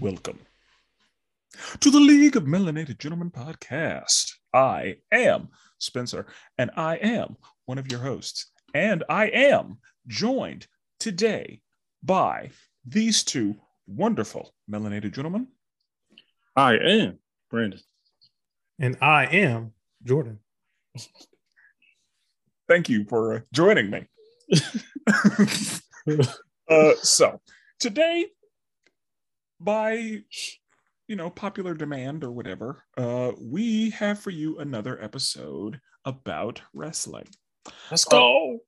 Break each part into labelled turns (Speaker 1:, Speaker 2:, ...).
Speaker 1: Welcome to the League of Melanated Gentlemen podcast. I am Spencer, and I am one of your hosts. And I am joined today by these two wonderful melanated gentlemen.
Speaker 2: I am Brandon.
Speaker 3: And I am Jordan.
Speaker 1: Thank you for uh, joining me. uh, so, today, by you know popular demand or whatever uh we have for you another episode about wrestling Uh,
Speaker 2: Let's go.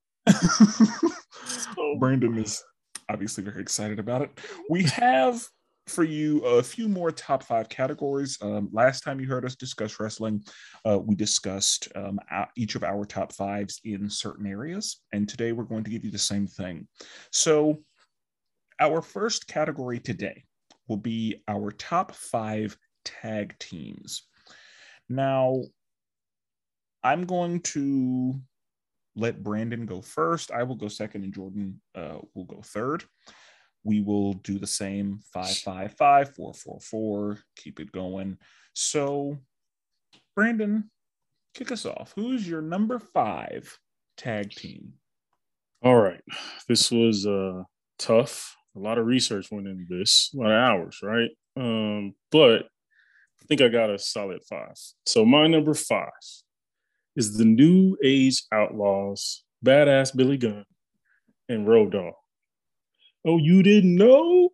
Speaker 1: brandon is obviously very excited about it we have for you a few more top five categories um, last time you heard us discuss wrestling uh, we discussed um, ou- each of our top fives in certain areas and today we're going to give you the same thing so our first category today will be our top five tag teams. Now, I'm going to let Brandon go first. I will go second, and Jordan uh, will go third. We will do the same five, five, five, four, four, four. Keep it going. So, Brandon, kick us off. Who's your number five tag team?
Speaker 2: All right. This was uh tough. A lot of research went into this, a lot of hours, right? Um, but I think I got a solid five. So my number five is the New Age Outlaws, Badass Billy Gunn, and Road Dog. Oh, you didn't know?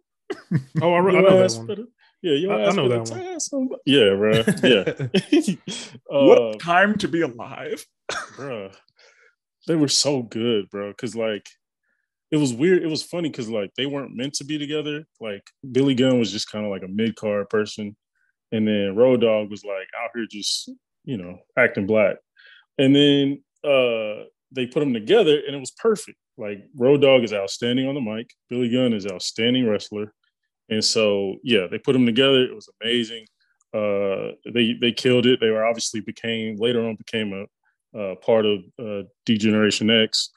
Speaker 3: Oh, I, re-
Speaker 2: Your
Speaker 3: I know that
Speaker 2: ass
Speaker 3: one.
Speaker 2: better- yeah, your
Speaker 3: I- I
Speaker 2: ass
Speaker 3: know
Speaker 2: better
Speaker 3: that one.
Speaker 2: tell somebody- Yeah, bruh. Yeah.
Speaker 1: what
Speaker 2: uh,
Speaker 1: a time to be alive?
Speaker 2: bruh, they were so good, bro. Because like, it was weird. It was funny because like they weren't meant to be together. Like Billy Gunn was just kind of like a mid card person, and then Road Dog was like out here just you know acting black, and then uh they put them together and it was perfect. Like Road Dog is outstanding on the mic. Billy Gunn is outstanding wrestler, and so yeah, they put them together. It was amazing. Uh, they they killed it. They were obviously became later on became a uh, part of uh, Degeneration X.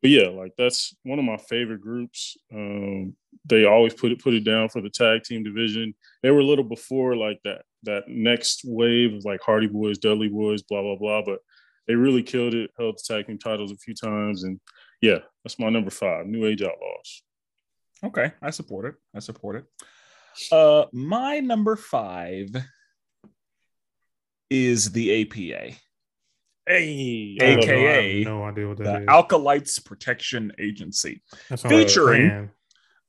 Speaker 2: But yeah, like that's one of my favorite groups. Um, they always put it put it down for the tag team division. They were a little before like that that next wave of like Hardy Boys, Dudley Boys, blah blah blah. But they really killed it. Held the tag team titles a few times, and yeah, that's my number five, New Age Outlaws.
Speaker 1: Okay, I support it. I support it. Uh, my number five is the APA,
Speaker 2: Hey,
Speaker 3: I don't know. I have
Speaker 1: AKA
Speaker 3: no idea what that
Speaker 1: the
Speaker 3: is.
Speaker 1: Alkalites Protection Agency,
Speaker 3: That sounds like a
Speaker 1: featuring-
Speaker 3: band.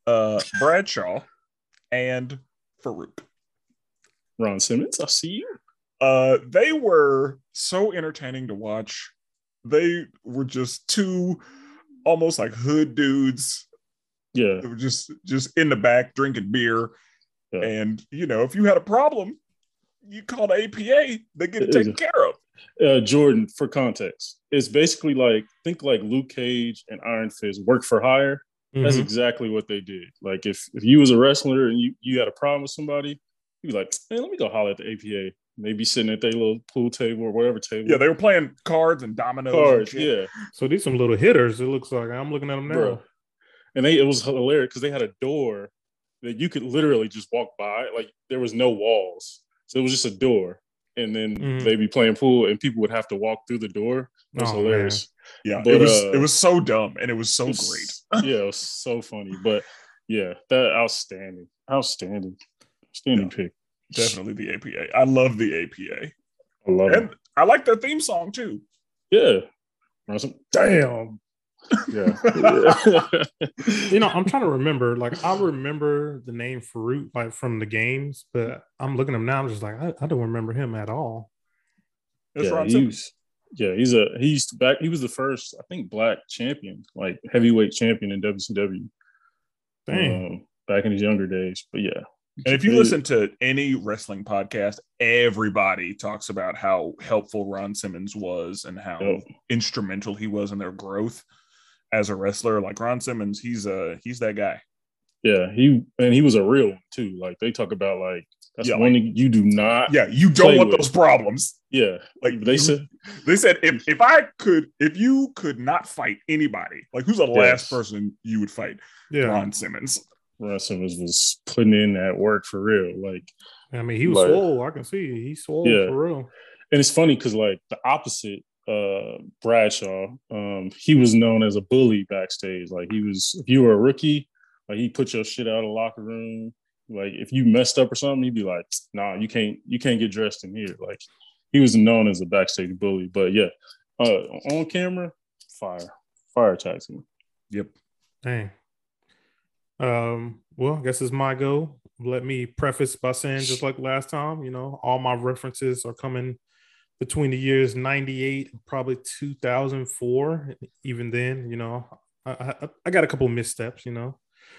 Speaker 1: uh, Bradshaw and Farouk.
Speaker 2: Ron Simmons, I see you.
Speaker 1: Uh, they were so entertaining to watch. They were just two almost like hood dudes
Speaker 2: Yeah,
Speaker 1: that were just just in the back drinking beer.
Speaker 2: Yeah.
Speaker 1: And you know, if you had a problem, you called APA, they get it
Speaker 2: It is a-
Speaker 1: taken care of.
Speaker 2: uh, Jordan, for context, it's basically like think like Luke Cage and Iron Fist work for hire. That's
Speaker 3: Mhm.
Speaker 2: exactly what they did. Like if if you was a wrestler and you you had a problem with somebody, you'd be like, man, let me go holler at the APA. Maybe sitting at their little pool table or whatever table.
Speaker 1: Yeah, they were playing cards and dominoes. and
Speaker 2: cards.
Speaker 1: shit.
Speaker 2: Yeah,
Speaker 3: So these some little hitters. It looks like I'm looking at them now. Oh,
Speaker 2: bro. And they it was hilarious because they had a door that you could literally just walk by. Like there was no walls, so it was just a door. And then
Speaker 3: Mhm.
Speaker 2: they'd be playing pool, and people would have to walk through the door. It was
Speaker 3: Oh, man.
Speaker 2: hilarious.
Speaker 1: yeah. it
Speaker 2: But,
Speaker 1: was
Speaker 2: uh,
Speaker 1: it was so dumb and it was so
Speaker 2: It was-
Speaker 1: great.
Speaker 2: yeah, it was so funny. But yeah, that outstanding, outstanding, outstanding pick.
Speaker 1: Definitely the APA. I love the APA,
Speaker 2: I love it.
Speaker 1: and I like their theme song too.
Speaker 2: Yeah. Or some- Damn. Yeah.
Speaker 3: You know, I'm trying to remember. Like I remember the name Farouk like from the games, but I'm looking at him now. I'm just like I, I don't remember him at all.
Speaker 1: That's
Speaker 2: yeah,
Speaker 1: Ron
Speaker 2: he
Speaker 1: Simmons.
Speaker 2: was, yeah, he's a he's back. He was the first, I think, black champion, like heavyweight champion in WCW.
Speaker 3: Dang.
Speaker 2: um, back in his younger days. But yeah,
Speaker 1: And if you listen to any wrestling podcast, everybody talks about how helpful Ron Simmons was and how
Speaker 2: Yep.
Speaker 1: instrumental he was in their growth as a wrestler. Like Ron Simmons, he's uh he's that guy.
Speaker 2: yeah, he and he was a real one too. Like they talk about like that's
Speaker 1: Yeah,
Speaker 2: one thing you do not.
Speaker 1: Yeah, you don't
Speaker 2: Play
Speaker 1: want
Speaker 2: with.
Speaker 1: those problems.
Speaker 2: Yeah,
Speaker 1: Like
Speaker 2: they
Speaker 1: you-
Speaker 2: said
Speaker 1: They said if, if I could if you could not fight anybody, like who's the last
Speaker 2: Yes.
Speaker 1: person you would fight?
Speaker 3: Yeah.
Speaker 1: Ron Simmons.
Speaker 2: Russovas was putting in that work for real. Like,
Speaker 3: I mean, he was
Speaker 2: Like-
Speaker 3: swole. I can see he swole
Speaker 2: Yeah.
Speaker 3: for real.
Speaker 2: and it's funny because like the opposite, uh, Bradshaw, um, he was known as a bully backstage. Like he was, if you were a rookie, like he put your shit out of the locker room. Like if you messed up or something, he'd be like, "Nah, you can't, you can't get dressed in here." Like he was known as a backstage bully. But yeah, uh, on camera, fire, fire taxi.
Speaker 1: Yep.
Speaker 3: Dang. Um, well, I guess it's my go. Let me preface by saying, just like last time, you know, all my references are coming between the years 98 and probably 2004. Even then, you know, I, I, I got a couple missteps, you know.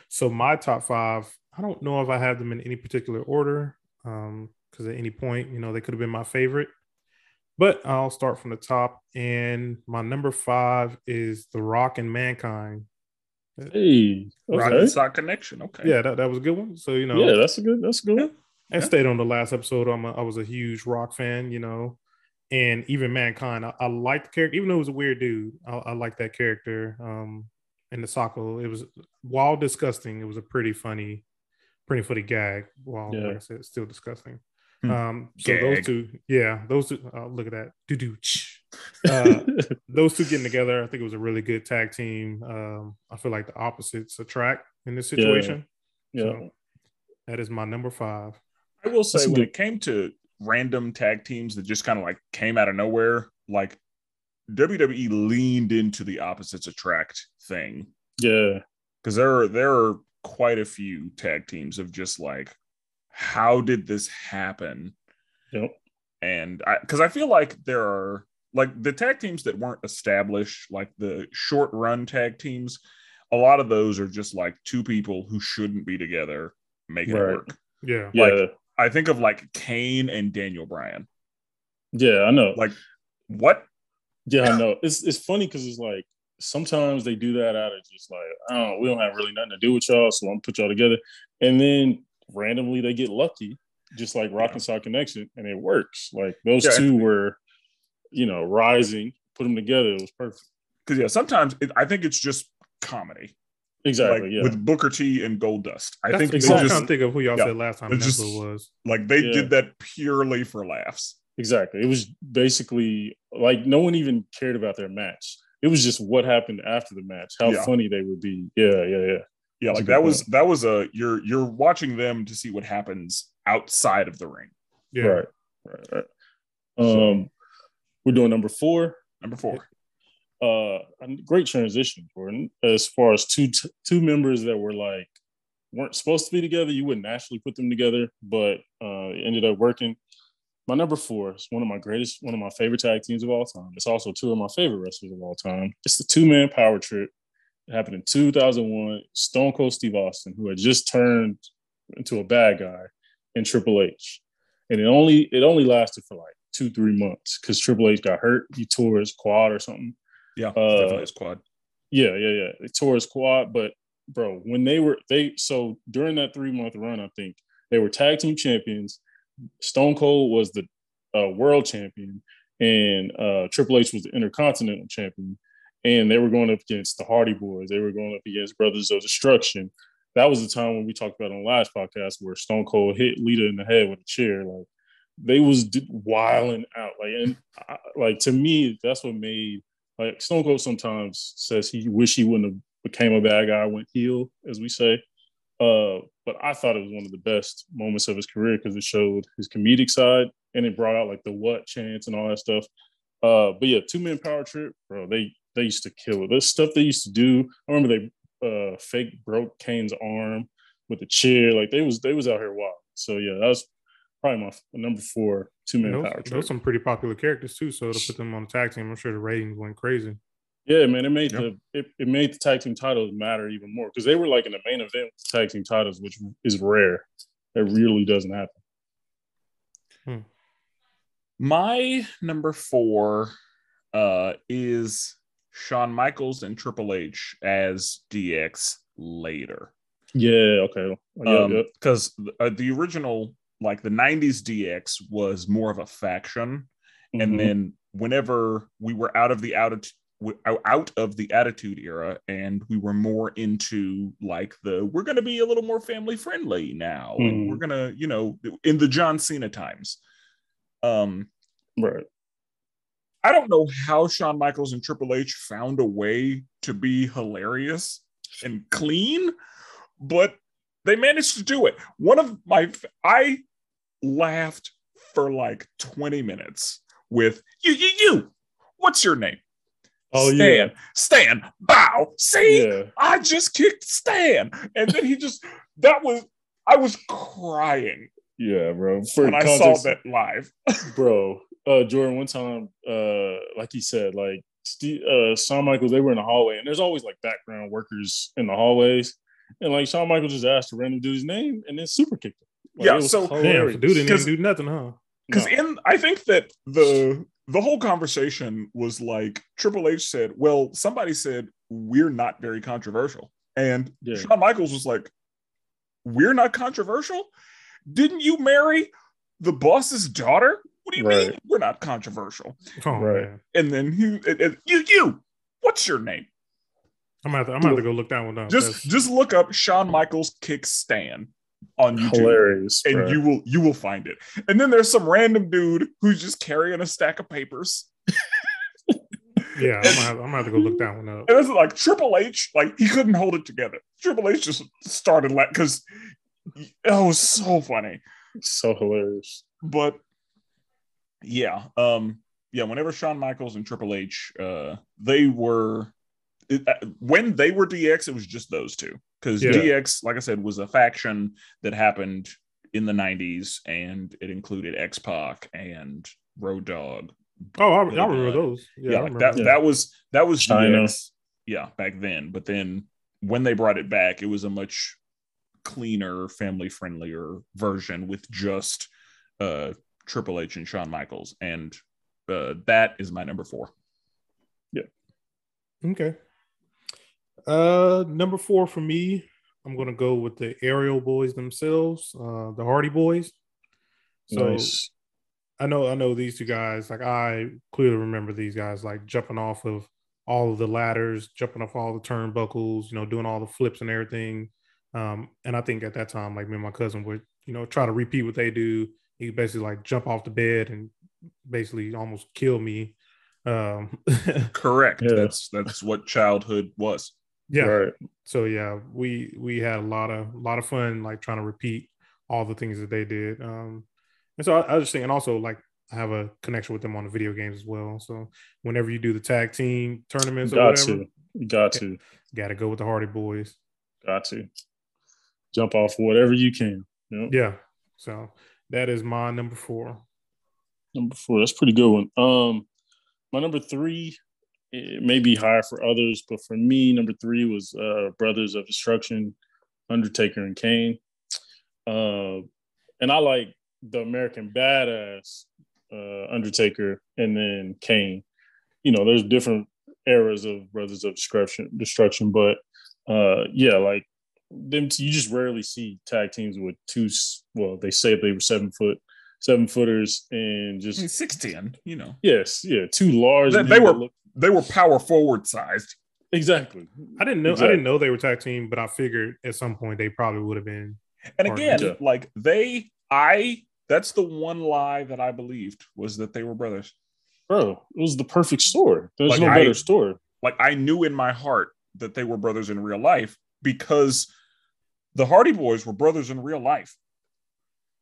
Speaker 3: So my top five, I don't know if I have them in any particular order um, because at any point, you know, they could have been my favorite. But I'll start from the top. And my number five is The Rock and Mankind.
Speaker 2: Hey,
Speaker 1: Rock
Speaker 2: okay.
Speaker 1: and sock connection. Okay.
Speaker 3: Yeah, that, that was a good one. So, you know,
Speaker 2: yeah, that's a good, that's a good. one.
Speaker 3: I stayed on the last episode. I'm a, I was a huge rock fan, you know, and even Mankind. I, I liked the character, even though it was a weird dude. I, I liked that character. Um, in the Socko, it was while disgusting, it was a pretty funny, pretty funny gag. While
Speaker 2: Yeah.
Speaker 3: like I said, still disgusting.
Speaker 1: Hmm.
Speaker 3: Um, so
Speaker 1: Gag.
Speaker 3: those two, yeah, those two. Uh, look at that, do do. Uh, those two getting together, I think it was a really good tag team. Um, I feel like the opposites attract in this
Speaker 2: Yeah.
Speaker 3: situation.
Speaker 2: yeah.
Speaker 3: So that is my number five.
Speaker 1: I will say
Speaker 2: That's a
Speaker 1: when
Speaker 2: good-
Speaker 1: it came to random tag teams that just kind of like came out of nowhere, like WWE leaned into the opposites attract thing
Speaker 2: Yeah,
Speaker 1: because there are there are quite a few tag teams of just like how did this happen
Speaker 2: yep.
Speaker 1: and I because I feel like there are like the tag teams that weren't established like the short run tag teams a lot of those are just like two people who shouldn't be together making it
Speaker 2: Right.
Speaker 1: work
Speaker 3: Yeah.
Speaker 2: yeah,
Speaker 1: I think of like Kane and Daniel Bryan
Speaker 2: yeah. I know.
Speaker 1: like what
Speaker 2: yeah, I know. It's it's funny because it's like sometimes they do that out of just like, oh, we don't have really nothing to do with y'all, so I'm gonna put y'all together, and then randomly they get lucky, just like Rock and Sock Connection, and it works. Like those
Speaker 1: Yeah.
Speaker 2: two were, you know, rising. Put them together. It was perfect.
Speaker 1: because yeah sometimes it, I think it's just comedy
Speaker 2: Exactly.
Speaker 1: like
Speaker 2: yeah.
Speaker 1: with Booker T and Gold Dust I
Speaker 3: I
Speaker 1: think
Speaker 3: think
Speaker 1: they
Speaker 2: exactly-
Speaker 3: I'm
Speaker 1: just
Speaker 3: trying to think of who y'all
Speaker 1: yeah.
Speaker 3: said last time.
Speaker 1: It
Speaker 3: and That's
Speaker 1: just-
Speaker 3: what it was.
Speaker 1: like they
Speaker 2: Yeah.
Speaker 1: did that purely for laughs
Speaker 2: Exactly. It was basically like no one even cared about their match. It was just what happened after the match, how
Speaker 1: Yeah.
Speaker 2: funny they would be. Yeah, yeah, yeah.
Speaker 1: yeah
Speaker 2: That's a
Speaker 1: like
Speaker 2: good
Speaker 1: that was that was a you're you're watching them to see what happens outside of the ring
Speaker 3: Yeah.
Speaker 2: Right, right, right. Um, we're doing number four.
Speaker 1: number four
Speaker 2: Uh, a great transition, Jordan. As far as two t- two members that were like weren't supposed to be together, you wouldn't actually put them together, but uh, it ended up working. My number four is one of my greatest, one of my favorite tag teams of all time. It's also two of my favorite wrestlers of all time. It's the two man power trip. It happened in 2001. Stone Cold Steve Austin, who had just turned into a bad guy, and Triple H, and it only it only lasted for like two three months because Triple H got hurt. He tore his quad or something.
Speaker 1: yeah it's
Speaker 2: Uh,
Speaker 1: definitely a squad
Speaker 2: Yeah, yeah, yeah. They tore his quad, but bro, when they were they so during that three month run, I think they were tag team champions. Stone Cold was the uh, world champion, and uh, Triple H was the Intercontinental champion. And they were going up against the Hardy Boys. They were going up against Brothers of Destruction. That was the time when we talked about on the last podcast where Stone Cold hit Lita in the head with a chair. Like they was d- wiling out. Like and I, like to me, that's what made like Stone Cold sometimes says he wish he wouldn't have became a bad guy, went heel, as we say. Uh, but I thought it was one of the best moments of his career because it showed his comedic side and it brought out like the what chance and all that stuff. Uh, but yeah, two man power trip, bro. They they used to kill it. The stuff they used to do. I remember they uh, fake broke Kane's arm with a chair. Like they was they was out here wild. So yeah, that was probably my f- number four two man
Speaker 3: And Those,
Speaker 2: power trip.
Speaker 3: those some pretty popular characters too. So to put them on a tag team, I'm sure the ratings went crazy.
Speaker 2: Yeah, man, it made
Speaker 1: Yep.
Speaker 2: the it, it made the tag team titles matter even more because they were like in the main event with the tag team titles, which is rare. That really doesn't happen.
Speaker 1: my number four uh is Shawn Michaels and Triple H as DX later
Speaker 2: Yeah, okay. Yeah, yeah.
Speaker 1: because uh, the original like the 90s DX was more of a faction and
Speaker 2: Mhm.
Speaker 1: then whenever we were out of the out of w- out of the attitude era and we were more into like the we're going to be a little more family friendly now and
Speaker 2: Mhm.
Speaker 1: we're going to you know in the john cena times um
Speaker 2: Right.
Speaker 1: i don't know how Shawn michaels and triple h found a way to be hilarious and clean but they managed to do it one of my i laughed for like 20 minutes with you you you what's your name
Speaker 2: Oh
Speaker 1: Stan, Stan, bow.
Speaker 2: yeah.
Speaker 1: See,
Speaker 2: Yeah.
Speaker 1: I just kicked Stan, and then he just that was I was crying
Speaker 2: Yeah, bro. For
Speaker 1: when I
Speaker 2: context,
Speaker 1: saw that live.
Speaker 2: bro. Uh, Jordan, one time, uh, like he said, like Steve, uh, Shawn Michaels, they were in the hallway, and there's always like background workers in the hallways, and like Shawn Michaels just asked a random dude's name, and then super kicked him. Like,
Speaker 1: Yeah,
Speaker 2: it was
Speaker 1: so-
Speaker 3: Damn,
Speaker 2: hilarious.
Speaker 3: dude didn't even
Speaker 1: 'Cause-
Speaker 3: do nothing, huh?
Speaker 1: Because
Speaker 2: No.
Speaker 1: in I think that the the whole conversation was like Triple H said, "Well, somebody said we're not very controversial," and
Speaker 2: Yeah.
Speaker 1: Shawn Michaels was like, "We're not controversial? Didn't you marry the boss's daughter? What do you mean
Speaker 2: Right.
Speaker 1: we're not controversial?"
Speaker 3: Oh,
Speaker 2: Right.
Speaker 3: man.
Speaker 1: and then he it, it- you you what's your name
Speaker 3: I'm gonna have to, I'm gonna have to go look that
Speaker 2: Oh,
Speaker 3: one up.
Speaker 1: just
Speaker 3: That's-
Speaker 1: just look up Shawn Michaels kick Stan on YouTube
Speaker 2: hilarious,
Speaker 1: and
Speaker 2: bro.
Speaker 1: you will you will find it and then there's some random dude who's just carrying a stack of papers
Speaker 3: yeah, I'm gonna, have, I'm gonna have to go look that one up.
Speaker 1: and it's like Triple H like he couldn't hold it together Triple H just started like because it was so funny
Speaker 2: so hilarious.
Speaker 1: but yeah um yeah whenever Shawn Michaels and Triple H uh they were it, uh, when they were DX it was just those two cuz
Speaker 3: Yeah.
Speaker 1: DX like I said was a faction that happened in the 90s and it included X-Pac and Road Dog
Speaker 3: Oh, I, I remember those. Yeah,
Speaker 1: yeah,
Speaker 3: I
Speaker 1: like
Speaker 3: remember
Speaker 1: that
Speaker 2: Yeah.
Speaker 1: that was that was
Speaker 2: China.
Speaker 1: DX yeah back then but then when they brought it back it was a much cleaner family friendlier version with just uh Triple H and Shawn Michaels and uh, that is my number 4
Speaker 3: Okay. Uh, number four for me, I'm gonna go with the Aerial Boys themselves, uh, the Hardy Boys. So
Speaker 2: nice.
Speaker 3: I know, I know these two guys. Like I clearly remember these guys, like jumping off of all of the ladders, jumping off all the turnbuckles, you know, doing all the flips and everything. Um, and I think at that time, like me and my cousin would, you know, try to repeat what they do. He would basically like jump off the bed and basically almost kill me. Um,
Speaker 1: correct
Speaker 2: Yeah.
Speaker 1: that's that's what childhood was
Speaker 3: yeah,
Speaker 2: Right.
Speaker 3: so yeah we we had a lot of a lot of fun like trying to repeat all the things that they did um and so i, I just think and also like i have a connection with them on the video games as well so whenever you do the tag team tournaments or
Speaker 2: Got
Speaker 3: whatever
Speaker 2: to. Got to.
Speaker 3: gotta go with the hardy boys
Speaker 2: Got to. Jump off whatever you can. Yep.
Speaker 3: yeah so that is my number four
Speaker 2: Number four. That's a pretty good one. Um, my number three, it may be higher for others, but for me, number three was uh, Brothers of Destruction, Undertaker and Kane. Uh, and I like the American Badass, uh, Undertaker, and then Kane. You know, there's different eras of Brothers of Destruction, Destruction, but uh, yeah, like them. T- you just rarely see tag teams with two. s- Well, they say they were seven foot, seven footers, and
Speaker 1: I mean,
Speaker 2: just
Speaker 1: 610 you know
Speaker 2: yes, yeah, two large.
Speaker 1: They-
Speaker 2: men
Speaker 1: they
Speaker 2: that
Speaker 1: were-
Speaker 2: look-
Speaker 1: they were power forward sized
Speaker 2: exactly.
Speaker 3: i didn't know i
Speaker 2: Exactly.
Speaker 3: didn't know they were tag team but i figured at some point they probably would have been
Speaker 1: and
Speaker 3: Or-
Speaker 1: again
Speaker 2: Yeah.
Speaker 1: like they I that's the one lie that I believed was that they were brothers
Speaker 2: Bro, it was the perfect store. There's
Speaker 1: Like,
Speaker 2: no
Speaker 1: I-
Speaker 2: better store.
Speaker 1: like I knew in my heart that they were brothers in real life because the Hardy Boys were brothers in real life.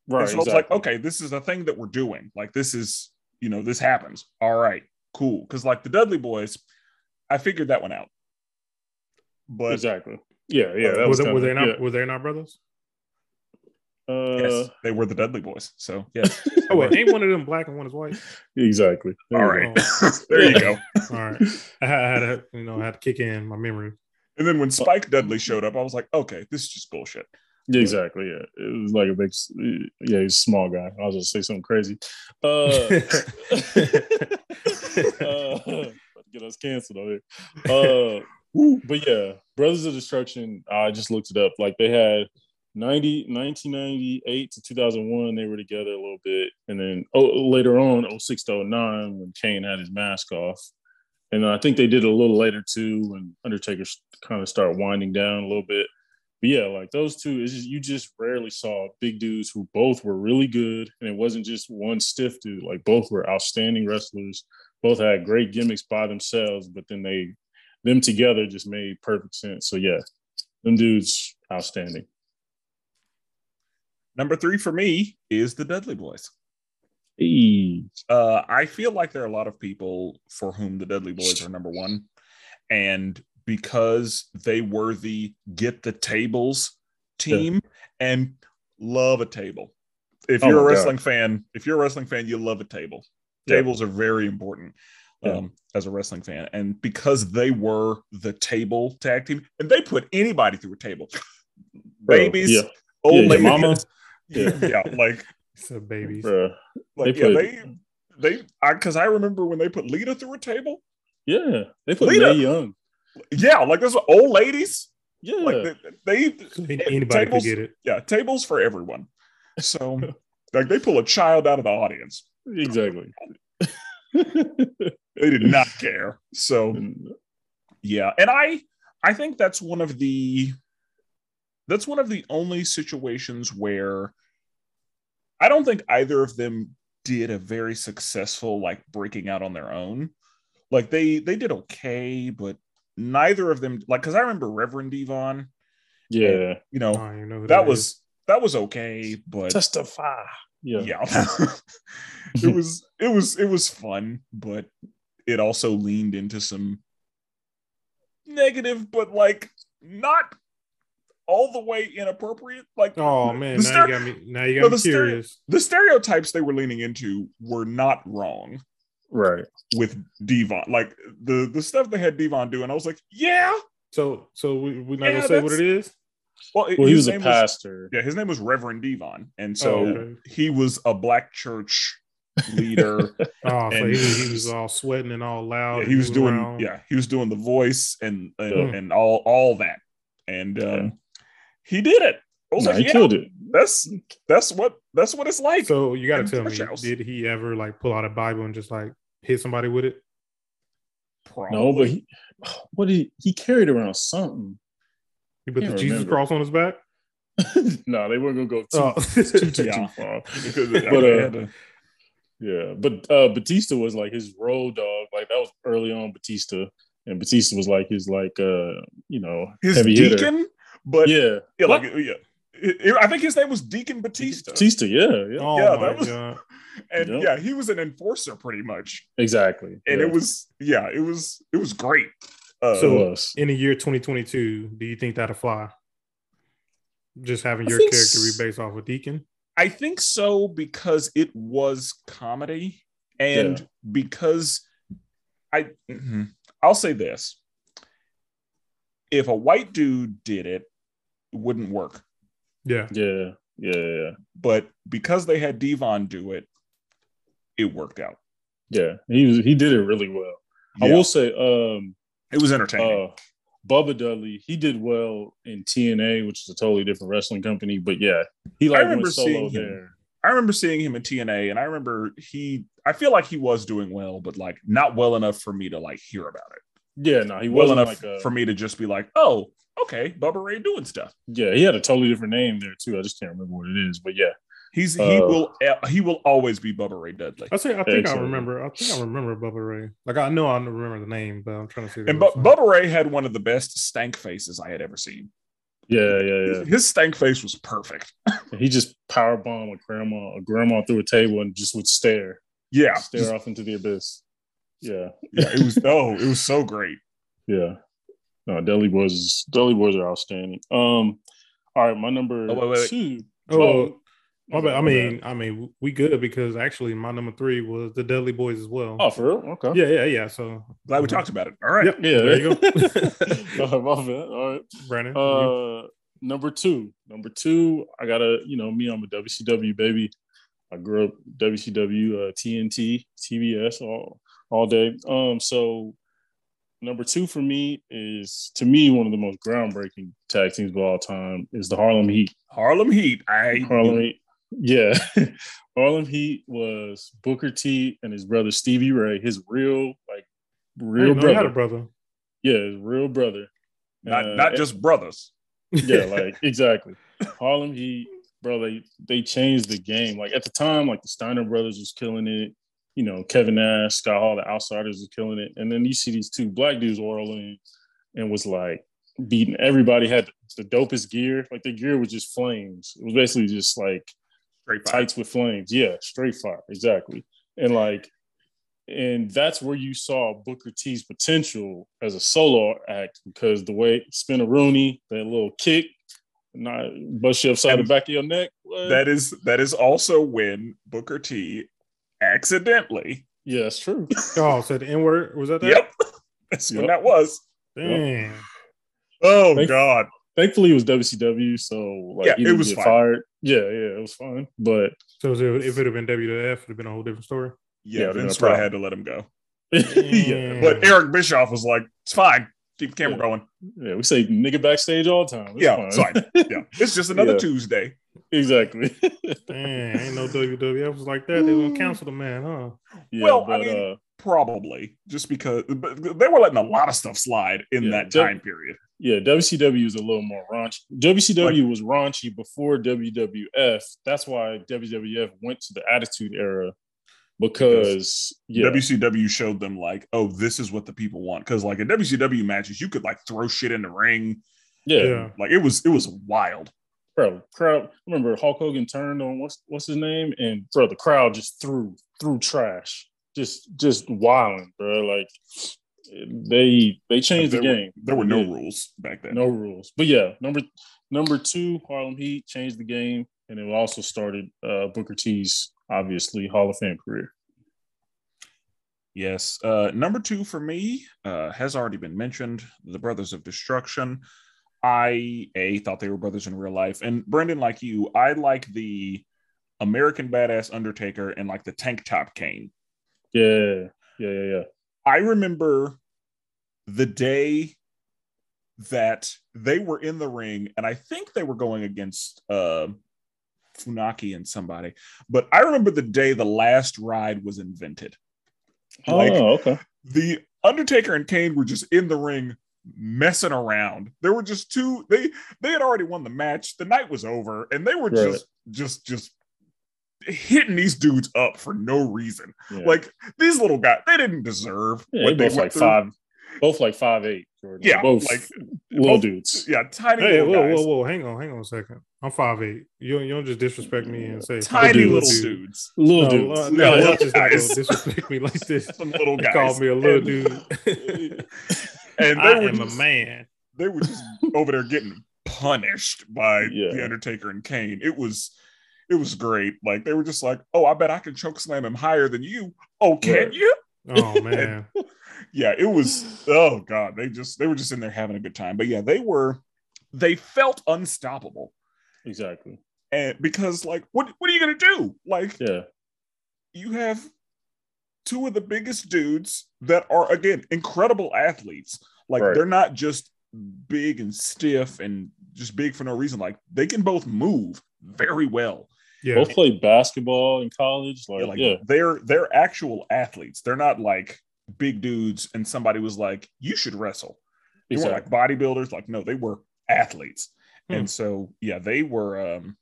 Speaker 2: Right.
Speaker 1: and so it's like, okay, this is a thing that we're doing. Like this is, you know, this happens. All right, cool. Because like the Dudley Boys, I figured that one out. But
Speaker 2: exactly. Yeah,
Speaker 1: Uh,
Speaker 2: yeah. That
Speaker 3: were,
Speaker 2: was
Speaker 3: they, were
Speaker 2: kinda-
Speaker 3: they not
Speaker 2: yeah.
Speaker 3: were they not brothers
Speaker 2: Uh,
Speaker 1: yes, they were the Dudley Boys. So yes.
Speaker 3: oh wait ain't one of them black and one is white
Speaker 2: Exactly. There
Speaker 1: All
Speaker 2: you
Speaker 1: right.
Speaker 3: Oh.
Speaker 1: there you go.
Speaker 3: all right
Speaker 2: go.
Speaker 3: i had to you know i had to kick in my memory
Speaker 1: And then when Spike Dudley showed up, I was like, okay, this is just bullshit.
Speaker 2: Yeah, Exactly. Yeah, it was like a big. Yeah, he's a small guy. I was gonna say something crazy. Uh, uh, get us canceled over here. Uh,
Speaker 1: Woo.
Speaker 2: but yeah, Brothers of Destruction. I just looked it up. Like they had 90, 1998 to two thousand one. They were together a oh little bit, and then oh, later on, 06 to 09, when Kane had his mask off, And I think they did it a little later too when Undertaker kind of started winding down a little bit. But yeah, like those two, is you just rarely saw big dudes who both were really good, and it wasn't just one stiff dude. Like both were outstanding wrestlers, both had great gimmicks by themselves, but then they them together just made perfect sense. So yeah, them dudes outstanding.
Speaker 1: Number three for me is the Dudley Boys.
Speaker 2: Hey.
Speaker 1: Uh, I feel like there are a lot of people for whom the Dudley Boys are number one, and because they were the get the tables team and love a table. If
Speaker 2: Oh
Speaker 1: you're a
Speaker 2: my God.
Speaker 1: wrestling fan, if you're a wrestling fan, you love a table.
Speaker 2: Yeah.
Speaker 1: Tables are very important
Speaker 2: Yeah.
Speaker 1: um, as a wrestling fan, and because they were the table tag team, and they put anybody through a table,
Speaker 2: Bro,
Speaker 1: babies,
Speaker 2: yeah. Yeah,
Speaker 1: old
Speaker 2: your
Speaker 1: ladies,
Speaker 2: mama.
Speaker 1: yeah, yeah, like
Speaker 3: So babies.
Speaker 2: Bruh.
Speaker 1: like
Speaker 2: They
Speaker 1: yeah,
Speaker 2: put-
Speaker 1: they they I because I remember when they put Lita through a table.
Speaker 2: Yeah, they put
Speaker 1: Lita.
Speaker 2: Mae Young.
Speaker 1: Yeah, like those are old ladies.
Speaker 2: Yeah,
Speaker 1: Like they, they
Speaker 3: Anybody
Speaker 1: tables-
Speaker 3: could get it.
Speaker 1: yeah, tables for everyone. So like they pull a child out of the audience.
Speaker 2: exactly.
Speaker 1: They did not care. So
Speaker 2: yeah,
Speaker 1: yeah, and I I think that's one of the that's one of the only situations where I don't think either of them did a very successful like breaking out on their own. Like they they did okay, but neither of them like because I remember Reverend Devon, you know,
Speaker 3: I don't even Oh, know who
Speaker 1: that
Speaker 3: is.
Speaker 1: was that was okay, but
Speaker 2: testify. Yeah,
Speaker 1: yeah, it was it was it was fun, but it also leaned into some negative, but like not all the way inappropriate. Like
Speaker 3: Oh man,
Speaker 1: the,
Speaker 3: now
Speaker 1: stere-
Speaker 3: you got me. Now you
Speaker 1: No,
Speaker 3: got
Speaker 1: the
Speaker 3: me
Speaker 1: stereo-
Speaker 3: curious.
Speaker 1: the stereotypes they were leaning into were not wrong
Speaker 2: right.
Speaker 1: with Devon. Like the the stuff they had Devon doing, I was like, yeah.
Speaker 3: So, so we we not
Speaker 1: Yeah,
Speaker 3: gonna say what
Speaker 1: that's-
Speaker 3: it is.
Speaker 1: Well, it-
Speaker 2: Well, he
Speaker 1: his
Speaker 2: was a
Speaker 1: name
Speaker 2: pastor.
Speaker 1: yeah, his name was Reverend Devon, and so
Speaker 3: oh, okay.
Speaker 1: he was a black church leader.
Speaker 3: Oh, so he,
Speaker 1: and-
Speaker 3: was, he was all sweating and all loud.
Speaker 1: Yeah,
Speaker 3: and
Speaker 1: he was doing
Speaker 3: around.
Speaker 1: yeah he was doing the voice and and,
Speaker 3: Yeah.
Speaker 1: and all all that and um,
Speaker 2: Yeah.
Speaker 1: he did it I was
Speaker 2: Nah,
Speaker 1: like,
Speaker 2: he
Speaker 1: yeah,
Speaker 2: killed it.
Speaker 1: that's that's what that's what it's like
Speaker 3: So you gotta
Speaker 1: And
Speaker 3: tell me,
Speaker 1: church house.
Speaker 3: did he ever like pull out a Bible and just like hit somebody with it?
Speaker 1: Probably.
Speaker 2: No, but he, what did he, he carried around something?
Speaker 3: He put the
Speaker 2: Can't
Speaker 3: Jesus
Speaker 2: remember.
Speaker 3: cross on his back.
Speaker 2: no, they weren't gonna go too,
Speaker 3: Oh.
Speaker 2: too, too,
Speaker 1: Yeah.
Speaker 2: too far.
Speaker 1: because I
Speaker 2: But,
Speaker 1: mean,
Speaker 2: uh,
Speaker 1: had to-
Speaker 2: Yeah, but uh, Batista was like his road dog. Like that was early on Batista, and Batista was like his like uh you know
Speaker 1: his
Speaker 2: heavy
Speaker 1: deacon
Speaker 2: hitter.
Speaker 1: but yeah,
Speaker 2: yeah,
Speaker 1: like yeah It- it- I think his name was Deacon Batista,
Speaker 2: Batista. Yeah, yeah,
Speaker 3: Oh
Speaker 1: Yeah,
Speaker 3: my
Speaker 1: that was-
Speaker 3: god!
Speaker 1: and
Speaker 2: Yeah.
Speaker 1: yeah, he was an enforcer pretty much,
Speaker 2: exactly.
Speaker 1: and
Speaker 2: yeah,
Speaker 1: it was yeah, it was it was great. Uh,
Speaker 2: it
Speaker 3: So-
Speaker 2: was.
Speaker 3: In the year 2022, do you think that'll fly? Just having
Speaker 2: I
Speaker 3: your
Speaker 2: think
Speaker 3: character
Speaker 2: s-
Speaker 3: rebased off of Deacon.
Speaker 1: I think so because it was comedy and
Speaker 2: Yeah.
Speaker 1: because I mhm. I'll say this. If a white dude did it, it wouldn't work.
Speaker 3: Yeah,
Speaker 2: Yeah, yeah, yeah,
Speaker 1: But because they had Devon do it, it worked out.
Speaker 2: yeah. He was he did it really well. I
Speaker 1: Yeah.
Speaker 2: will say, um,
Speaker 1: it was entertaining.
Speaker 2: uh, Bubba Dudley, he did well in TNA, which is a totally different wrestling company. But yeah, he like
Speaker 1: remember
Speaker 2: went solo
Speaker 1: seeing him.
Speaker 2: there.
Speaker 1: I remember seeing him in TNA and I remember he I feel like he was doing well, but like not well enough for me to like hear about it.
Speaker 2: Yeah, no, he
Speaker 1: well
Speaker 2: wasn't
Speaker 1: enough
Speaker 2: like a,
Speaker 1: for me to just be like, oh, okay, Bubba Ray doing stuff.
Speaker 2: yeah. He had a totally different name there too. I just can't remember what it is, but yeah.
Speaker 1: He's he
Speaker 2: Uh,
Speaker 1: will eh, he will always be Bubba Ray Dudley.
Speaker 3: I say I think I
Speaker 2: Excellent.
Speaker 3: remember. I think I remember Bubba Ray. Like I know I remember the name, but I'm trying to see. the
Speaker 1: And Bu-
Speaker 3: website.
Speaker 1: Bubba Ray had one of the best stank faces I had ever seen.
Speaker 2: Yeah, yeah, yeah.
Speaker 1: His- His stank face was perfect.
Speaker 2: He just power bombed a grandma, a grandma through a table, and just would stare,
Speaker 1: Yeah,
Speaker 2: stare off into the abyss. Yeah,
Speaker 1: yeah, it was oh, it was so great.
Speaker 2: yeah. No, Deli Boys, is, Deli Boys are outstanding. Um, all right, my number
Speaker 1: Oh, wait, wait, wait.
Speaker 2: two.
Speaker 3: Oh, My bad. I
Speaker 2: my
Speaker 3: mean, I mean, we good because actually my number three was the Dudley Boys as well.
Speaker 2: oh, for real? Okay.
Speaker 3: yeah, yeah, yeah. So
Speaker 1: Glad we talked about it. All right,
Speaker 3: Uh-huh. Yep.
Speaker 2: yeah.
Speaker 3: There you
Speaker 2: go. all right, my bad. All right.
Speaker 3: Brandon. you-
Speaker 1: Mm-hmm.
Speaker 2: Uh, number two, number two. I gotta, you know, me. I'm a WCW baby. I grew up WCW, uh, TNT, TBS, all all day. Um, so number two for me is to me one of the most groundbreaking tag teams of all time is the Harlem Heat.
Speaker 1: Harlem Heat. I
Speaker 2: Harlem Heat, yeah. Harlem Heat was Booker T and his brother Stevie Ray, his real like real
Speaker 3: brother. Had
Speaker 2: brother.
Speaker 3: a brother.
Speaker 2: Yeah, his real brother.
Speaker 1: Not
Speaker 2: Uh,
Speaker 1: not just brothers.
Speaker 2: yeah, like exactly. Harlem Heat, bro. They they changed the game. Like at the time, like the Steiner brothers was killing it. You know, Kevin Nash, Scott Hall, the Outsiders was killing it. And then you see these two black dudes whirling in and was like beating everybody. Had the dopest gear. Like the gear was just flames. It was basically just like
Speaker 1: Straight fire.
Speaker 2: tights with flames. Yeah, straight fire. Exactly. And like, and that's where you saw Booker T's potential as a solo act because the way spin a Rooney, that little kick, not bust you upside
Speaker 1: And
Speaker 2: the back of your neck. What?
Speaker 1: That is that is also when Booker T accidentally.
Speaker 2: yeah, that's true.
Speaker 3: Oh, so the N word was that? That?
Speaker 1: Yep. That's when
Speaker 2: Yep.
Speaker 1: that was.
Speaker 3: Damn.
Speaker 1: Oh
Speaker 2: Thank-
Speaker 1: God.
Speaker 2: Thankfully, it was WCW, so like
Speaker 1: Yeah,
Speaker 2: he
Speaker 1: it
Speaker 2: didn't
Speaker 1: was
Speaker 2: get
Speaker 1: fine.
Speaker 2: fired. Yeah, yeah, it was fine. But
Speaker 3: So if it if it had been WWF, it'd have been a whole different story.
Speaker 1: Yeah,
Speaker 2: Yeah,
Speaker 1: yeah Vince
Speaker 2: no
Speaker 1: would have
Speaker 2: problem.
Speaker 1: had to let him go.
Speaker 2: yeah,
Speaker 3: Mm.
Speaker 1: But Eric Bischoff was like, it's fine. Keep the camera
Speaker 2: Yeah.
Speaker 1: going.
Speaker 2: yeah, we say nigga backstage all the time. It's
Speaker 1: yeah,
Speaker 2: fine.
Speaker 1: it's fine. Yeah. It's just another
Speaker 2: Yeah.
Speaker 1: Tuesday.
Speaker 2: exactly.
Speaker 3: Damn, ain't no WWF was like that. They gonna cancel the man, huh?
Speaker 2: Yeah,
Speaker 1: Well, I
Speaker 2: but,
Speaker 1: mean,
Speaker 2: uh,
Speaker 1: Probably just because but they were letting a lot of stuff slide in
Speaker 2: Yeah,
Speaker 1: that
Speaker 2: Jeff-
Speaker 1: time period.
Speaker 2: Yeah, WCW is a little more raunchy. WCW was raunchy before WWF. That's why WWF went to the Attitude Era because yeah,
Speaker 1: WCW showed them like, oh, this is what the people want. Cause like in WCW matches, you could like throw shit in the ring.
Speaker 2: yeah,
Speaker 3: Yeah.
Speaker 1: Like it was it was wild.
Speaker 2: bro, crowd. Remember Hulk Hogan turned on what's what's his name, and bro, the crowd just threw threw trash, just just wilding, bro. Like they they changed the
Speaker 1: There were-
Speaker 2: game.
Speaker 1: There were no
Speaker 2: Yeah.
Speaker 1: rules back then.
Speaker 2: no rules. But yeah, number number two, Harlem Heat changed the game, and it also started uh, Booker T's obviously Hall of Fame career.
Speaker 1: Yes. Uh, number two for me uh, has already been mentioned the Brothers of Destruction. I, A, thought they were brothers in real life. And Brendan, like you, I like the American Badass Undertaker and like the tank top Kane.
Speaker 2: Yeah, yeah, yeah, yeah.
Speaker 1: I remember the day that they were in the ring, and I think they were going against uh, Funaki and somebody. But I remember the day the last ride was invented.
Speaker 2: Oh,
Speaker 1: Like-
Speaker 2: okay.
Speaker 1: the Undertaker and Kane were just in the ring messing around. There were just two they they had already won the match. The night was over and they were
Speaker 2: Right.
Speaker 1: just just just hitting these dudes up for no reason.
Speaker 2: Yeah.
Speaker 1: Like these little guys, they didn't deserve
Speaker 2: yeah,
Speaker 1: what
Speaker 2: they
Speaker 1: they
Speaker 2: both
Speaker 1: went
Speaker 2: like
Speaker 1: through.
Speaker 2: five, both like five eight. Jordan.
Speaker 1: Yeah,
Speaker 2: both
Speaker 1: like
Speaker 2: little
Speaker 1: both-
Speaker 2: dudes.
Speaker 1: yeah, tiny
Speaker 3: Hey,
Speaker 1: little
Speaker 3: whoa,
Speaker 1: guys.
Speaker 3: whoa, whoa! Hang on, hang on a second. I'm five eight. You don't- you don't just disrespect me and say
Speaker 1: Tiny
Speaker 2: dudes.
Speaker 1: little,
Speaker 3: dude.
Speaker 1: dudes.
Speaker 2: Little
Speaker 3: No,
Speaker 2: dudes.
Speaker 3: uh,
Speaker 1: Yeah,
Speaker 3: no,
Speaker 1: little
Speaker 3: y'all just not
Speaker 1: guys.
Speaker 3: gonna disrespect me like this.
Speaker 1: Some little
Speaker 3: They
Speaker 1: guys.
Speaker 3: called me a little
Speaker 1: And-
Speaker 3: dude.
Speaker 1: And
Speaker 3: I
Speaker 1: they were
Speaker 3: am a
Speaker 1: just,
Speaker 3: man.
Speaker 1: they were just over there getting punished by
Speaker 2: Yeah.
Speaker 1: the Undertaker and Kane. It was it was great. Like they were just like, oh, I bet I can choke slam him higher than you. Oh, can
Speaker 2: Right.
Speaker 1: you?
Speaker 3: Oh man.
Speaker 1: Yeah, it was oh god, they just they were just in there having a good time. But yeah, they were they felt unstoppable.
Speaker 2: exactly.
Speaker 1: And because like what what are you gonna do? Like
Speaker 2: Yeah,
Speaker 1: you have two of the biggest dudes that are again incredible athletes. Like
Speaker 2: Right.
Speaker 1: they're not just big and stiff and just big for no reason. Like they can both move very well.
Speaker 3: Yeah.
Speaker 2: both played basketball in college. Like,
Speaker 1: Yeah, like
Speaker 2: yeah,
Speaker 1: they're they're actual athletes. They're not like big dudes and somebody was like, you should wrestle. They
Speaker 2: exactly.
Speaker 1: weren't like bodybuilders. Like, no, they were athletes.
Speaker 3: Hmm.
Speaker 1: And so yeah, they were um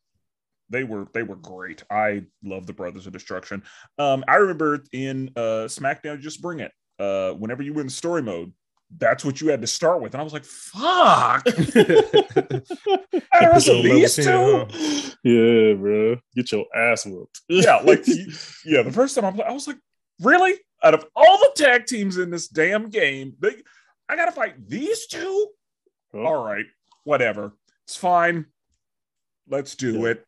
Speaker 1: they were they were great. I love the Brothers of Destruction. Um, I remember in uh SmackDown, just bring it. Uh whenever you were in story mode, that's what you had to start with. And I was like, fuck, I wrestled
Speaker 3: Episode level
Speaker 1: these
Speaker 3: 10,
Speaker 1: two.
Speaker 3: huh?
Speaker 2: yeah, bro, get your ass whooped.
Speaker 1: Yeah, like you- yeah, the first time I played, I was like, really? Out of all the tag teams in this damn game, they I gotta fight these two.
Speaker 2: Well,
Speaker 1: all right, whatever. It's fine. Let's do
Speaker 2: Yeah.
Speaker 1: it.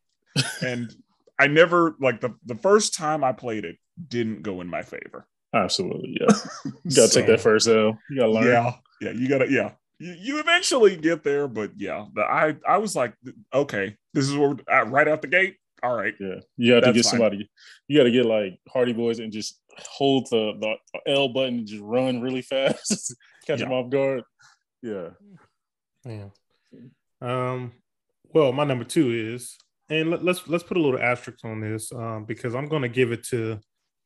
Speaker 1: And I never like the the first time I played it didn't go in my favor.
Speaker 2: absolutely. Yeah, you gotta take
Speaker 1: So,
Speaker 2: that first L. You gotta learn.
Speaker 1: Yeah, yeah, you gotta yeah. You, you eventually get there, but yeah, the, I I was like, okay, this is what uh, right out the gate. All right,
Speaker 2: Yeah, you have to
Speaker 1: That's
Speaker 2: get
Speaker 1: fine.
Speaker 2: somebody. You got to get like Hardy Boys and just hold the, the L button and just run really fast, catch
Speaker 1: Yeah.
Speaker 2: them off guard. Yeah,
Speaker 3: Yeah. Um. Well, my number two is, and let, let's let's put a little asterisk on this um, because I'm going to give it to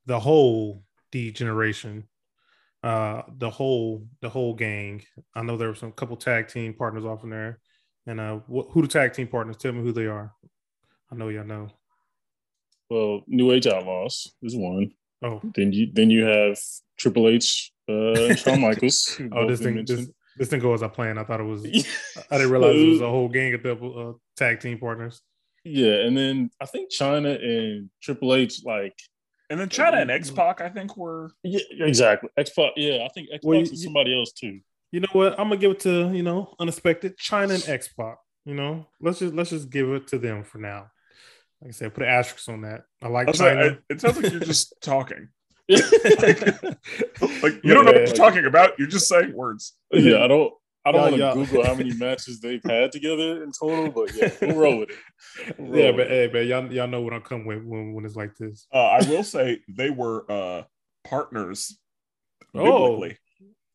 Speaker 3: the whole D generation uh, the whole the whole gang. I know there were some couple tag team partners off in there, and uh, wh- who the tag team partners? Tell me who they are. I know y'all know.
Speaker 2: Well, New Age Outlaws is one.
Speaker 3: Oh,
Speaker 2: Then you then you have Triple H, uh, and Shawn Michaels. who
Speaker 3: oh,
Speaker 2: both
Speaker 3: this
Speaker 2: been
Speaker 3: thing this,
Speaker 2: mentioned.
Speaker 3: this thing goes as I planned. I thought it was. I didn't realize it was a whole gang of double uh, tag team partners.
Speaker 2: yeah, and then I think China and Triple H, like
Speaker 1: And then China and X Pac, I think, were
Speaker 2: yeah, exactly. X Pac, yeah, I think X Pac
Speaker 3: Well, you-
Speaker 2: is somebody else too.
Speaker 3: You know what? I'm gonna give it to you know unexpected China and X Pac. You know, let's just let's just give it to them for now. Like I said, put an asterisk on that. I like
Speaker 1: I was like,
Speaker 3: China.
Speaker 1: I- it sounds like you're just talking.
Speaker 2: yeah,
Speaker 1: Like you don't know what
Speaker 2: Yeah.
Speaker 1: you're talking about. You're just saying words.
Speaker 2: I don't. I don't
Speaker 3: Yeah,
Speaker 2: want
Speaker 3: yeah.
Speaker 2: to Google how many matches they've had together in total, but yeah, we'll roll with it. We'll roll
Speaker 3: yeah,
Speaker 2: with
Speaker 3: but
Speaker 2: it.
Speaker 3: hey, man, y'all y'all know what I come with when, when it's like this.
Speaker 1: Uh, I will say they were uh, partners
Speaker 3: Oh.
Speaker 1: biblically.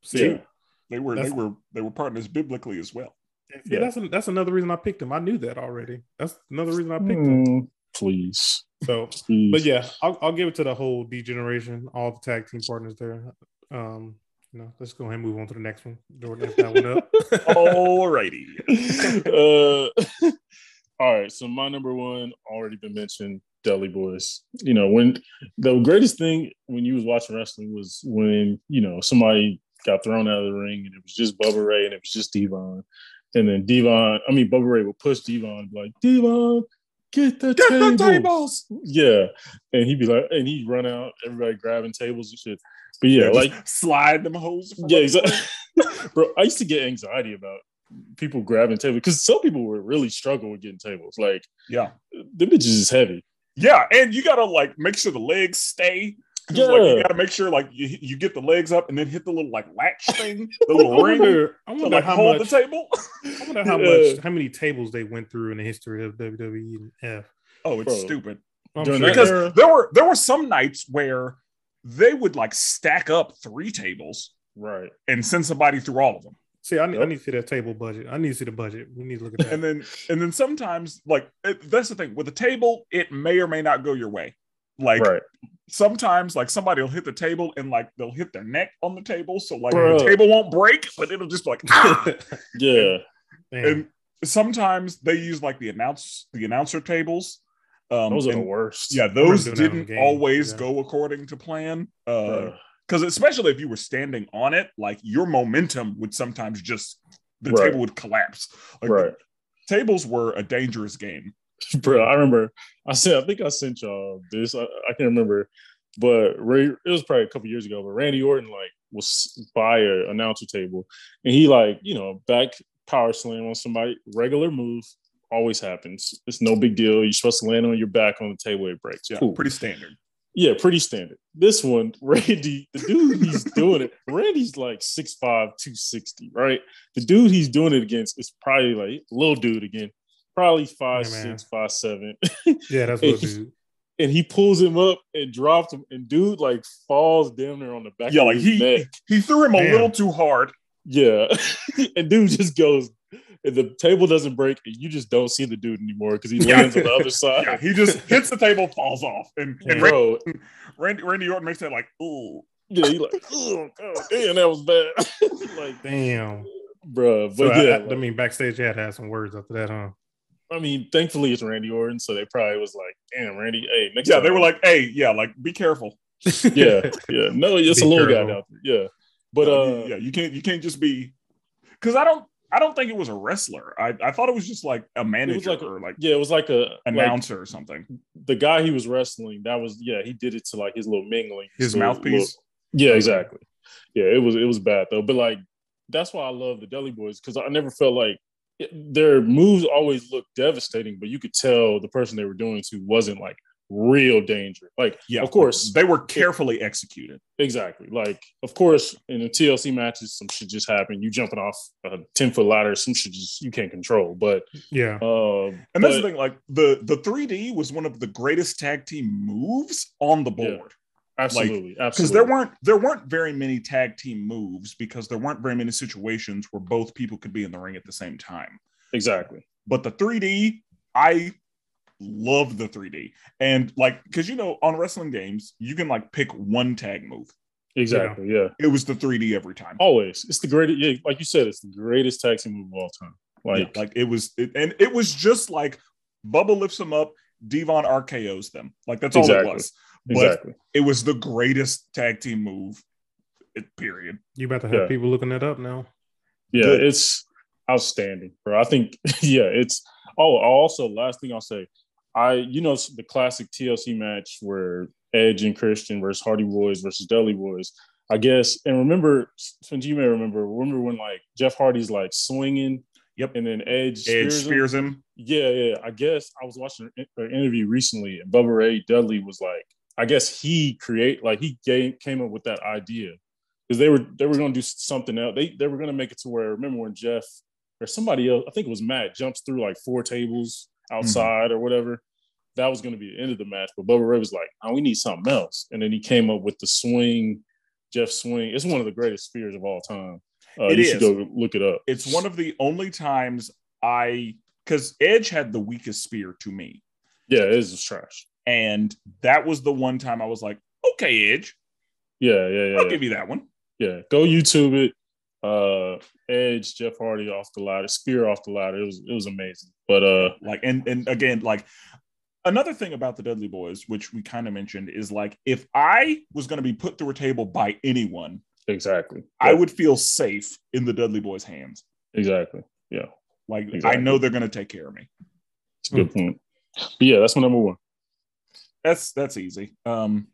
Speaker 3: See,
Speaker 2: Yeah.
Speaker 1: They were
Speaker 3: That's-
Speaker 1: they were they were partners biblically as well.
Speaker 3: see,
Speaker 2: Yeah.
Speaker 3: that's an, that's another reason I picked him. I knew that already. That's another reason I picked him.
Speaker 2: Mm, please,
Speaker 3: So,
Speaker 2: please.
Speaker 3: but yeah, I'll, I'll give it to the whole D generation, all the tag team partners there. Um, you know, let's go ahead and move on to the next one. Jordan, if that one up.
Speaker 1: Alrighty.
Speaker 2: uh, all right, so my number one already been mentioned, Deli Boys. You know, when the greatest thing when you was watching wrestling was when you know somebody got thrown out of the ring and it was just Bubba Ray and it was just Devon, and then Devon, I mean Bubba Ray would push Devon and be like Devon, get the
Speaker 1: Get
Speaker 2: table.
Speaker 1: the tables.
Speaker 2: Yeah, and he'd be like, and he'd run out, everybody grabbing tables and shit. But yeah,
Speaker 1: just
Speaker 2: like
Speaker 1: slide them hoes.
Speaker 2: yeah, exactly. Bro, I used to get anxiety about people grabbing tables because some people were really struggling with getting tables. Like
Speaker 1: Yeah.
Speaker 2: the bitches is heavy.
Speaker 1: Yeah, and you gotta like make sure the legs stay. 'Cause, Like, you
Speaker 2: Yeah.
Speaker 1: gotta make sure like you, you get the legs up and then hit the little like latch thing, the
Speaker 3: I
Speaker 1: little ring
Speaker 3: wonder, I
Speaker 1: to
Speaker 3: wonder
Speaker 1: like
Speaker 3: how
Speaker 1: hold
Speaker 3: much.
Speaker 1: the table.
Speaker 3: I wonder how
Speaker 2: Yeah.
Speaker 3: much, how many tables they went through in the history of WWE and F.
Speaker 1: Oh, it's
Speaker 2: Bro.
Speaker 1: stupid.
Speaker 3: I'm
Speaker 2: During
Speaker 3: sure
Speaker 2: that
Speaker 1: Because
Speaker 3: there-
Speaker 1: there were there were some nights where they would like stack up three tables
Speaker 2: Right.
Speaker 1: and send somebody through all of them.
Speaker 3: see, I need, I
Speaker 2: Yep.
Speaker 3: need to see that table budget. I need to see the budget. We need to look at that.
Speaker 1: and then and then sometimes like it, that's the thing with a table it may or may not go your way like
Speaker 2: right.
Speaker 1: sometimes like somebody will hit the table and like they'll hit their neck on the table so like the
Speaker 2: Bruh.
Speaker 1: table won't break but it'll just be like ah!
Speaker 2: Yeah.
Speaker 3: Damn.
Speaker 1: and sometimes they use like the announce the announcer tables um
Speaker 2: Those are the
Speaker 1: and-
Speaker 2: worst.
Speaker 1: yeah those
Speaker 3: doing that on the
Speaker 1: didn't
Speaker 3: game,
Speaker 1: always
Speaker 3: yeah.
Speaker 1: go according to plan uh
Speaker 2: Bruh.
Speaker 1: because especially if you were standing on it like your momentum would sometimes just the
Speaker 2: Right.
Speaker 1: table would collapse like the
Speaker 2: right.
Speaker 1: tables were a dangerous game
Speaker 2: Bro, I remember I said I think I sent y'all this. I, I can't remember. But Ray, it was probably a couple years ago, but Randy Orton like was by an announcer table and he like, you know, back power slam on somebody, regular move, always happens. It's no big deal. You're supposed to land on your back on the table, it breaks.
Speaker 1: Yeah,
Speaker 2: cool.
Speaker 1: pretty standard.
Speaker 2: Yeah, pretty standard. This one, Randy, the dude he's doing it, Randy's like 6'5, 260, right? The dude he's doing it against is probably like little dude again, probably five
Speaker 3: Yeah, man.
Speaker 2: six, five seven,
Speaker 3: yeah, that's what
Speaker 2: and he-
Speaker 3: dude.
Speaker 2: And he pulls him up and drops him, and dude like falls damn near on the back.
Speaker 1: Yeah,
Speaker 2: of
Speaker 1: like
Speaker 2: his
Speaker 1: he
Speaker 2: neck.
Speaker 1: he threw him a
Speaker 3: Damn.
Speaker 1: little too hard.
Speaker 2: Yeah. and dude just goes, and the table doesn't break, and you just don't see the dude anymore because he
Speaker 1: Yeah.
Speaker 2: lands on the other side.
Speaker 1: Yeah, he just hits the table, falls off, and and
Speaker 3: Yeah.
Speaker 1: Ran-
Speaker 2: Bro,
Speaker 1: Randy, Randy Orton makes that like, ooh,
Speaker 2: yeah, he like, oh god, damn, that was bad. like,
Speaker 3: Damn.
Speaker 2: bruh. But
Speaker 3: So I-
Speaker 2: yeah,
Speaker 3: I, I mean, backstage had had some words after that, huh?
Speaker 2: I mean, thankfully it's Randy Orton, so they probably was like, "Damn, Randy, hey, next
Speaker 1: yeah.
Speaker 2: time."
Speaker 1: They were like, hey, yeah, like be careful.
Speaker 2: "Yeah, yeah, no, it's
Speaker 3: Be
Speaker 2: a little guy
Speaker 3: careful.
Speaker 2: out there." Yeah, but uh,
Speaker 1: yeah, you can't you can't just be because I don't I don't think it was a wrestler. I I thought it was just like a manager
Speaker 2: like a-
Speaker 1: or like
Speaker 2: yeah, it was like a like,
Speaker 1: announcer or something.
Speaker 2: the guy he was wrestling. That was yeah, he did it to like his little mingling,
Speaker 1: His
Speaker 2: little-
Speaker 1: mouthpiece.
Speaker 2: little- yeah, exactly. Yeah, it was it was bad though, but like that's why I love the Deli Boys because I never felt like it, their moves always looked devastating, but you could tell the person they were doing to wasn't like real danger. Like,
Speaker 1: Yeah,
Speaker 2: of course,
Speaker 1: they were carefully executed.
Speaker 2: Exactly. Like, of course, in the TLC matches, some shit just happened. You jumping off a ten foot ladder, some shit just you can't control. But
Speaker 3: Yeah.
Speaker 2: uh,
Speaker 1: And that's
Speaker 2: but-
Speaker 1: the thing, like the the 3D was one of the greatest tag team moves on the
Speaker 2: Yeah.
Speaker 1: board.
Speaker 2: absolutely, absolutely,
Speaker 1: because there weren't there weren't very many tag team moves because there weren't very many situations where both people could be in the ring at the same time.
Speaker 2: exactly.
Speaker 1: But the 3D, I love the 3D. And like cuz you know on wrestling games, you can like pick one tag move.
Speaker 2: Exactly. Yeah.
Speaker 1: It was the 3D every time.
Speaker 2: Always. It's the greatest. Yeah, like you said, it's the greatest taxi move of all time.
Speaker 1: Yeah,
Speaker 2: Like,
Speaker 1: like it was, it, and it was just like Bubba lifts him up, Devon RKO's them. Like that's all
Speaker 2: Exactly.
Speaker 1: it was. But
Speaker 2: exactly.
Speaker 1: it was the greatest tag team move. eh, Period.
Speaker 3: You about to have
Speaker 2: Yeah.
Speaker 3: people looking that up now.
Speaker 2: Yeah,
Speaker 1: Good.
Speaker 2: it's outstanding, bro. I think. Yeah, it's. Oh, also, last thing I'll say, I you know the classic TLC match where Edge and Christian versus Hardy Boys versus Dudley Boys. I guess, and remember, since you may remember, remember when like Jeff Hardy's like swinging,
Speaker 1: Yep.
Speaker 2: and then Edge
Speaker 1: Edge
Speaker 2: spears him?
Speaker 1: spears him.
Speaker 2: Yeah, yeah. I guess I was watching an an interview recently, and Bubba Ray Dudley was like, I guess he create like he gave, came up with that idea because they were they were going to do something else. They they were going to make it to where remember when Jeff or somebody else, I think it was Matt, jumps through like four tables
Speaker 1: Mm-hmm.
Speaker 2: outside or whatever. That was going to be the end of the match, but Bubba Ray was like, "Oh, we need something else," and then he came up with the swing, Jeff swing. It's one of the greatest spears of all time. Uh,
Speaker 1: It
Speaker 2: you
Speaker 1: is.
Speaker 2: should go look it up.
Speaker 1: It's one of the only times I, because Edge had the weakest spear to me,
Speaker 2: yeah, it is trash.
Speaker 1: and that was the one time I was like, okay, Edge,
Speaker 2: Yeah, yeah, yeah.
Speaker 1: I'll
Speaker 2: yeah.
Speaker 1: give you that one.
Speaker 2: Yeah, go YouTube it. Uh, Edge, Jeff Hardy off the ladder, Spear off the ladder. It was it was amazing. But uh,
Speaker 1: like and and again like another thing about the dudley boys which we kind of mentioned is like if i was going to be put through a table by anyone
Speaker 2: exactly,
Speaker 1: i would feel safe in the dudley boys hands
Speaker 2: exactly.
Speaker 1: like i
Speaker 2: Exactly.
Speaker 1: know they're going to take care of me
Speaker 2: It's a good
Speaker 1: Hmm.
Speaker 2: point. But yeah, that's my number one.
Speaker 1: that's that's easy um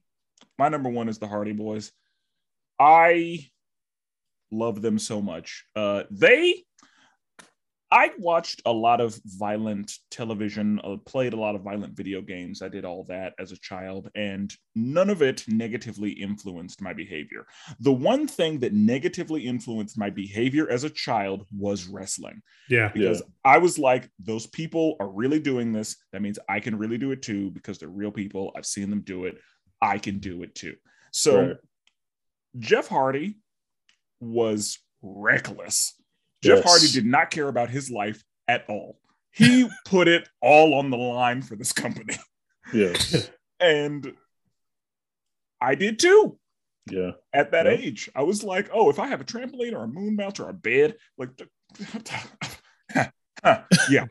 Speaker 1: my number one is the hardy boys i love them so much uh they I watched a lot of violent television, uh, played a lot of violent video games. I did all that as a child, and none of it negatively influenced my behavior. The one thing that negatively influenced my behavior as a child was wrestling
Speaker 3: Yeah.
Speaker 1: because I was like, those people are really doing this. That means I can really do it too because they're real people. I've seen them do it. I can do it too. So
Speaker 2: Right.
Speaker 1: Jeff Hardy was reckless. Jeff
Speaker 2: Yes.
Speaker 1: Hardy did not care about his life at all. He put it all on the line for this company.
Speaker 2: Yeah,
Speaker 1: And I did too
Speaker 2: yeah,
Speaker 1: at that
Speaker 2: Yeah.
Speaker 1: age. I was like, oh, if I have a trampoline or a moon mount or a bed, like, yeah,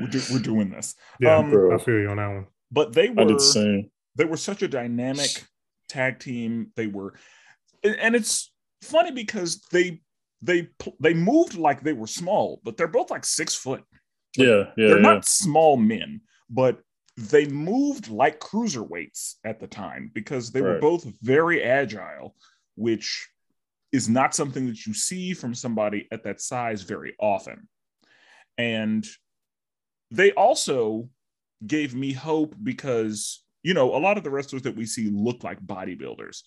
Speaker 1: we're, do- we're doing this.
Speaker 3: Yeah.
Speaker 1: Um,
Speaker 2: Bro.
Speaker 3: I feel you on that one.
Speaker 1: But they
Speaker 2: I did
Speaker 1: were
Speaker 2: the same.
Speaker 1: they were such a dynamic tag team. They were, and and it's funny because they they pl- they moved like they were small, but they're both like six foot.
Speaker 2: Yeah, yeah,
Speaker 1: they're
Speaker 2: yeah.
Speaker 1: not small men, but they moved like cruiserweights at the time because they were
Speaker 2: Right.
Speaker 1: both very agile, which is not something that you see from somebody at that size very often. And they also gave me hope because, you know, a lot of the wrestlers that we see look like bodybuilders.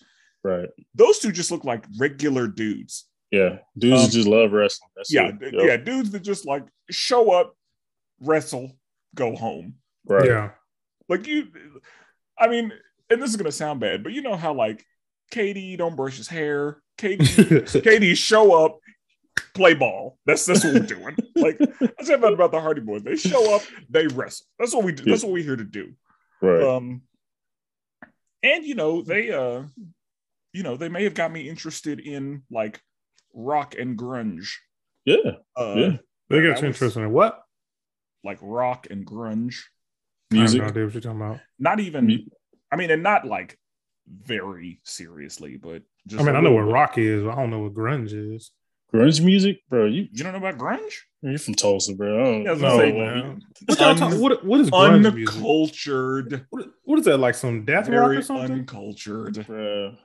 Speaker 2: right.
Speaker 1: Those two just look like regular dudes.
Speaker 2: Yeah, dudes
Speaker 1: Um,
Speaker 2: just love wrestling. That's
Speaker 1: Yeah,
Speaker 2: it.
Speaker 1: d-
Speaker 2: Yep.
Speaker 1: yeah, dudes that just like show up, wrestle, go home.
Speaker 2: right.
Speaker 3: Yeah.
Speaker 1: Like you, I mean, and this is gonna sound bad, but you know how like Katie don't brush his hair. Katie, Katie show up, play ball. That's that's what we're doing. Like I said that about the Hardy Boys. They show up, they wrestle. That's what we do. That's what we're here to do.
Speaker 2: Right.
Speaker 1: Um, and you know they, uh, you know they may have got me interested in like rock and grunge.
Speaker 2: yeah.
Speaker 1: Uh,
Speaker 2: Yeah.
Speaker 3: they
Speaker 1: I
Speaker 3: got
Speaker 1: was-
Speaker 3: you interested in what?
Speaker 1: Like rock and grunge.
Speaker 2: Music.
Speaker 3: I have no idea what you're talking about.
Speaker 1: not even
Speaker 2: Me-
Speaker 1: I mean, and not like very seriously, but just
Speaker 3: I mean,
Speaker 1: a
Speaker 3: I know what
Speaker 1: little bit.
Speaker 3: rock is, but I don't know what grunge is.
Speaker 2: Grunge music, bro. You
Speaker 1: you don't know about grunge?
Speaker 2: you're from Tulsa, bro. I don't,
Speaker 1: Yeah, I was
Speaker 3: No,
Speaker 1: gonna say,
Speaker 3: man.
Speaker 1: Un-
Speaker 3: What, y'all talking- what- what is grunge music?
Speaker 1: uncultured,
Speaker 3: What, what is that like? Some death rock or
Speaker 1: very
Speaker 3: something?
Speaker 1: uncultured.
Speaker 2: bro.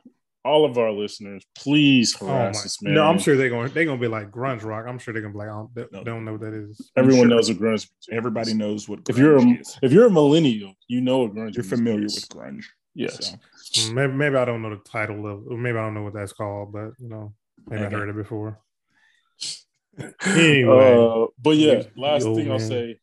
Speaker 2: All of our listeners, please
Speaker 3: Oh
Speaker 2: harass
Speaker 3: my-
Speaker 2: us, man.
Speaker 3: No, I'm sure they're going. They're going to be like grunge rock. I'm sure they're going to be like, I don't, they,
Speaker 1: No.
Speaker 3: they don't know what that is.
Speaker 2: everyone
Speaker 1: sure.
Speaker 2: knows what grunge. Music is.
Speaker 1: Everybody knows what grunge
Speaker 2: if you're a,
Speaker 1: is.
Speaker 2: if you're a millennial, you know what grunge.
Speaker 1: You're
Speaker 2: music
Speaker 1: familiar
Speaker 2: is.
Speaker 1: with grunge.
Speaker 2: Yes.
Speaker 1: so.
Speaker 3: Maybe, maybe I don't know the title of. Or maybe I don't know what that's called, but you know, maybe
Speaker 1: Okay.
Speaker 3: I heard it before. Anyway,
Speaker 2: Uh, but yeah,
Speaker 3: He's-
Speaker 2: last
Speaker 3: he's old
Speaker 2: thing I'll
Speaker 3: man.
Speaker 2: say,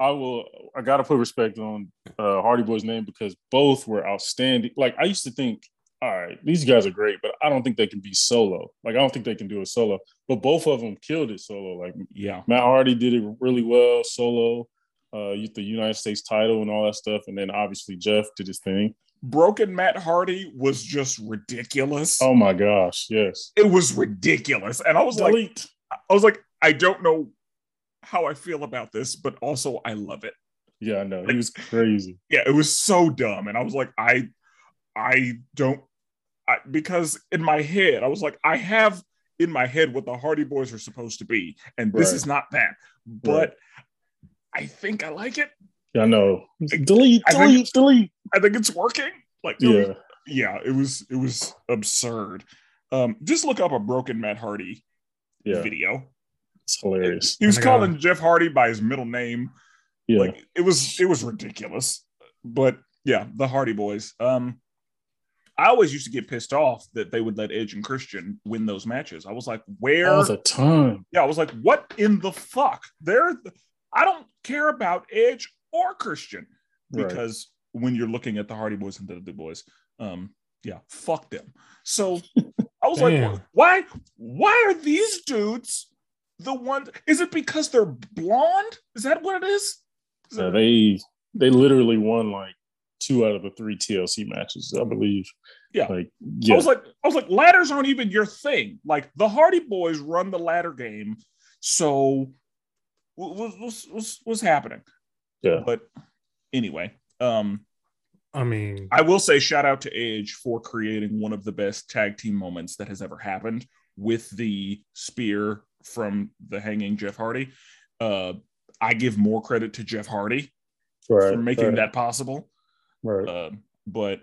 Speaker 2: I will. I gotta put respect on uh, Hardy Boy's name because both were outstanding. Like I used to think, all right, these guys are great, but I don't think they can be solo. Like I don't think they can do a solo. But both of them killed it solo. Like
Speaker 1: Yeah.
Speaker 2: Matt Hardy did it really well solo, uh, you- the United States title and all that stuff, and then obviously Jeff did his thing.
Speaker 1: Broken Matt Hardy was just ridiculous.
Speaker 2: Oh my gosh, yes.
Speaker 1: It was ridiculous. And I was like,
Speaker 2: Delete.
Speaker 1: I was like, I don't know how I feel about this, but also I love it.
Speaker 2: yeah, I know. He was crazy.
Speaker 1: Yeah, it was so dumb. And I was like, I I don't I, because in my head, I was like, I have in my head what the Hardy Boys are supposed to be, and this
Speaker 2: Right.
Speaker 1: is not that. But I think I like it.
Speaker 2: Yeah, I know. Delete,
Speaker 1: I think-
Speaker 2: delete, delete.
Speaker 1: I think it's working. Like it was-
Speaker 2: Yeah.
Speaker 1: yeah, it was it was absurd. Um, just look up a broken Matt Hardy
Speaker 2: Yeah.
Speaker 1: video.
Speaker 2: It's hilarious.
Speaker 1: He was
Speaker 3: Oh my God.
Speaker 1: calling Jeff Hardy by his middle name.
Speaker 2: Yeah.
Speaker 1: Like it was it was ridiculous. But yeah, the Hardy Boys. Um I always used to get pissed off that they would let Edge and Christian win those matches. I was like, where
Speaker 2: All the time.
Speaker 1: yeah, I was like, what in the fuck? They're I don't care about Edge or Christian
Speaker 2: Right.
Speaker 1: because when you're looking at the Hardy Boys and the Dudley Boys, um, yeah, fuck them. So I was like,
Speaker 3: Damn.
Speaker 1: why? Why are these dudes the ones? Is it because they're blonde? Is that what it is? Is
Speaker 2: So
Speaker 1: it-
Speaker 2: they they literally won like two out of the three TLC matches, I believe.
Speaker 1: Yeah.
Speaker 2: Like
Speaker 1: I
Speaker 2: yeah,
Speaker 1: was like, I was like, ladders aren't even your thing. Like the Hardy Boys run the ladder game, so wh- wh- what's what's, what's happening?
Speaker 2: Yeah.
Speaker 1: But anyway, um,
Speaker 3: I mean,
Speaker 1: I will say shout out to Edge for creating one of the best tag team moments that has ever happened with the spear from the hanging Jeff Hardy. Uh, I give more credit to Jeff Hardy
Speaker 2: right,
Speaker 1: for making
Speaker 2: right,
Speaker 1: that possible.
Speaker 2: right.
Speaker 1: Uh, but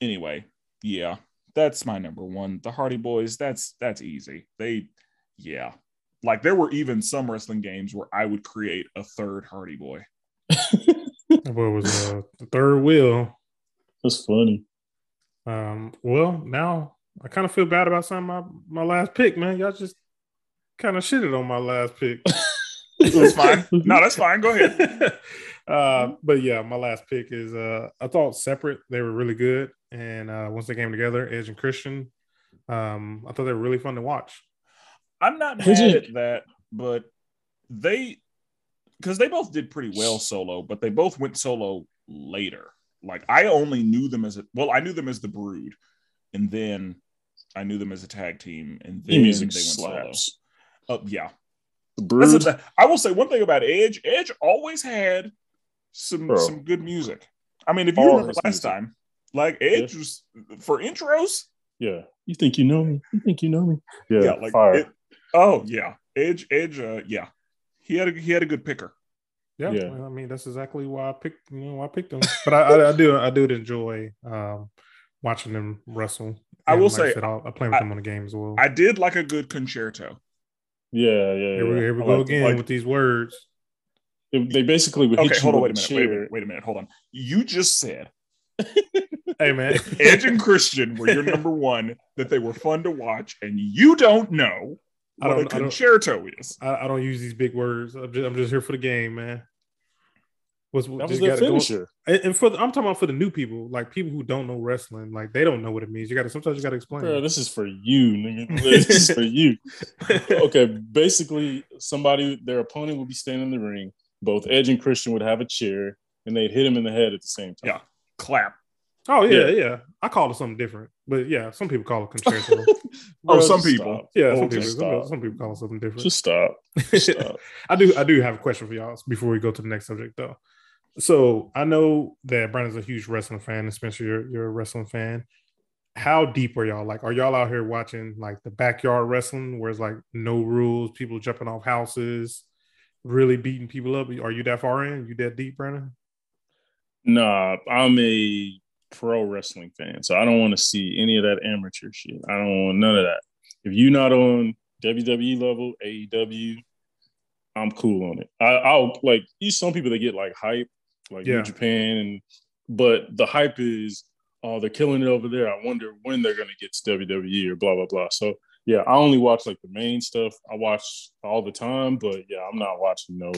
Speaker 1: anyway, yeah, that's my number one. The Hardy Boys, that's that's easy. They, yeah, like there were even some wrestling games where I would create a third Hardy Boy.
Speaker 3: what was uh, the third wheel?
Speaker 2: That's funny.
Speaker 3: Um, well, now I kind of feel bad about some of my, my last pick, man. Y'all just kind of shitted on my last pick.
Speaker 1: That's fine. no, that's fine. Go ahead.
Speaker 2: Mm-hmm.
Speaker 3: uh, but yeah, my last pick is uh, I thought separate they were really good, and uh, once they came together, Edge and Christian, um, I thought they were really fun to watch.
Speaker 1: I'm not
Speaker 2: Who's
Speaker 1: mad
Speaker 2: it?
Speaker 1: at that, but they because they both did pretty well solo, but they both went solo later. Like I only knew them as a, well, I knew them as the Brood, and then I knew them as a tag team, and
Speaker 2: The
Speaker 1: then
Speaker 2: music
Speaker 1: they went
Speaker 2: slaps.
Speaker 1: solo. Uh, yeah,
Speaker 2: The
Speaker 1: That's
Speaker 2: brood.
Speaker 1: the- I will say one thing about Edge. Edge always had some
Speaker 2: Bro.
Speaker 1: some good music. I mean, if you
Speaker 2: All
Speaker 1: remember
Speaker 2: his
Speaker 1: last
Speaker 2: music.
Speaker 1: time, like Edge was for intros.
Speaker 2: Yeah. You think you know me? You think you know me? Yeah.
Speaker 1: yeah, like
Speaker 2: fire.
Speaker 1: it- oh yeah, Edge, Edge, uh, yeah, he had a, he had a good picker.
Speaker 3: Yeah,
Speaker 2: Yeah.
Speaker 3: well, I mean that's exactly why I picked you know why I picked them. But I, I, I do I do enjoy um, watching them wrestle.
Speaker 1: I will
Speaker 3: And
Speaker 1: say,
Speaker 3: I, said, I'll- I play with
Speaker 1: I-
Speaker 3: them on the game as well.
Speaker 1: I did like a good concerto.
Speaker 2: yeah, yeah, yeah.
Speaker 3: here we, here we
Speaker 2: I
Speaker 3: go
Speaker 2: like-
Speaker 3: again
Speaker 2: like,
Speaker 3: with these words.
Speaker 2: they, they basically would
Speaker 1: Okay,
Speaker 2: hit you
Speaker 1: hold on, wait a minute,
Speaker 2: with a
Speaker 1: wait a
Speaker 2: chair.
Speaker 1: minute, wait a minute, hold on. You just said
Speaker 3: Hey man,
Speaker 1: Edge and Christian were your number one, that they were fun to watch, and you don't know
Speaker 3: I
Speaker 1: what a
Speaker 3: don't- I don't-
Speaker 1: concerto is.
Speaker 3: I, I don't use these big words. I'm just, I'm just here for the game, man. What's,
Speaker 2: That was
Speaker 3: just
Speaker 2: their
Speaker 3: gotta go-
Speaker 2: finisher.
Speaker 3: And, and for the, I'm talking about for the new people, like people who don't know wrestling, like they don't know what it means. You got to sometimes you got to explain.
Speaker 2: Bro, this is for you, nigga. This is for you. okay, basically, somebody, their opponent would be standing in the ring. Both Edge and Christian would have a chair, and they'd hit him in the head at the same time.
Speaker 1: Clap.
Speaker 3: oh
Speaker 2: yeah.
Speaker 3: yeah, yeah, I call it something different, but yeah, some people call it concerto.
Speaker 1: Oh,
Speaker 2: Bro,
Speaker 1: some
Speaker 2: just
Speaker 1: people.
Speaker 2: stop.
Speaker 3: yeah, some
Speaker 2: Okay,
Speaker 3: people, some,
Speaker 2: stop.
Speaker 3: some people call it something different.
Speaker 2: Just stop. Just stop.
Speaker 3: I do, I do have a question for y'all before we go to the next subject though. So I know that Brandon's a huge wrestling fan, and Spencer, you're you're a wrestling fan. How deep are y'all? Like, are y'all out here watching like the backyard wrestling, where it's like no rules, people jumping off houses, really beating people up? Are you that far in? You that deep, Brandon?
Speaker 2: Nah, I'm a pro wrestling fan, so I don't want to see any of that amateur shit. I don't want none of that. If you're not on WWE level, AEW, I'm cool on it. I, I'll like you. Some people that get like hype, like New
Speaker 3: Yeah.
Speaker 2: Japan, and but the hype is, oh, they're killing it over there. I wonder when they're gonna get to WWE or blah blah blah. So yeah, I only watch like the main stuff. I watch all the time, but yeah, I'm not watching no,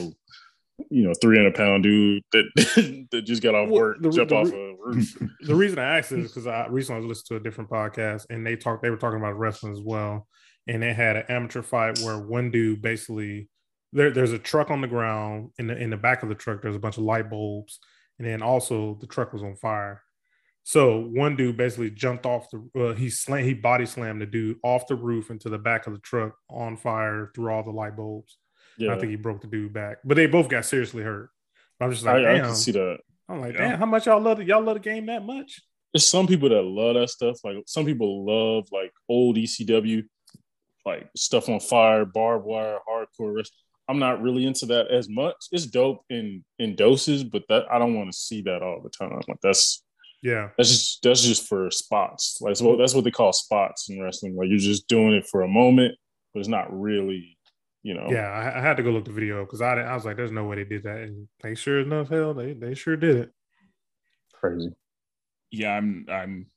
Speaker 2: you know, 300 pound dude that that just got off
Speaker 3: Well,
Speaker 2: work,
Speaker 3: the-
Speaker 2: jump
Speaker 3: the-
Speaker 2: off a roof.
Speaker 3: the reason I asked is because I recently was listening to a different podcast and they talked they were talking about wrestling as well. And they had an amateur fight where one dude basically there, there's a truck on the ground in the in the back of the truck, there's a bunch of light bulbs, and then also the truck was on fire. So one dude basically jumped off the uh, he slam he body slammed the dude off the roof into the back of the truck on fire through all the light bulbs. And
Speaker 2: Yeah,
Speaker 3: I think he broke the dude back, but they both got seriously hurt. I'm just like,
Speaker 2: I, I
Speaker 3: damn.
Speaker 2: can see that.
Speaker 3: I'm like,
Speaker 1: Yeah.
Speaker 3: damn, how much y'all love the, y'all love the game that much?
Speaker 2: There's some people that love that stuff. Like some people love like old ECW, like stuff on fire, barbed wire, hardcore wrestling. I'm not really into that as much. It's dope in in doses, but that I don't want to see that all the time. Like that's
Speaker 3: Yeah,
Speaker 2: that's just that's just for spots. Like so that's what they call spots in wrestling. Like you're just doing it for a moment, but it's not really, you know.
Speaker 3: yeah. I, I had to go look the video because I didn't- I was like, there's no way they did that, and they sure enough, hell, they they sure did it.
Speaker 2: crazy.
Speaker 1: yeah i'm i'm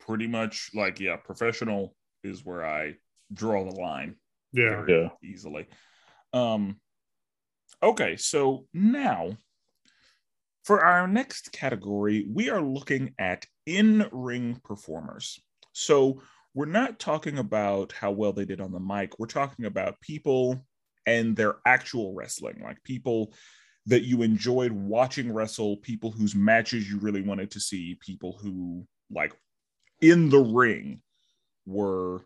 Speaker 1: pretty much like yeah professional is where i draw the line
Speaker 3: Yeah,
Speaker 2: Yeah.
Speaker 1: easily um okay so now for our next category we are looking at in-ring performers so we're not talking about how well they did on the mic we're talking about people and their actual wrestling like people that you enjoyed watching wrestle, people whose matches you really wanted to see, people who like in the ring were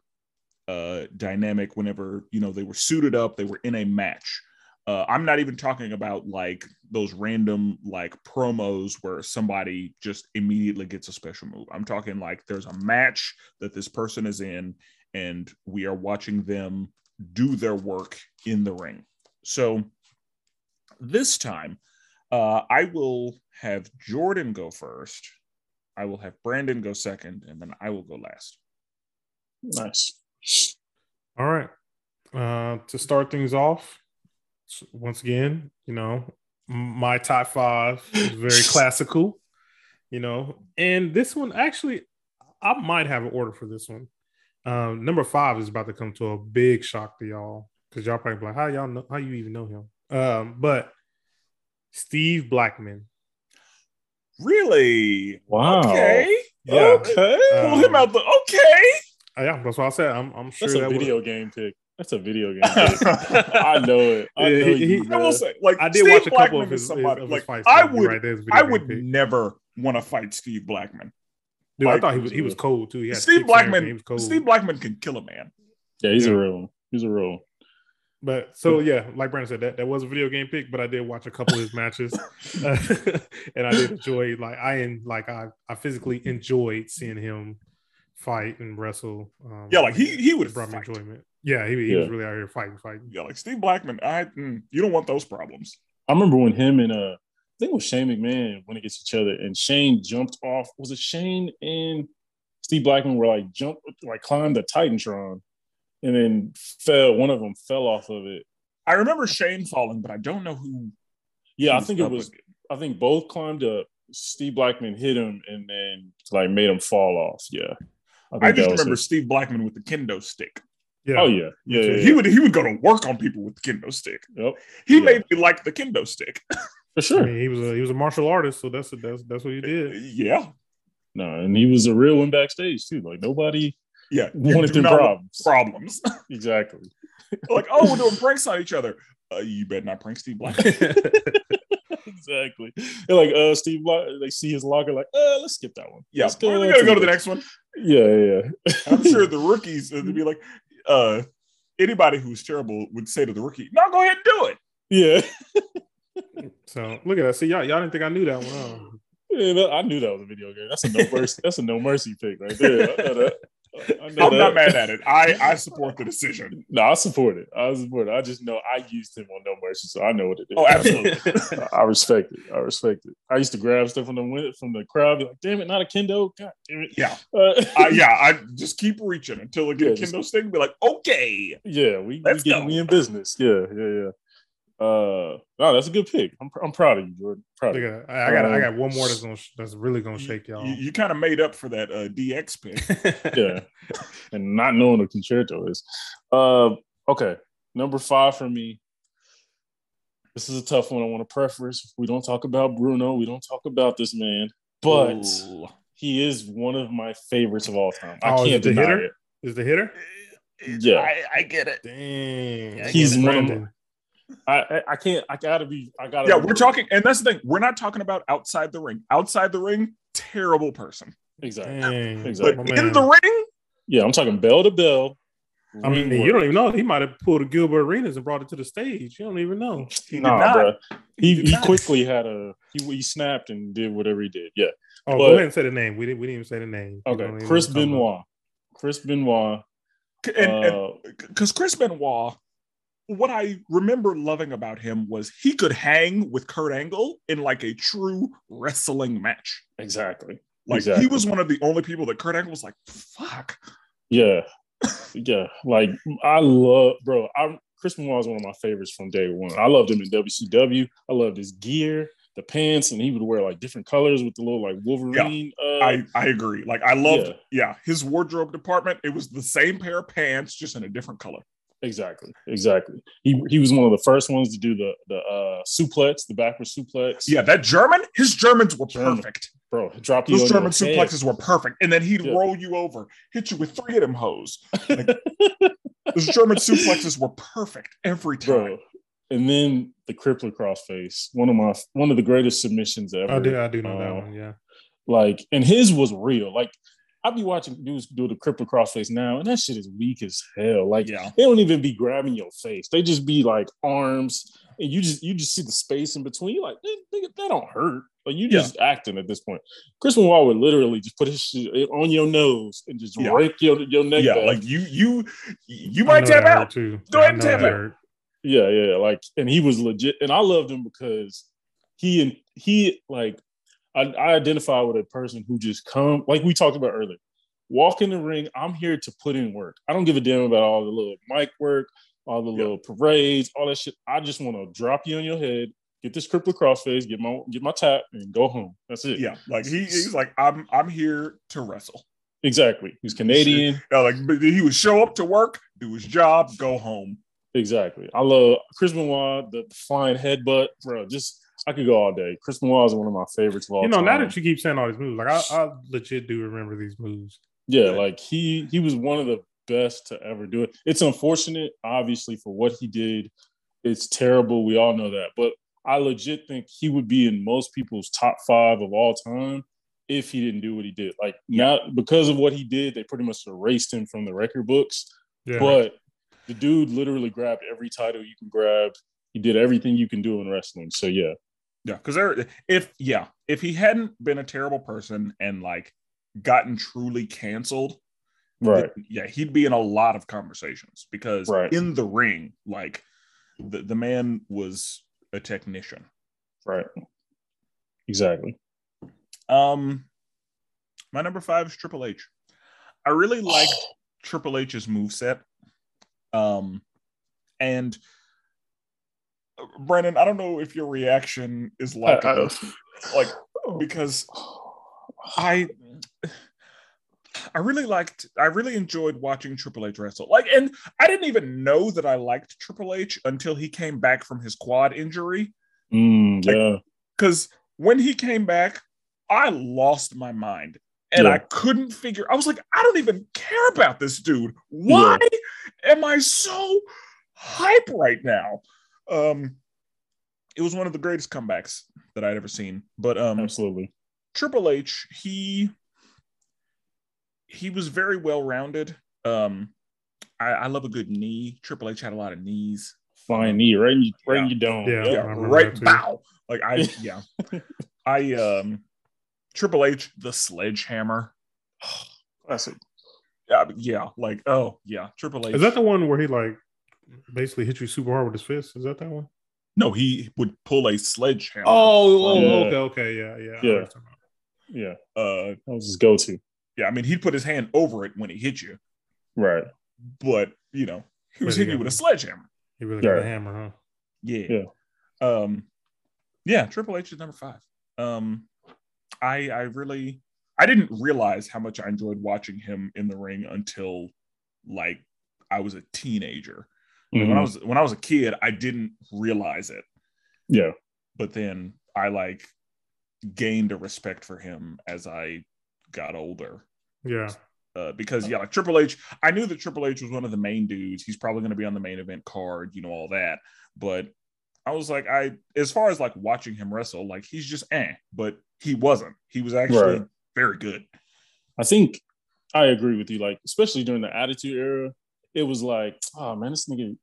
Speaker 1: uh dynamic whenever you know they were suited up, they were in a match. Uh, I'm not even talking about like those random like promos where somebody just immediately gets a special move. I'm talking like there's a match that this person is in, and we are watching them do their work in the ring. So, this time, uh, I will have Jordan go first. I will have Brandon go second, and then I will go last.
Speaker 2: Nice.
Speaker 3: All right. Uh, to start things off, s- once again, you know, m- my top five is very classical, you know, and this one actually, I might have an order for this one. Um, number five is about to come to a big shock to y'all because y'all probably be like, how y'all know, how you even know him? Um, but Steve Blackman.
Speaker 1: Really?
Speaker 2: Wow.
Speaker 1: Okay.
Speaker 3: Yeah.
Speaker 1: Okay.
Speaker 3: Um,
Speaker 2: Uh,
Speaker 1: Pull him out the okay.
Speaker 3: Uh, yeah, that's what I said. I'm, I'm sure
Speaker 2: That's
Speaker 3: that
Speaker 2: a
Speaker 3: would-
Speaker 2: video game pick. That's a video game pick. I know it. I know
Speaker 3: Yeah, he- uh,
Speaker 2: you.
Speaker 3: he-
Speaker 1: I will say, like,
Speaker 3: I did watch a couple of his,
Speaker 1: is
Speaker 3: his-
Speaker 1: somebody.
Speaker 3: of his
Speaker 1: like,
Speaker 3: fights.
Speaker 1: I
Speaker 3: though. You're
Speaker 1: would,
Speaker 3: right, that is video
Speaker 1: I
Speaker 3: game
Speaker 1: would
Speaker 3: pick.
Speaker 1: never want to fight Steve Blackman.
Speaker 3: Dude, I
Speaker 1: Like,
Speaker 3: thought he was he was cold too. He had
Speaker 1: Steve
Speaker 3: kicks and everything. He
Speaker 1: Blackman,
Speaker 3: was cold.
Speaker 1: Steve Blackman can kill a man.
Speaker 2: yeah, he's a real one. He's a real one.
Speaker 3: But so yeah, like Brandon said, that, that was a video game pick, but I did watch a couple of his matches, Uh, and I did enjoy like I and like I I physically enjoyed seeing him fight and wrestle. Um,
Speaker 1: Yeah, like, he- he would
Speaker 3: it brought me
Speaker 1: fight.
Speaker 3: enjoyment. Yeah, he, he was
Speaker 2: Yeah.
Speaker 3: really out here fighting, fighting.
Speaker 1: Yeah, like Steve Blackman. I, mm, you don't want those problems.
Speaker 2: I remember when him and uh I think it was Shane McMahon went against each other and Shane jumped off. Was it Shane and Steve Blackman were like jumped like climbed the Titantron and then fell one of them fell off of it.
Speaker 1: I remember Shane falling, but I don't know who.
Speaker 2: Yeah, I
Speaker 1: he's
Speaker 2: think it
Speaker 1: up
Speaker 2: was
Speaker 1: against.
Speaker 2: I think both climbed up. Steve Blackman hit him and then like made him fall off. Yeah. think
Speaker 1: I
Speaker 2: that
Speaker 1: just
Speaker 2: was
Speaker 1: remember
Speaker 2: it.
Speaker 1: Steve Blackman with the kendo stick.
Speaker 3: Yeah,
Speaker 2: Oh yeah. Yeah. yeah,
Speaker 1: He
Speaker 2: yeah.
Speaker 1: would he would go to work on people with the kendo stick.
Speaker 2: Yep,
Speaker 1: He
Speaker 2: Yeah.
Speaker 1: made me like the kendo stick.
Speaker 2: for
Speaker 3: I
Speaker 2: sure.
Speaker 3: mean, he was a, he was a martial artist, so that's that's that's what he did.
Speaker 1: Yeah,
Speaker 2: No, and he was a real one backstage too. Like nobody
Speaker 1: yeah. You
Speaker 2: wanted
Speaker 1: do
Speaker 2: them
Speaker 1: not want problems.
Speaker 2: problems. Exactly.
Speaker 1: like oh, we're doing pranks on each other. Uh, you better not prank Steve Black.
Speaker 2: exactly. They're like, uh, Steve, Lo- they see his locker, like, uh, let's skip that one.
Speaker 1: Yeah,
Speaker 2: Let's
Speaker 1: we're gonna go to the next one.
Speaker 2: Yeah, yeah, yeah.
Speaker 1: I'm sure the rookies would be like, uh, anybody who's terrible would say to the rookie, "No, go ahead and do it."
Speaker 2: yeah.
Speaker 3: So look at that. See y'all y'all didn't think I knew that one. huh?
Speaker 2: Yeah, that- I knew that was a video game. That's a no mercy. That's a no mercy pick right there. I know that. I know
Speaker 1: I'm not
Speaker 2: that.
Speaker 1: mad at it. I I support the decision.
Speaker 2: No, I support it. I support it. I just know I used him on No Mercy, so I know what it is.
Speaker 1: Oh, absolutely.
Speaker 2: I respect it. I respect it. I used to grab stuff from the win- from the crowd, be like, "Damn it, not a kendo! God damn it!"
Speaker 1: Yeah,
Speaker 2: Uh,
Speaker 1: I, yeah. I just keep reaching until I get
Speaker 2: Yeah,
Speaker 1: a
Speaker 2: just-
Speaker 1: kendo stick. And be like, okay,
Speaker 2: Yeah, we, we
Speaker 1: Let's
Speaker 2: get
Speaker 1: go.
Speaker 2: we in business. Yeah, yeah, yeah. Uh, no, that's a good pick. I'm, pr- I'm proud of you, Jordan. Proud of
Speaker 3: Look
Speaker 2: you.
Speaker 3: at that. I, I got I got one more that's gonna sh- that's really gonna shake y'all.
Speaker 1: you, you kind of made up for that uh, DX pick.
Speaker 2: Yeah, and not knowing what concerto is. Uh, okay, number five for me. This is a tough one. I want to preface. We don't talk about Bruno. We don't talk about this man, but
Speaker 1: Ooh.
Speaker 2: he is one of my favorites of all time. I
Speaker 3: Oh, is
Speaker 2: can't
Speaker 3: it the
Speaker 2: deny
Speaker 3: hitter?
Speaker 2: it.
Speaker 3: Is the hitter?
Speaker 2: Yeah.
Speaker 1: I, I get it.
Speaker 3: Dang,
Speaker 2: He's one of my-
Speaker 3: Brandon.
Speaker 2: I, I I can't. I gotta be. I gotta.
Speaker 1: Yeah,
Speaker 2: be
Speaker 1: we're
Speaker 2: Bruno.
Speaker 1: talking, and that's the thing. We're not talking about outside the ring. Outside the ring, terrible person.
Speaker 2: Exactly.
Speaker 3: Dang,
Speaker 2: Exactly.
Speaker 3: my
Speaker 1: but
Speaker 3: man.
Speaker 1: in the ring,
Speaker 2: Yeah, I'm talking bell to bell.
Speaker 3: I mean,
Speaker 2: ring
Speaker 3: you
Speaker 2: work.
Speaker 3: don't even know. He might have pulled a Gilbert Arenas and brought it to the stage. You don't even know.
Speaker 1: he did
Speaker 2: Nah,
Speaker 1: not.
Speaker 2: bruh. He,
Speaker 1: did
Speaker 2: he
Speaker 1: not.
Speaker 2: quickly had a he, he snapped and did whatever he did. Yeah.
Speaker 3: Oh,
Speaker 2: But-
Speaker 3: go ahead and say the name. We didn't. We didn't even say the name. You
Speaker 2: Okay.
Speaker 3: don't even
Speaker 2: Chris
Speaker 3: know what I'm talking
Speaker 2: Benoit. Chris Benoit.
Speaker 1: And- and
Speaker 2: uh,
Speaker 1: because Chris Benoit, what I remember loving about him was he could hang with Kurt Angle in like a true wrestling match.
Speaker 2: exactly.
Speaker 1: Like
Speaker 2: Exactly.
Speaker 1: he was one of the only people that Kurt Angle was like, "Fuck."
Speaker 2: Yeah. Yeah. Like I love bro, I Chris Benoit is one of my favorites from day one. I loved him in WCW. I loved his gear, the pants, and he would wear like different colors with the little like Wolverine uh,
Speaker 1: I I agree. Like I loved, yeah. his wardrobe department. It was the same pair of pants, just in a different color.
Speaker 2: Exactly. Exactly. He he was one of the first ones to do the the uh, suplex, the backward suplex.
Speaker 1: Yeah, that German, his Germans were
Speaker 2: German.
Speaker 1: perfect.
Speaker 2: bro, drop you
Speaker 1: Those
Speaker 2: on
Speaker 1: German
Speaker 2: your head.
Speaker 1: suplexes were perfect, and then he'd
Speaker 2: Yeah.
Speaker 1: roll you over, hit you with three of them hoes. Like, those German suplexes were perfect every time.
Speaker 2: bro. And then the crippler crossface, one of my one of the greatest submissions ever.
Speaker 3: about. I do. I do know that
Speaker 1: Oh.
Speaker 2: Uh,
Speaker 3: one. Yeah.
Speaker 2: Like, and his was real. Like, I be watching dudes do the crippler crossface now, and that shit is weak as hell. Like,
Speaker 1: yeah,
Speaker 2: they don't even be grabbing your face; they just be like arms, and you just you just see the space in between. You're like, nigga, that don't hurt. Like, you
Speaker 1: Yeah.
Speaker 2: just acting at this point. Chris Benoit would literally just put his shit on your nose and just
Speaker 1: Yeah.
Speaker 2: rake your your neck.
Speaker 1: yeah.
Speaker 2: back.
Speaker 1: Like you, you, you
Speaker 3: I
Speaker 1: might
Speaker 3: know
Speaker 1: tap
Speaker 3: that hurt,
Speaker 1: out.
Speaker 3: too.
Speaker 1: Go
Speaker 3: Yeah, I
Speaker 1: ahead and
Speaker 3: know
Speaker 1: tap
Speaker 3: that
Speaker 1: out.
Speaker 3: hurt.
Speaker 2: Yeah, yeah. Like, and he was legit, and I loved him because he and he like I, I identify with a person who just come like we talked about earlier. Walk in the ring. I'm here to put in work. I don't give a damn about all the little mic work, all the
Speaker 1: Yeah.
Speaker 2: little parades, all that shit. I just want to drop you on your head, get this cripple crossface, get my get my tap, and go home. That's it.
Speaker 1: Yeah, like he, he's like, I'm, I'm here to wrestle.
Speaker 2: exactly. He's Canadian.
Speaker 1: Yeah, like but he would show up to work, do his job, go home.
Speaker 2: Exactly. I love Chris Benoit, the flying headbutt, bro. Just I could go all day. Chris Benoit is one of my favorites of all
Speaker 3: You know,
Speaker 2: time.
Speaker 3: now that you keep saying all these moves, like I, I legit do remember these moves.
Speaker 2: Yeah,
Speaker 1: Yeah.
Speaker 2: like he he was one of the best to ever do it. It's unfortunate, obviously, for what he did. It's terrible. We all know that. But I legit think he would be in most people's top five of all time if he didn't do what he did. Like not because of what he did, they pretty much erased him from the record books.
Speaker 3: Yeah.
Speaker 2: But the dude literally grabbed every title you can grab. He did everything you can do in wrestling. So yeah,
Speaker 1: Yeah, because there, if yeah, if he hadn't been a terrible person and like gotten truly canceled,
Speaker 2: right.
Speaker 1: then, yeah, he'd be in a lot of conversations because
Speaker 2: Right.
Speaker 1: in the ring, like the, the man was a technician.
Speaker 2: Right. Exactly.
Speaker 1: Um, my number five is Triple H. I really
Speaker 2: Oh.
Speaker 1: liked Triple H's moveset. Um, and uh, Brandon, I don't know if your reaction is like, uh,
Speaker 2: I- I-
Speaker 1: like because I I really liked I really enjoyed watching Triple H wrestle. Like and I didn't even know that I liked Triple H until he came back from his quad injury
Speaker 2: Mm, yeah.
Speaker 1: cuz when he came back I lost my mind and
Speaker 2: Yeah.
Speaker 1: I couldn't figure I was like I don't even care about this dude. Why am I so hype right now? Um it was one of the greatest comebacks that I'd ever seen. But um
Speaker 2: Absolutely.
Speaker 1: Triple H, he he was very well rounded. Um, I, I love a good knee. Triple H had a lot of knees.
Speaker 2: Fine knee, right in, right in your dome.
Speaker 3: Yeah.
Speaker 1: Yeah,
Speaker 3: I remember
Speaker 1: right
Speaker 3: that too.
Speaker 1: bow. Like I, yeah, I um, Triple H, the sledgehammer.
Speaker 2: Classic.
Speaker 1: Yeah, yeah, like oh yeah, Triple H.
Speaker 3: is that the one where he like basically hit you super hard with his fist? Is that that one?
Speaker 1: no, he would pull a sledgehammer.
Speaker 3: Oh,
Speaker 2: oh,
Speaker 3: okay, okay, yeah, yeah. I
Speaker 2: Yeah.
Speaker 3: understand.
Speaker 2: Yeah.
Speaker 1: uh,
Speaker 2: That was his go to.
Speaker 1: yeah. I mean, he'd put his hand over it when he hit you,
Speaker 2: Right.
Speaker 1: but you know, he was
Speaker 3: But he
Speaker 1: hitting you
Speaker 3: got
Speaker 1: with a
Speaker 3: it.
Speaker 1: sledgehammer.
Speaker 3: He really got
Speaker 2: Yeah.
Speaker 3: a hammer, huh?
Speaker 1: Yeah. Um yeah, Triple H is number five. Um I I really I didn't realize how much I enjoyed watching him in the ring until like I was a teenager. Like, When I
Speaker 2: Mhm.
Speaker 1: was when I was a kid, I didn't realize it.
Speaker 2: Yeah.
Speaker 1: But then I like gained a respect for him as I got older.
Speaker 3: Yeah.
Speaker 1: Uh, because yeah, like Triple H, I knew that Triple H was one of the main dudes. He's probably going to be on the main event card, you know, all that. But I was like, I as far as like watching him wrestle, like he's just eh, but he wasn't. He was actually
Speaker 2: Right.
Speaker 1: very good.
Speaker 2: I think I agree with you. Like, especially during the Attitude Era, it was like, oh man, this nigga,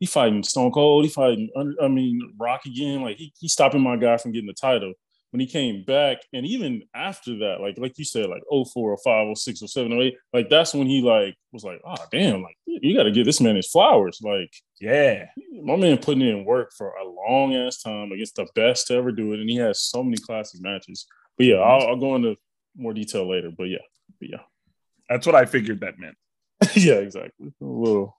Speaker 2: he fighting Stone Cold, he fighting, I mean, Rock again. Like, he, he stopping my guy from getting the title. When he came back, and even after that, like like you said, like 04, 05, 06, 07, 08, like that's when he like was like, oh damn, like you got to give this man his flowers. Like
Speaker 1: Yeah.
Speaker 2: my man putting in work for a long ass time against the best to ever do it, and he has so many classic matches. But yeah, I'll, I'll go into more detail later. But yeah, but yeah.
Speaker 1: That's what I figured that meant.
Speaker 2: yeah, exactly. A little,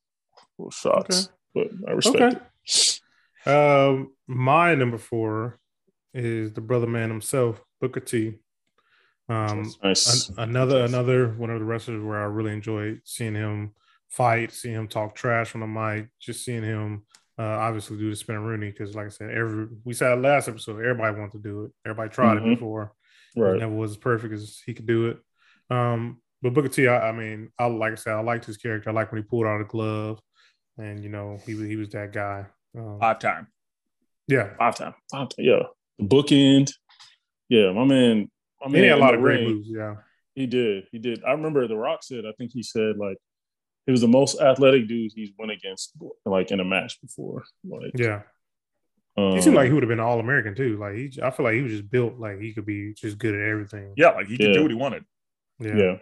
Speaker 2: little shots, but I respect
Speaker 3: Okay.
Speaker 2: it.
Speaker 3: Um, my number four is the brother man himself, Booker T. Um,
Speaker 2: Nice.
Speaker 3: an- another another one of the wrestlers where I really enjoyed seeing him fight, seeing him talk trash on the mic, just seeing him uh, obviously do the spin Rooney because, like I said, every we said last episode, everybody wanted to do it, everybody tried
Speaker 2: Mhm.
Speaker 3: it before,
Speaker 2: right.
Speaker 3: never was as perfect as he could do it. Um, but Booker T, I, I mean, I like I said, I liked his character. I like when he pulled out a glove, and you know, he was he was that guy. Um,
Speaker 1: Five time.
Speaker 3: yeah,
Speaker 2: Five time. Five time. Yeah. The bookend. Yeah, my man. My
Speaker 3: he
Speaker 2: man.
Speaker 3: had a
Speaker 2: in
Speaker 3: lot
Speaker 2: the
Speaker 3: of great
Speaker 2: ring,
Speaker 3: moves. Yeah,
Speaker 2: He did. He did. I remember The Rock said. I think he said like he was the most athletic dude he's went against like in a match before. Like
Speaker 3: yeah.
Speaker 2: um,
Speaker 3: He seemed like he would have been an All American too. Like he, I feel like he was just built like he could be just good at everything.
Speaker 1: Yeah, like he could
Speaker 2: Yeah.
Speaker 1: do what he wanted.
Speaker 2: yeah.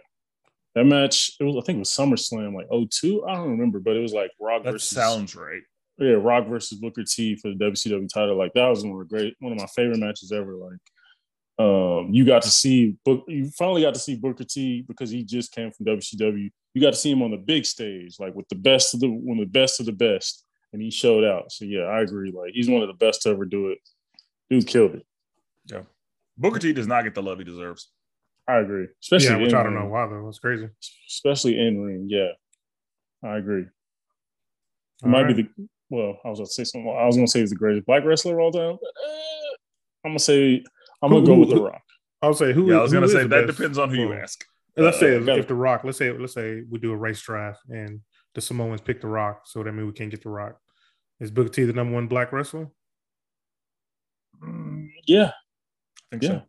Speaker 2: That match, it was I think it was SummerSlam, like 02. I don't remember, but it was like Rock
Speaker 1: That
Speaker 2: versus
Speaker 1: sounds right.
Speaker 2: yeah, Rock versus Booker T for the WCW title. Like that was one of the great, one of my favorite matches ever. Like, um, you got to see Book, you finally got to see Booker T because he just came from WCW. You got to see him on the big stage, like with the best of the one of the best of the best, and he showed out. So yeah, I agree. Like he's one of the best to ever do it. Dude killed it.
Speaker 1: Booker T does not get the love he deserves.
Speaker 2: I agree.
Speaker 3: yeah,
Speaker 2: Especially
Speaker 3: which
Speaker 2: in um,
Speaker 3: I don't know
Speaker 2: ring.
Speaker 3: why though. That's crazy.
Speaker 2: Especially in ring. Yeah, I agree. It
Speaker 3: All
Speaker 2: might be
Speaker 3: right.
Speaker 2: the well. I was going to say something. I was going to say he's the greatest black wrestler of all time. but, eh, I'm going to say I'm going
Speaker 3: Who-
Speaker 2: to go
Speaker 3: who-
Speaker 2: with The
Speaker 3: who-
Speaker 2: Rock.
Speaker 3: I would say who.
Speaker 1: yeah, I was
Speaker 3: who
Speaker 1: gonna
Speaker 3: is
Speaker 1: say
Speaker 3: the
Speaker 1: that
Speaker 3: best?
Speaker 1: depends on who you
Speaker 3: Well,
Speaker 1: ask.
Speaker 3: Let's say
Speaker 2: Uh,
Speaker 3: if,
Speaker 2: gotta-
Speaker 3: if the Rock. Let's say let's say we do a race draft and the Samoans pick the Rock, so that means we can't get the Rock. Is Booker T the number one black wrestler?
Speaker 2: Mm, Yeah,
Speaker 1: I think
Speaker 2: Yeah.
Speaker 1: so.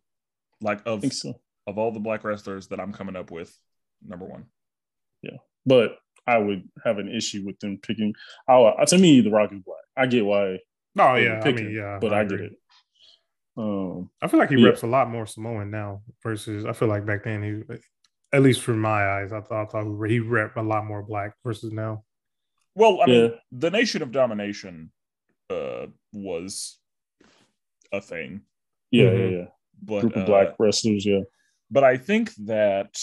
Speaker 1: Like
Speaker 2: I
Speaker 1: of
Speaker 2: think so.
Speaker 1: of all the black wrestlers that I'm coming up with, number one.
Speaker 2: But I would have an issue with them picking. I, I- to me, The Rock is black. I get why.
Speaker 3: Oh
Speaker 2: they would
Speaker 3: yeah, I
Speaker 2: pick
Speaker 3: mean
Speaker 2: him,
Speaker 3: yeah,
Speaker 2: but I, get
Speaker 3: agree.
Speaker 2: it. Um,
Speaker 3: I feel like he
Speaker 2: Yeah.
Speaker 3: reps a lot more Samoan now versus I feel like back then he, at least from my eyes, I thought I thought he rep a lot more black versus now.
Speaker 1: Well, I mean,
Speaker 2: Yeah.
Speaker 1: the Nation of Domination uh, was a thing,
Speaker 2: yeah,
Speaker 3: Mhm.
Speaker 2: yeah, yeah.
Speaker 1: but
Speaker 2: Group of
Speaker 1: Mm-hmm. uh,
Speaker 2: black wrestlers. Yeah,
Speaker 1: but I think that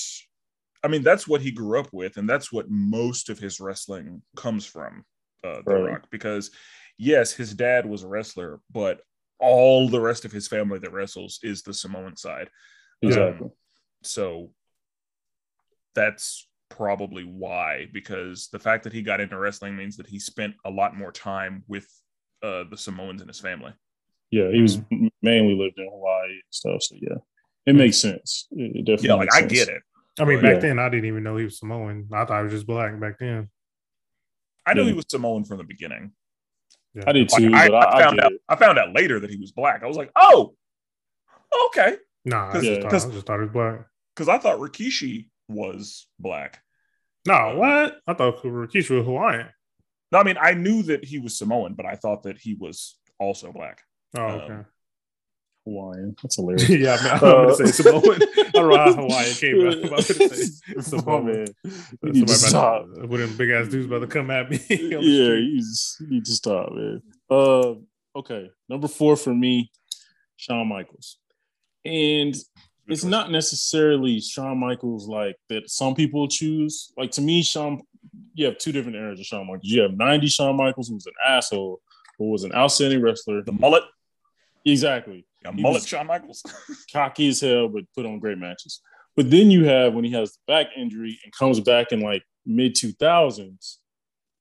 Speaker 1: I mean that's what he grew up with, and that's what most of his wrestling comes from, uh, The
Speaker 2: Right.
Speaker 1: Rock. Because yes, his dad was a wrestler, but all the rest of his family that wrestles is the Samoan side. Yeah.
Speaker 2: exactly.
Speaker 1: So that's probably why, because the fact that he got into wrestling means that he spent a lot more time with uh, the Samoans and his family.
Speaker 2: yeah, he was
Speaker 1: Mm-hmm.
Speaker 2: mainly lived in Hawaii and stuff. So yeah, it makes sense. It, it definitely.
Speaker 1: Yeah, like
Speaker 2: makes
Speaker 1: I
Speaker 2: sense.
Speaker 1: get it.
Speaker 3: I mean,
Speaker 1: Right.
Speaker 3: back
Speaker 2: Yeah.
Speaker 3: then I didn't even know he was Samoan. I thought he was just black back then.
Speaker 1: I knew
Speaker 2: Yeah.
Speaker 1: he was Samoan from the beginning.
Speaker 3: Yeah.
Speaker 2: I did
Speaker 1: Like,
Speaker 2: too,
Speaker 1: I,
Speaker 2: but I,
Speaker 1: I
Speaker 2: I
Speaker 1: found
Speaker 2: get
Speaker 1: out.
Speaker 2: it.
Speaker 1: I found out later that he was black. I was like, oh, okay,
Speaker 3: Nah, I,
Speaker 1: Cause-
Speaker 3: just thought,
Speaker 1: cause-
Speaker 3: I just thought he was black.
Speaker 1: because I thought Rikishi was black.
Speaker 3: No, what? I thought Rikishi was Hawaiian.
Speaker 1: No, I mean I knew that he was Samoan, but I thought that he was also black.
Speaker 3: Oh,
Speaker 1: Um,
Speaker 3: okay.
Speaker 2: Hawaiian. That's hilarious.
Speaker 3: yeah, I, mean, I
Speaker 2: Uh,
Speaker 3: was gonna say Samoan. I don't know how Uh, Hawaii
Speaker 2: Hawaii
Speaker 3: came up. I was gonna say
Speaker 2: My
Speaker 3: Samoan.
Speaker 2: man. You
Speaker 3: Uh, Somebody
Speaker 2: need to
Speaker 3: about
Speaker 2: stop.
Speaker 3: to- one of them big ass dudes about to come at me. on the
Speaker 2: yeah,
Speaker 3: street.
Speaker 2: you, just, you need to stop, man. Uh, okay, number four for me, Shawn Michaels, and it's not necessarily Shawn Michaels like that. Some people choose. Like to me, Shawn, you have two different eras of Shawn Michaels. You have '90 Shawn Michaels, who was an asshole, who was an outstanding wrestler.
Speaker 1: the mullet.
Speaker 2: Exactly,
Speaker 1: Yeah,
Speaker 2: He
Speaker 1: mullet,
Speaker 2: was-
Speaker 1: Shawn Michaels.
Speaker 2: cocky as hell, but put on great matches. But then you have when he has the back injury and comes back in like mid two thousands,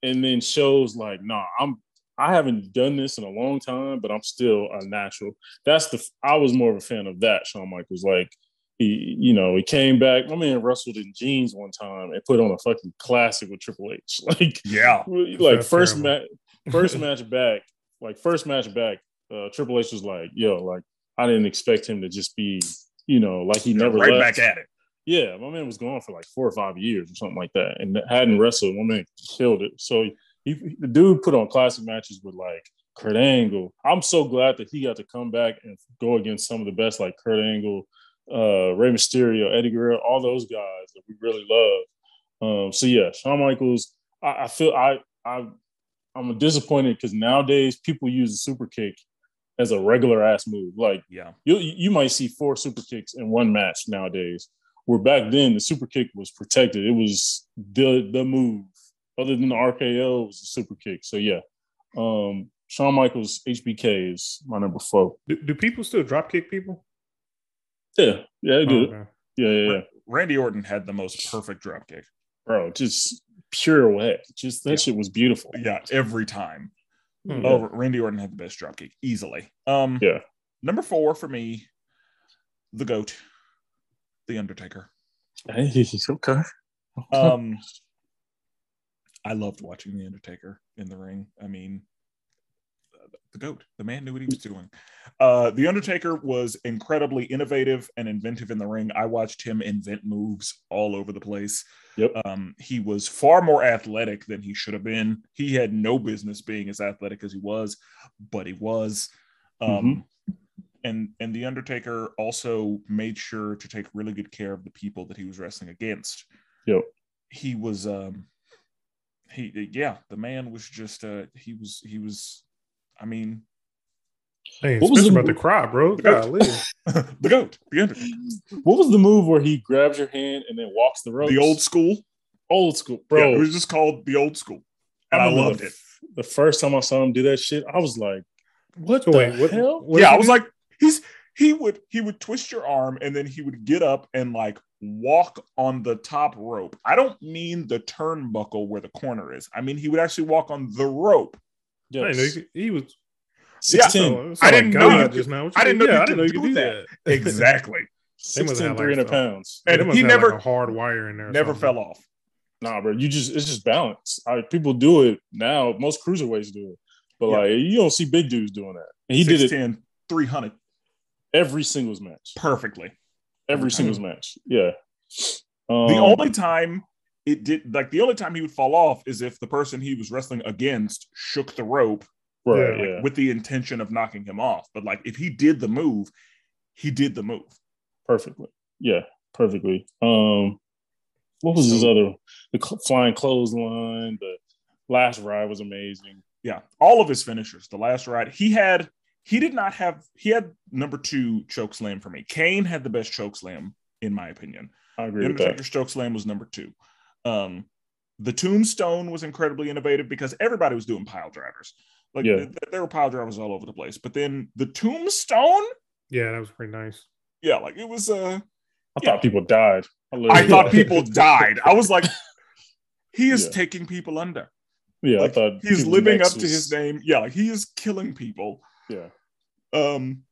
Speaker 2: and then shows like, nah, I'm I haven't done this in a long time, but I'm still a natural. That's the I was more of a fan of that. Shawn Michaels, like he, you know, he came back. My man wrestled in jeans one time and put on a fucking classic with Triple H. Like,
Speaker 1: yeah.
Speaker 2: like
Speaker 3: That's
Speaker 2: first
Speaker 3: terrible.
Speaker 2: match, first match back, like first match back, uh, Triple H was like, "Yo, like I didn't expect him to just be, you know, like he never
Speaker 1: right
Speaker 2: left.
Speaker 1: back at it.
Speaker 2: Yeah, my man was gone for like four or five years or something like that, and hadn't wrestled. My man killed it. So he, the dude put on classic matches with like Kurt Angle. I'm so glad that he got to come back and go against some of the best, like Kurt Angle, uh, Rey Mysterio, Eddie Guerrero, all those guys that we really love. Um, so yeah, Shawn Michaels. I, I feel I I I'm disappointed because nowadays people use the super kick as a regular ass move. Like
Speaker 1: Yeah.
Speaker 2: you you might see four super kicks in one match nowadays. Where back then the super kick was protected. It was the the move. Other than the RKO, it was the super kick. So yeah. Um Shawn Michaels HBK is my number four.
Speaker 3: Do, do people still drop kick people?
Speaker 2: Yeah. Yeah, they do.
Speaker 3: Oh, okay.
Speaker 2: Yeah, yeah, yeah.
Speaker 1: Randy Orton had the most perfect dropkick.
Speaker 2: Bro, just pure wet. Just that
Speaker 1: Yeah.
Speaker 2: shit was beautiful.
Speaker 1: Yeah, every time.
Speaker 3: Hmm.
Speaker 1: Oh, Randy Orton had the best dropkick easily. Um,
Speaker 2: Yeah.
Speaker 1: Number four for me, the goat, the Undertaker.
Speaker 2: Hey, okay.
Speaker 1: Um, I loved watching the Undertaker in the ring. I mean, the goat, the man knew what he was doing. Uh, the Undertaker was incredibly innovative and inventive in the ring. I watched him invent moves all over the place.
Speaker 2: Yep.
Speaker 1: Um, he was far more athletic than he should have been. He had no business being as athletic as he was, but he was. Um, And and the Undertaker also made sure to take really good care of the people that he was wrestling against.
Speaker 2: Yep.
Speaker 1: He was. Um, he yeah, the man was just. Uh, he was. He was. I mean,
Speaker 3: Hey,
Speaker 2: What was
Speaker 3: Spencer
Speaker 2: the-
Speaker 3: about to cry, bro. Golly.
Speaker 1: the goat, the Undertaker,
Speaker 2: What was the move where he grabs your hand and then walks the ropes?
Speaker 1: the old school,
Speaker 2: old school,
Speaker 1: bro.
Speaker 2: bro.
Speaker 1: it was just called the old school, and I,
Speaker 2: remember
Speaker 1: loved
Speaker 2: the,
Speaker 1: it.
Speaker 2: The first time I saw him do that shit, I was like, "What
Speaker 3: So
Speaker 2: the
Speaker 3: wait, what-
Speaker 2: hell?"
Speaker 3: what
Speaker 1: yeah, I
Speaker 3: did you
Speaker 1: was
Speaker 3: do?
Speaker 1: like, he's he would he would twist your arm and then he would get up and like walk on the top rope. I don't mean the turnbuckle where the corner is. I mean he would actually walk on the rope.
Speaker 3: I
Speaker 2: Yes.
Speaker 3: didn't know you could- he was.
Speaker 2: Sixteen.
Speaker 3: Oh, it sounded
Speaker 1: I didn't
Speaker 3: like
Speaker 1: know
Speaker 3: God
Speaker 1: you could-
Speaker 3: just now. What
Speaker 1: I didn't know
Speaker 3: yeah,
Speaker 1: you
Speaker 3: I didn't know
Speaker 1: could
Speaker 3: you could
Speaker 1: do
Speaker 3: do
Speaker 1: that.
Speaker 3: that.
Speaker 1: Exactly.
Speaker 2: 16
Speaker 3: have, like,
Speaker 2: 300
Speaker 3: some-
Speaker 2: pounds.
Speaker 3: They
Speaker 1: And
Speaker 3: must
Speaker 1: he
Speaker 3: have, like,
Speaker 1: never-
Speaker 3: a hard wire in there. or
Speaker 1: Never
Speaker 3: something.
Speaker 1: fell off.
Speaker 2: Nah, bro, you just it's just balance. I, people do it now. Most cruiserweights do it, but
Speaker 1: Yeah.
Speaker 2: like you don't see big dudes doing that. And he did it
Speaker 1: 6'10", 300
Speaker 2: every singles match.
Speaker 1: perfectly.
Speaker 2: Every
Speaker 1: Mm.
Speaker 2: singles match. Yeah. Um,
Speaker 1: The only time it did like the only time he would fall off is if the person he was wrestling against shook the rope
Speaker 2: right,
Speaker 3: Yeah,
Speaker 2: yeah,
Speaker 1: like, with the intention of knocking him off. But like if he did the move, he did the move.
Speaker 2: perfectly. Yeah, perfectly. Um, what was his other? The cl- flying clothesline. The last ride was amazing.
Speaker 1: yeah, all of his finishers. The last ride he had, he did not have. He had number two choke slam for me. Kane had the best choke slam in my opinion.
Speaker 2: I agree with that.
Speaker 1: Undertaker's choke slam was number two. Um, the tombstone was incredibly innovative because everybody was doing pile drivers. Like
Speaker 2: Yeah.
Speaker 1: th- th- there were pile drivers all over the place. But then the tombstone,
Speaker 3: Yeah, that was pretty nice.
Speaker 1: yeah, like it was. Uh,
Speaker 2: I
Speaker 1: Yeah.
Speaker 2: thought people died.
Speaker 1: I
Speaker 2: literally
Speaker 1: thought
Speaker 2: died.
Speaker 1: people died. I was like, he is
Speaker 2: Yeah.
Speaker 1: taking people under.
Speaker 2: Yeah,
Speaker 1: Like,
Speaker 2: I thought
Speaker 1: He's
Speaker 2: people
Speaker 1: living up
Speaker 2: next
Speaker 1: to
Speaker 2: was-
Speaker 1: his name. Yeah, like he is killing people.
Speaker 2: Yeah,
Speaker 1: Um,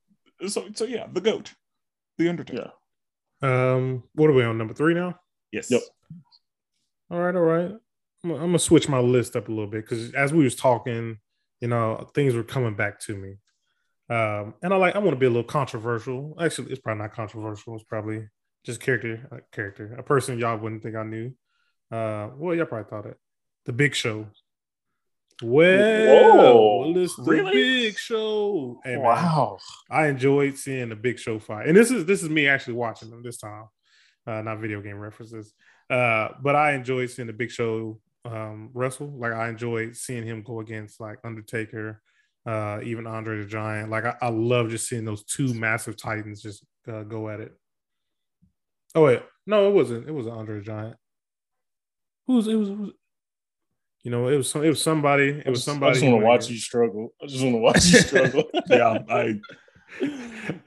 Speaker 1: so so yeah, the goat, the Undertaker.
Speaker 2: yeah.
Speaker 3: Um, what are we on number three now?
Speaker 1: Yes.
Speaker 2: Yep.
Speaker 3: All right, all right. I'm, I'm gonna switch my list up a little bit because as we was talking, you know, things were coming back to me. Um, and I like I want to be a little controversial. Actually, it's probably not controversial. It's probably just character, a character, a person y'all wouldn't think I knew. Uh, well, y'all probably thought it. The Big Show. Well,
Speaker 2: Whoa,
Speaker 3: it's the
Speaker 1: really?
Speaker 3: Big Show. Hey, man,
Speaker 2: wow.
Speaker 3: I enjoyed seeing the Big Show fight, and this is this is me actually watching them this time, uh, not video game references. Uh, but I enjoyed seeing the Big Show um, wrestle. Like I enjoyed seeing him go against like Undertaker, uh, even Andre the Giant. Like I, I love just seeing those two massive titans just uh, go at it. Oh wait, no, it wasn't. It was Andre the Giant. Who's it was? It was you know, it was some, it was somebody. It
Speaker 2: I
Speaker 3: was
Speaker 2: just-
Speaker 3: somebody.
Speaker 2: I just
Speaker 3: who
Speaker 2: want to
Speaker 3: went
Speaker 2: watch
Speaker 3: against.
Speaker 2: you struggle. I just want to watch you struggle.
Speaker 1: Yeah, I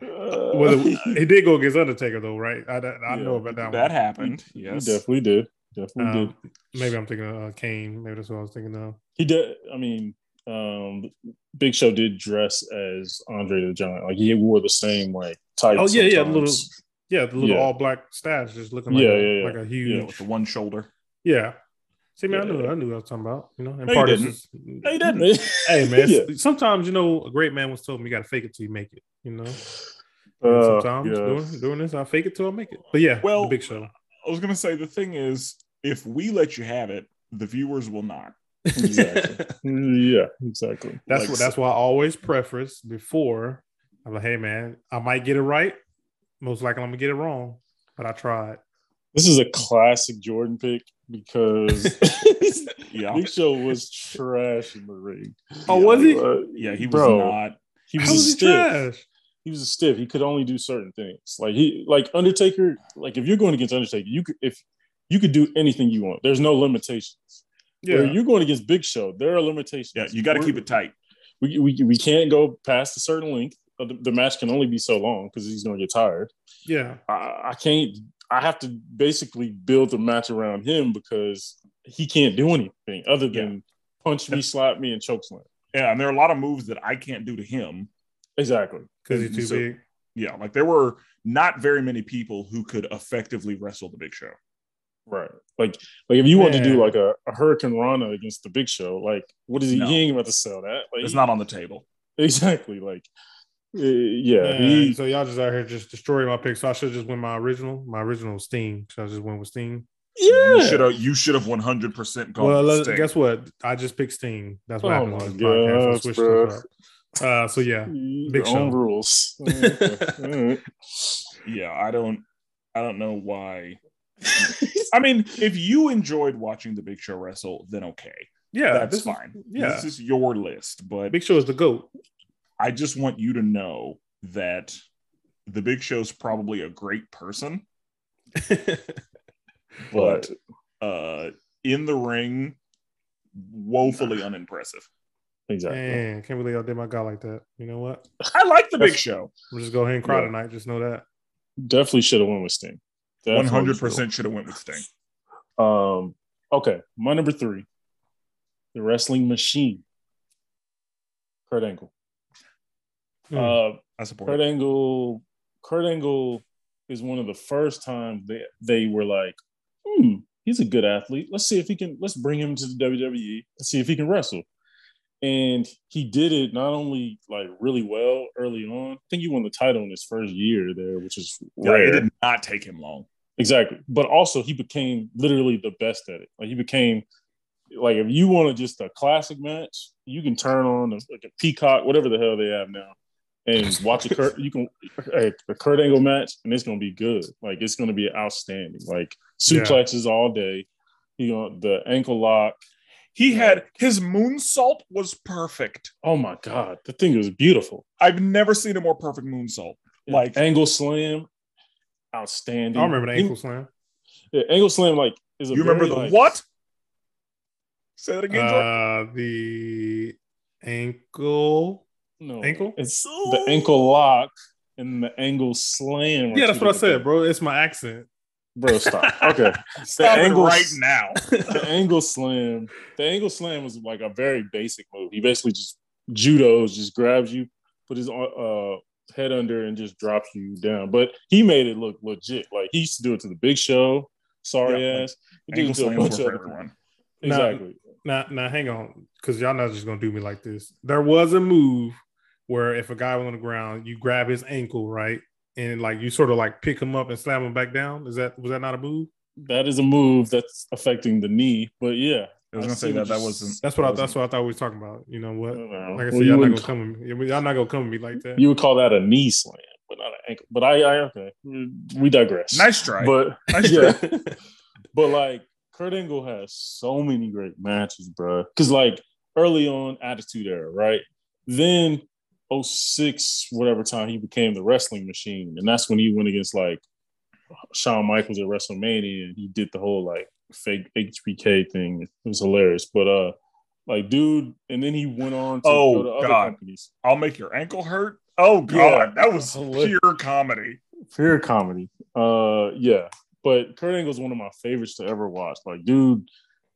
Speaker 2: Uh,
Speaker 3: Well, the- he did go against Undertaker though, right? I, I,
Speaker 2: Yeah,
Speaker 3: I know about that,
Speaker 1: that
Speaker 3: one.
Speaker 1: happened.
Speaker 2: he
Speaker 1: Yes.
Speaker 2: definitely did. Definitely did.
Speaker 3: Um, maybe I'm thinking of uh, Kane. Maybe that's what I was thinking of.
Speaker 2: He did. I mean, um, Big Show did dress as Andre the Giant. Like he wore the same like type.
Speaker 3: Oh, yeah, yeah, little- Yeah, the little
Speaker 2: Yeah.
Speaker 3: all black stash just looking like,
Speaker 2: Yeah,
Speaker 3: a,
Speaker 2: yeah, yeah.
Speaker 3: like a
Speaker 1: You know,
Speaker 3: huge.
Speaker 1: with the one shoulder.
Speaker 3: Yeah. See, man, I knew, I knew what I was talking about. You know, and
Speaker 2: No, you
Speaker 3: part of
Speaker 2: didn't.
Speaker 3: this is-
Speaker 1: No, you didn't.
Speaker 3: Hey, man,
Speaker 2: Yeah.
Speaker 3: sometimes you know a great man was told me you got to fake it till you make it. You know, And
Speaker 2: Uh,
Speaker 3: sometimes
Speaker 2: yeah.
Speaker 3: doing, doing this, I fake it till I make it. But yeah,
Speaker 1: Well-
Speaker 3: the big show.
Speaker 1: I was gonna say the thing is, if we let you have it, the viewers will not.
Speaker 2: Exactly. yeah, exactly.
Speaker 3: That's
Speaker 1: Like,
Speaker 3: what. That's why I always preface before. I'm like, hey man, I might get it right. Most likely, I'm gonna get it wrong, but I tried.
Speaker 2: This is a classic Jordan pick because
Speaker 1: Yeah,
Speaker 2: Big Show was trash in the ring.
Speaker 3: Oh, was he?
Speaker 2: Uh,
Speaker 1: yeah, he was
Speaker 2: Bro.
Speaker 1: not.
Speaker 2: He was
Speaker 3: How
Speaker 2: a
Speaker 3: was he
Speaker 2: stiff.
Speaker 3: trash?
Speaker 2: He was a stiff. He could only do certain things. Like he, like Undertaker. Like if you're going against Undertaker, you could if you could do anything you want. There's no limitations. Yeah.
Speaker 3: Yeah,
Speaker 2: you're going against Big Show, there are limitations.
Speaker 1: Yeah, you got to
Speaker 2: We're-
Speaker 1: keep it tight.
Speaker 2: We, we, we can't go past a certain length. Uh, The, the match can only be so long because he's going to get tired.
Speaker 3: yeah.
Speaker 2: I, I can't. I have to basically build the match around him because he can't do anything other than punch me, slap me, and chokeslam.
Speaker 1: Yeah, and there are a lot of moves that I can't do to him.
Speaker 2: Exactly.
Speaker 3: Because he's too
Speaker 1: So-
Speaker 3: big.
Speaker 1: Yeah, like there were not very many people who could effectively wrestle the Big Show.
Speaker 2: Right. Like like if you want to do
Speaker 3: Man.
Speaker 2: like a, a Hurricane Rana against the Big Show, like what is he?
Speaker 1: No.
Speaker 2: He ain't about to sell that. Like,
Speaker 1: It's not on the table.
Speaker 2: exactly like. uh, yeah,
Speaker 3: Yeah,
Speaker 2: he-
Speaker 3: so y'all just out here just destroying my pick. So I should just win my original. My original was Steam. So I just went with Steam.
Speaker 1: You
Speaker 2: yeah.
Speaker 1: should have. You should have one hundred percent gone.
Speaker 3: well,
Speaker 1: with
Speaker 3: let-
Speaker 1: Oh, Sting.
Speaker 3: guess what? I just picked Steam. That's what
Speaker 2: Oh
Speaker 3: happened
Speaker 2: my
Speaker 3: on this podcast. I
Speaker 2: gosh,
Speaker 3: switched
Speaker 2: bro.
Speaker 3: stuff up. Uh, so yeah,
Speaker 2: Big
Speaker 3: Big Show.
Speaker 2: own rules. Mm, Alright.
Speaker 1: yeah, I don't. I don't know why.
Speaker 2: mm.
Speaker 1: I mean, if you enjoyed watching the Big Show wrestle, then okay,
Speaker 3: yeah,
Speaker 1: that's
Speaker 3: this is-
Speaker 1: fine.
Speaker 3: yeah.
Speaker 1: this is your list, but
Speaker 3: Big Show is the goat.
Speaker 1: I just want you to know that the Big Show's probably a great person, but
Speaker 2: But
Speaker 1: uh, in the ring, woefully unimpressive.
Speaker 2: exactly.
Speaker 3: Man, can't believe I did my guy like that. You know what?
Speaker 1: I like the Big Show.
Speaker 3: We'll just go ahead and cry
Speaker 2: Yeah.
Speaker 3: tonight. Just know that.
Speaker 2: Definitely should have won with Sting.
Speaker 1: One
Speaker 2: Definitely
Speaker 1: hundred
Speaker 2: should've
Speaker 1: percent should have went with Sting.
Speaker 2: won. Um okay, my number three. The wrestling machine. Kurt Angle.
Speaker 3: Mm.
Speaker 2: Uh
Speaker 1: I support.
Speaker 2: Kurt
Speaker 1: It.
Speaker 2: Angle, Kurt Angle is one of the first times they, they were like, hmm, he's a good athlete. Let's see if he can, let's bring him to the WWE and see if he can wrestle. And he did it not only like really well early on. I think he won the title in his first year there, which is
Speaker 1: Yeah,
Speaker 2: rare.
Speaker 1: it did not take him long.
Speaker 2: Exactly. But also he became literally the best at it. Like he became like if you want to just a classic match, you can turn on a, like a peacock, whatever the hell they have now, and watch a Kurt you can a, a Kurt Angle match and it's gonna be good. Like it's gonna be outstanding. Like
Speaker 3: Yeah.
Speaker 2: suplexes all day. You know, the ankle lock.
Speaker 1: He had his moonsault was perfect.
Speaker 2: Oh my god, the thing was beautiful.
Speaker 1: I've never seen a more perfect moonsault. Like-
Speaker 2: angle slam, outstanding.
Speaker 3: I remember the
Speaker 2: He-
Speaker 3: ankle slam.
Speaker 2: yeah, angle slam like is a
Speaker 1: You remember
Speaker 2: very,
Speaker 1: the
Speaker 2: like-
Speaker 1: what? Say that again, Jordan.
Speaker 3: Uh, the ankle.
Speaker 2: No,
Speaker 3: Ankle?
Speaker 2: It's the ankle lock and the angle slam. are
Speaker 3: Yeah, that's
Speaker 2: two
Speaker 3: what I
Speaker 2: different
Speaker 3: said, bro. It's my accent.
Speaker 2: things. Bro, stop. Okay,
Speaker 1: Stop it
Speaker 2: angles-
Speaker 1: right now.
Speaker 2: the angle slam. The angle slam was like a very basic move. He basically just judos, just grabs you, put his uh, head under, and just drops you down. But he made it look legit. Like he used to do it to the Big Show. Sorry
Speaker 1: Yeah, like,
Speaker 2: ass. He did
Speaker 1: Angle
Speaker 2: it to a
Speaker 1: slams
Speaker 2: bunch
Speaker 1: were for
Speaker 2: of other people.
Speaker 1: everyone.
Speaker 3: Nah.
Speaker 2: Exactly.
Speaker 3: Now, now, hang on, because y'all not just gonna do me like this. There was a move where if a guy was on the ground, you grab his ankle, right, and like you sort of like pick him up and slam him back down. Is that was that not a move?
Speaker 2: That is a move that's affecting the knee. But yeah,
Speaker 1: I was gonna
Speaker 2: see
Speaker 1: say
Speaker 2: what
Speaker 1: that that
Speaker 2: you-
Speaker 1: wasn't.
Speaker 3: That's what I.
Speaker 1: wasn't-
Speaker 3: That's what I thought we were talking about. You know what?
Speaker 2: don't know.
Speaker 3: Like I
Speaker 2: Oh, Well,
Speaker 3: said,
Speaker 2: you
Speaker 3: y'all not
Speaker 2: wouldn't
Speaker 3: gonna come. at me- Y'all not gonna come at me like that.
Speaker 2: You would call that a knee slam, but not an ankle. But I, I okay. We digress.
Speaker 1: Nice try.
Speaker 2: But
Speaker 1: Nice
Speaker 2: yeah. but like Kurt Angle has so many great matches, bro. Because like early on, Attitude Era, right? Then 06, whatever time he became the wrestling machine, and that's when he went against like Shawn Michaels at WrestleMania, and he did the whole like fake HBK thing. It was hilarious, but uh. Like dude, and then he went on to
Speaker 1: Oh,
Speaker 2: go to other
Speaker 1: God.
Speaker 2: companies.
Speaker 1: I'll make your ankle hurt. Oh
Speaker 2: Yeah.
Speaker 1: god, that was
Speaker 2: Hilarious.
Speaker 1: pure comedy.
Speaker 2: pure comedy. Uh, yeah. But Kurt Angle's one of my favorites to ever watch. Like, dude,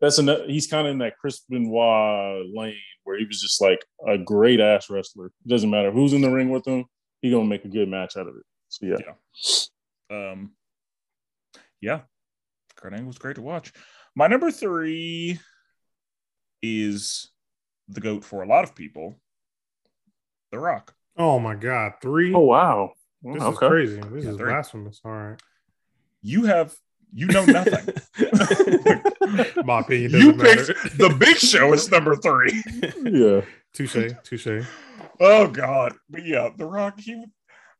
Speaker 2: that's another. He's kind of in that Chris Benoit lane where he was just like a great ass wrestler. doesn't matter who's in the ring with him, he gonna make a good match out of it. So yeah,
Speaker 1: Um, yeah, Kurt Angle was great to watch. My number three is the goat for a lot of people, The Rock.
Speaker 3: Oh my God, three.
Speaker 2: Oh wow.
Speaker 3: this
Speaker 2: Wow,
Speaker 3: is
Speaker 2: okay.
Speaker 3: crazy. This
Speaker 1: Yeah,
Speaker 3: is
Speaker 1: three.
Speaker 3: blasphemous. All right,
Speaker 1: You have you know nothing.
Speaker 3: my opinion doesn't
Speaker 1: you picked
Speaker 3: matter.
Speaker 1: the Big Show is number three.
Speaker 2: yeah.
Speaker 3: Touche, touche.
Speaker 1: Oh God, but yeah, The Rock. He,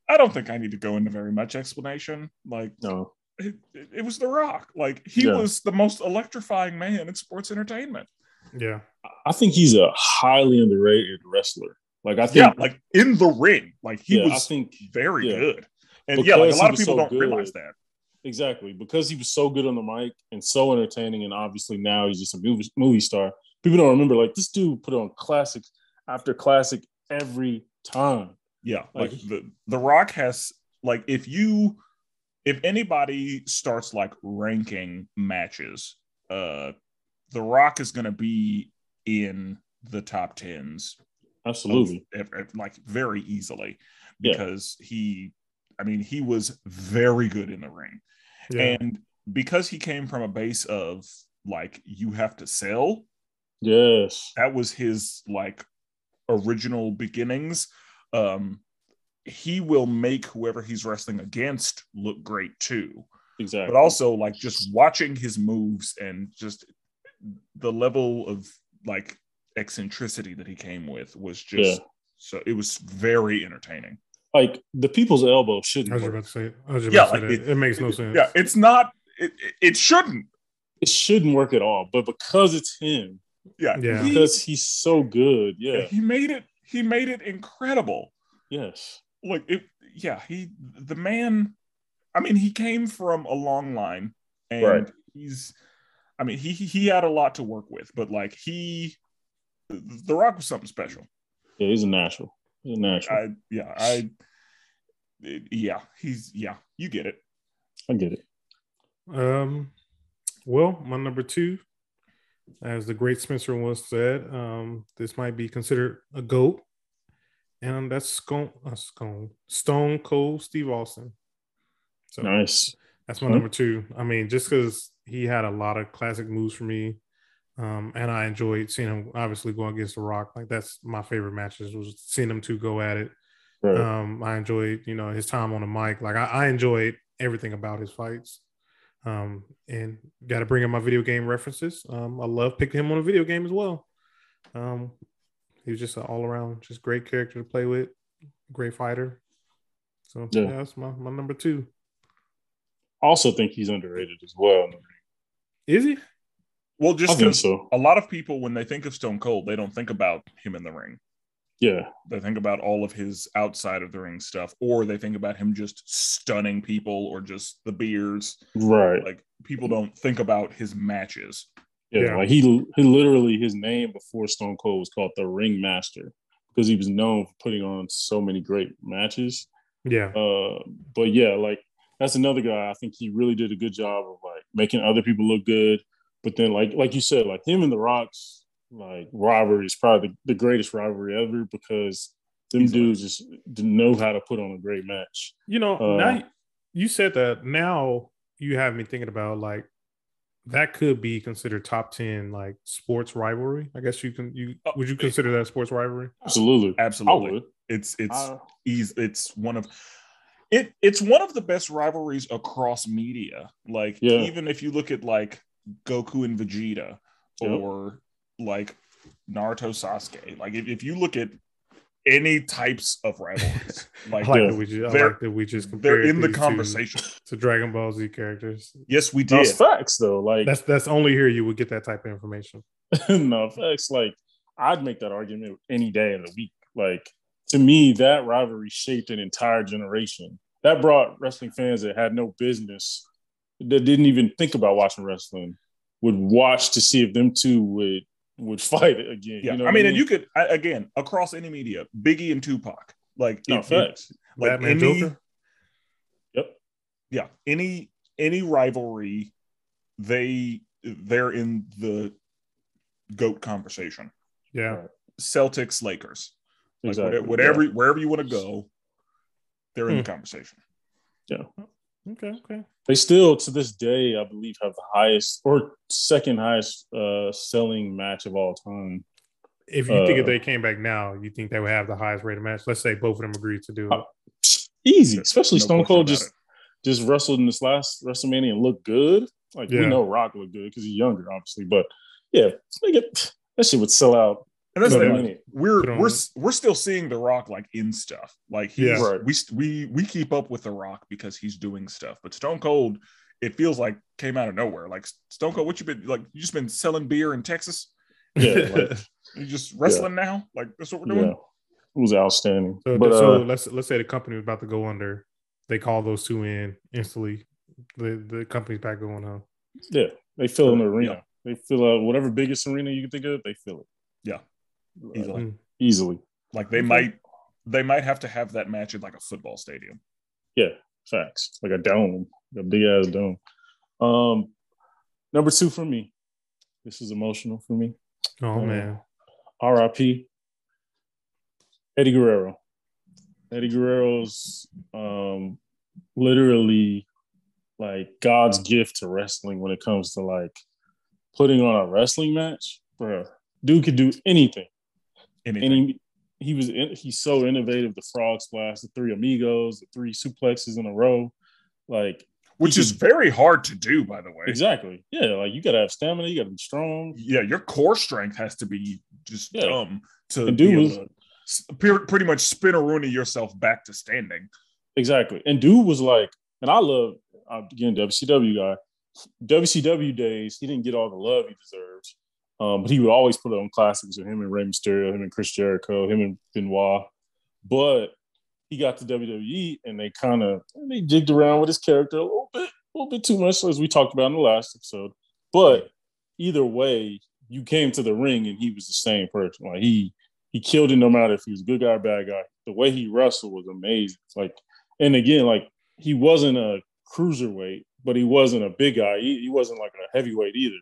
Speaker 1: I don't think I need to go into very much explanation. Like
Speaker 2: No.
Speaker 1: it, it it was The Rock. Like he
Speaker 2: Yeah.
Speaker 1: was the most electrifying man in sports entertainment.
Speaker 3: Yeah,
Speaker 2: I think he's a highly underrated wrestler. Like I think
Speaker 1: Yeah, like in the ring, like he
Speaker 2: yeah, I
Speaker 1: was
Speaker 2: think
Speaker 1: very
Speaker 2: yeah.
Speaker 1: good. And yeah, like a
Speaker 2: Because he
Speaker 1: lot of
Speaker 2: was
Speaker 1: people
Speaker 2: so
Speaker 1: don't
Speaker 2: good.
Speaker 1: realize that.
Speaker 2: exactly because he was so good on the mic and so entertaining, and obviously now he's just a movie, movie star. People don't remember like this dude put on classics after classic every time.
Speaker 1: Yeah, like,
Speaker 2: Like-
Speaker 1: the the Rock has like if you if anybody starts like ranking matches, uh, the Rock is going to be in the top tens, of-
Speaker 2: Absolutely.
Speaker 1: if- if- like very easily
Speaker 2: Yeah.
Speaker 1: because he, I mean, he was very good in the ring,
Speaker 3: yeah.
Speaker 1: and because he came from a base of like you have to sell,
Speaker 2: Yes.
Speaker 1: that was his like original beginnings um he will make whoever he's wrestling against look great too
Speaker 2: Exactly.
Speaker 1: but also like just watching his moves and just the level of like eccentricity that he came with was just so it was very entertaining
Speaker 2: like the people's elbow
Speaker 3: I
Speaker 2: shouldn't
Speaker 3: was
Speaker 2: work.
Speaker 3: about to say. I was about
Speaker 1: Yeah,
Speaker 3: to say
Speaker 1: like it-
Speaker 3: that. It, makes no sense.
Speaker 1: yeah it's not it, it- it shouldn't
Speaker 2: It shouldn't work at all, but because it's him,
Speaker 1: yeah
Speaker 3: Yeah.
Speaker 1: He,
Speaker 2: because he's so good. Yeah.
Speaker 1: he made it he made it incredible
Speaker 2: Yes.
Speaker 1: like it yeah he the man i mean he came from a long line and
Speaker 2: Right.
Speaker 1: he's i mean he he- he had a lot to work with but like he the rock was something special
Speaker 2: Yeah, he's a natural. He's a natural.
Speaker 1: i yeah i yeah he's yeah you get it
Speaker 2: I get it.
Speaker 3: Um, well, my number two, as the great Spencer once said, um, this might be considered a goat, and that's Stone, uh, Stone, Stone Cold Steve Austin. So
Speaker 2: Nice.
Speaker 3: that's my
Speaker 2: Huh?
Speaker 3: number two. I mean, just because he had a lot of classic moves for me, um, and I enjoyed seeing him obviously going against The Rock. Like that's my favorite matches was seeing them two go at it.
Speaker 1: uh,
Speaker 2: Right.
Speaker 3: Um, I enjoyed, you know, his time on the mic. Like I, I enjoyed everything about his fights. Um, and got to bring in my video game references. Um, I love picking him on a video game as well. Um, he was just an all around, just great character to play with, great fighter. So
Speaker 2: Yeah.
Speaker 3: yeah, that's my, my number two.
Speaker 2: also think he's underrated as well.
Speaker 3: Is he?
Speaker 1: well
Speaker 2: I
Speaker 1: just
Speaker 2: think
Speaker 1: 'cause
Speaker 2: so.
Speaker 1: a lot of people when they think of stone cold they don't think about him in the ring
Speaker 2: Yeah.
Speaker 1: they think about all of his outside of the ring stuff or they think about him just stunning people or just the beers
Speaker 2: Right.
Speaker 1: like people
Speaker 2: Mm-hmm.
Speaker 1: don't think about his matches
Speaker 2: yeah.
Speaker 3: Yeah.
Speaker 2: Like he, he literally his name before Stone Cold was called the Ring Master because he was known for putting on so many great matches.
Speaker 3: Yeah.
Speaker 2: Uh, but yeah, like that's another guy. I think he really did a good job of like making other people look good. But then, like like you said, like him and the Rocks, like rivalry is probably the, the greatest rivalry ever because them
Speaker 1: Easily.
Speaker 2: dudes just d- know how to put on a great match.
Speaker 3: You know,
Speaker 2: Uh,
Speaker 3: now you- you said that. Now you have me thinking about like that could be considered top ten like sports rivalry. I guess you can. You
Speaker 1: Oh,
Speaker 3: would you
Speaker 1: it-
Speaker 3: consider that sports rivalry?
Speaker 2: Absolutely, Uh, I
Speaker 1: absolutely
Speaker 2: would.
Speaker 1: it's it's
Speaker 2: I-
Speaker 1: eas- it's one of it it's one of the best rivalries across media like
Speaker 2: Yeah.
Speaker 1: even if you look at like goku and vegeta
Speaker 2: Yep.
Speaker 1: or like naruto sasuke like if, if you look at any types of rivalries
Speaker 3: I
Speaker 1: like,
Speaker 3: like
Speaker 2: Yeah.
Speaker 3: that we just. I
Speaker 1: They're-
Speaker 3: like that we just
Speaker 1: they're
Speaker 3: compared
Speaker 1: in the
Speaker 3: these to-
Speaker 1: conversation
Speaker 3: to, Dragon Ball Z characters.
Speaker 1: yes we did
Speaker 2: That's facts though. Like
Speaker 3: That's that's only here you would get that type of information.
Speaker 2: no facts. Like I'd make that argument any day of the week. Like to me, that rivalry shaped an entire generation. That brought wrestling fans that had no business, that didn't even think about watching wrestling, would watch to see if them two would would fight again.
Speaker 1: yeah
Speaker 2: you know
Speaker 1: i
Speaker 2: what
Speaker 1: mean and you could I, again across any media biggie and tupac like
Speaker 2: no
Speaker 1: if you-
Speaker 2: facts.
Speaker 1: like
Speaker 3: Batman
Speaker 1: any-
Speaker 3: Joker.
Speaker 2: Yep.
Speaker 1: yeah any any rivalry they they're in the goat conversation
Speaker 3: Yeah.
Speaker 1: celtics lakers like
Speaker 2: Exactly. Hmm.
Speaker 1: whatever, whatever- wherever you want to go they're in the conversation
Speaker 3: Okay, okay.
Speaker 2: They still, to this day, I believe, have the highest or second highest uh, selling match of all time.
Speaker 3: If you think if
Speaker 2: Uh,
Speaker 3: they came back now, you think they would have the highest rated match? Let's say both of them agreed to do it.
Speaker 2: Uh, Easy, especially
Speaker 1: No
Speaker 2: Stone
Speaker 1: question
Speaker 2: Cold
Speaker 1: about
Speaker 2: just just wrestled in this last WrestleMania and looked good. Like
Speaker 3: Yeah.
Speaker 2: we know Rock looked good because he's younger, obviously, but yeah, nigga, that shit would sell out
Speaker 1: And that's
Speaker 2: in
Speaker 1: the
Speaker 2: a
Speaker 1: thing,
Speaker 2: minute.
Speaker 1: we're
Speaker 3: Put on-
Speaker 1: we're s- we're still seeing The Rock like in stuff. Like he's
Speaker 2: Yeah. Right.
Speaker 1: we st- we we keep up with The Rock because he's doing stuff. But Stone Cold, it feels like came out of nowhere. Like Stone Cold, what you been like? You just been selling beer in Texas?
Speaker 2: Yeah, like,
Speaker 1: You just wrestling now? Like that's what we're
Speaker 2: yeah,
Speaker 1: doing?
Speaker 2: it was outstanding.
Speaker 3: so
Speaker 2: but
Speaker 3: so
Speaker 2: uh,
Speaker 3: let's let's say the company was about to go under. They call those two in instantly. The the company's back going home.
Speaker 2: yeah, they fill in the arena.
Speaker 1: Yeah.
Speaker 2: They fill out whatever biggest arena you can think of. They fill it.
Speaker 1: Yeah.
Speaker 2: Like,
Speaker 1: Easily.
Speaker 3: Mm.
Speaker 2: easily.
Speaker 1: Like they
Speaker 2: Okay.
Speaker 1: might they might have to have that match in like a football stadium.
Speaker 2: Yeah, facts. Like a dome, a big ass dome. Um, number two for me. This is emotional for me.
Speaker 3: Oh
Speaker 2: Mm.
Speaker 3: man,
Speaker 2: R.I.P. Eddie Guerrero. Eddie Guerrero's um, literally like God's gift to wrestling when it comes to like putting on a wrestling match. Bruh, dude could do anything.
Speaker 1: Anything.
Speaker 2: And he, he was in, he's so innovative. The frog splash, the three amigos, the three suplexes in a row. Like
Speaker 1: Which
Speaker 2: he
Speaker 1: is
Speaker 2: could-
Speaker 1: very hard to do, by the way.
Speaker 2: exactly, yeah. Like you gotta have stamina. You gotta be strong.
Speaker 1: Yeah, your core strength has to be just
Speaker 2: Yeah.
Speaker 1: dumb to
Speaker 2: And
Speaker 1: be
Speaker 2: dude
Speaker 1: able
Speaker 2: was
Speaker 1: to s- pe- pretty much spin a rooney yourself back to standing.
Speaker 2: Exactly. And dude was like, and I love I'm, again WCW guy. WCW days, he didn't get all the love he deserved, um, but he would always put on classics with him and Rey Mysterio, him and Chris Jericho, him and Benoit. But he got to WWE and they kind of they jigged around with his character a little bit, a little bit too much, as we talked about in the last episode. But either way, you came to the ring and he was the same person. Like he he killed it no matter if he was a good guy or bad guy. The way he wrestled was amazing. Like and again, like he wasn't a cruiserweight, but he wasn't a big guy. He, he wasn't like a heavyweight either.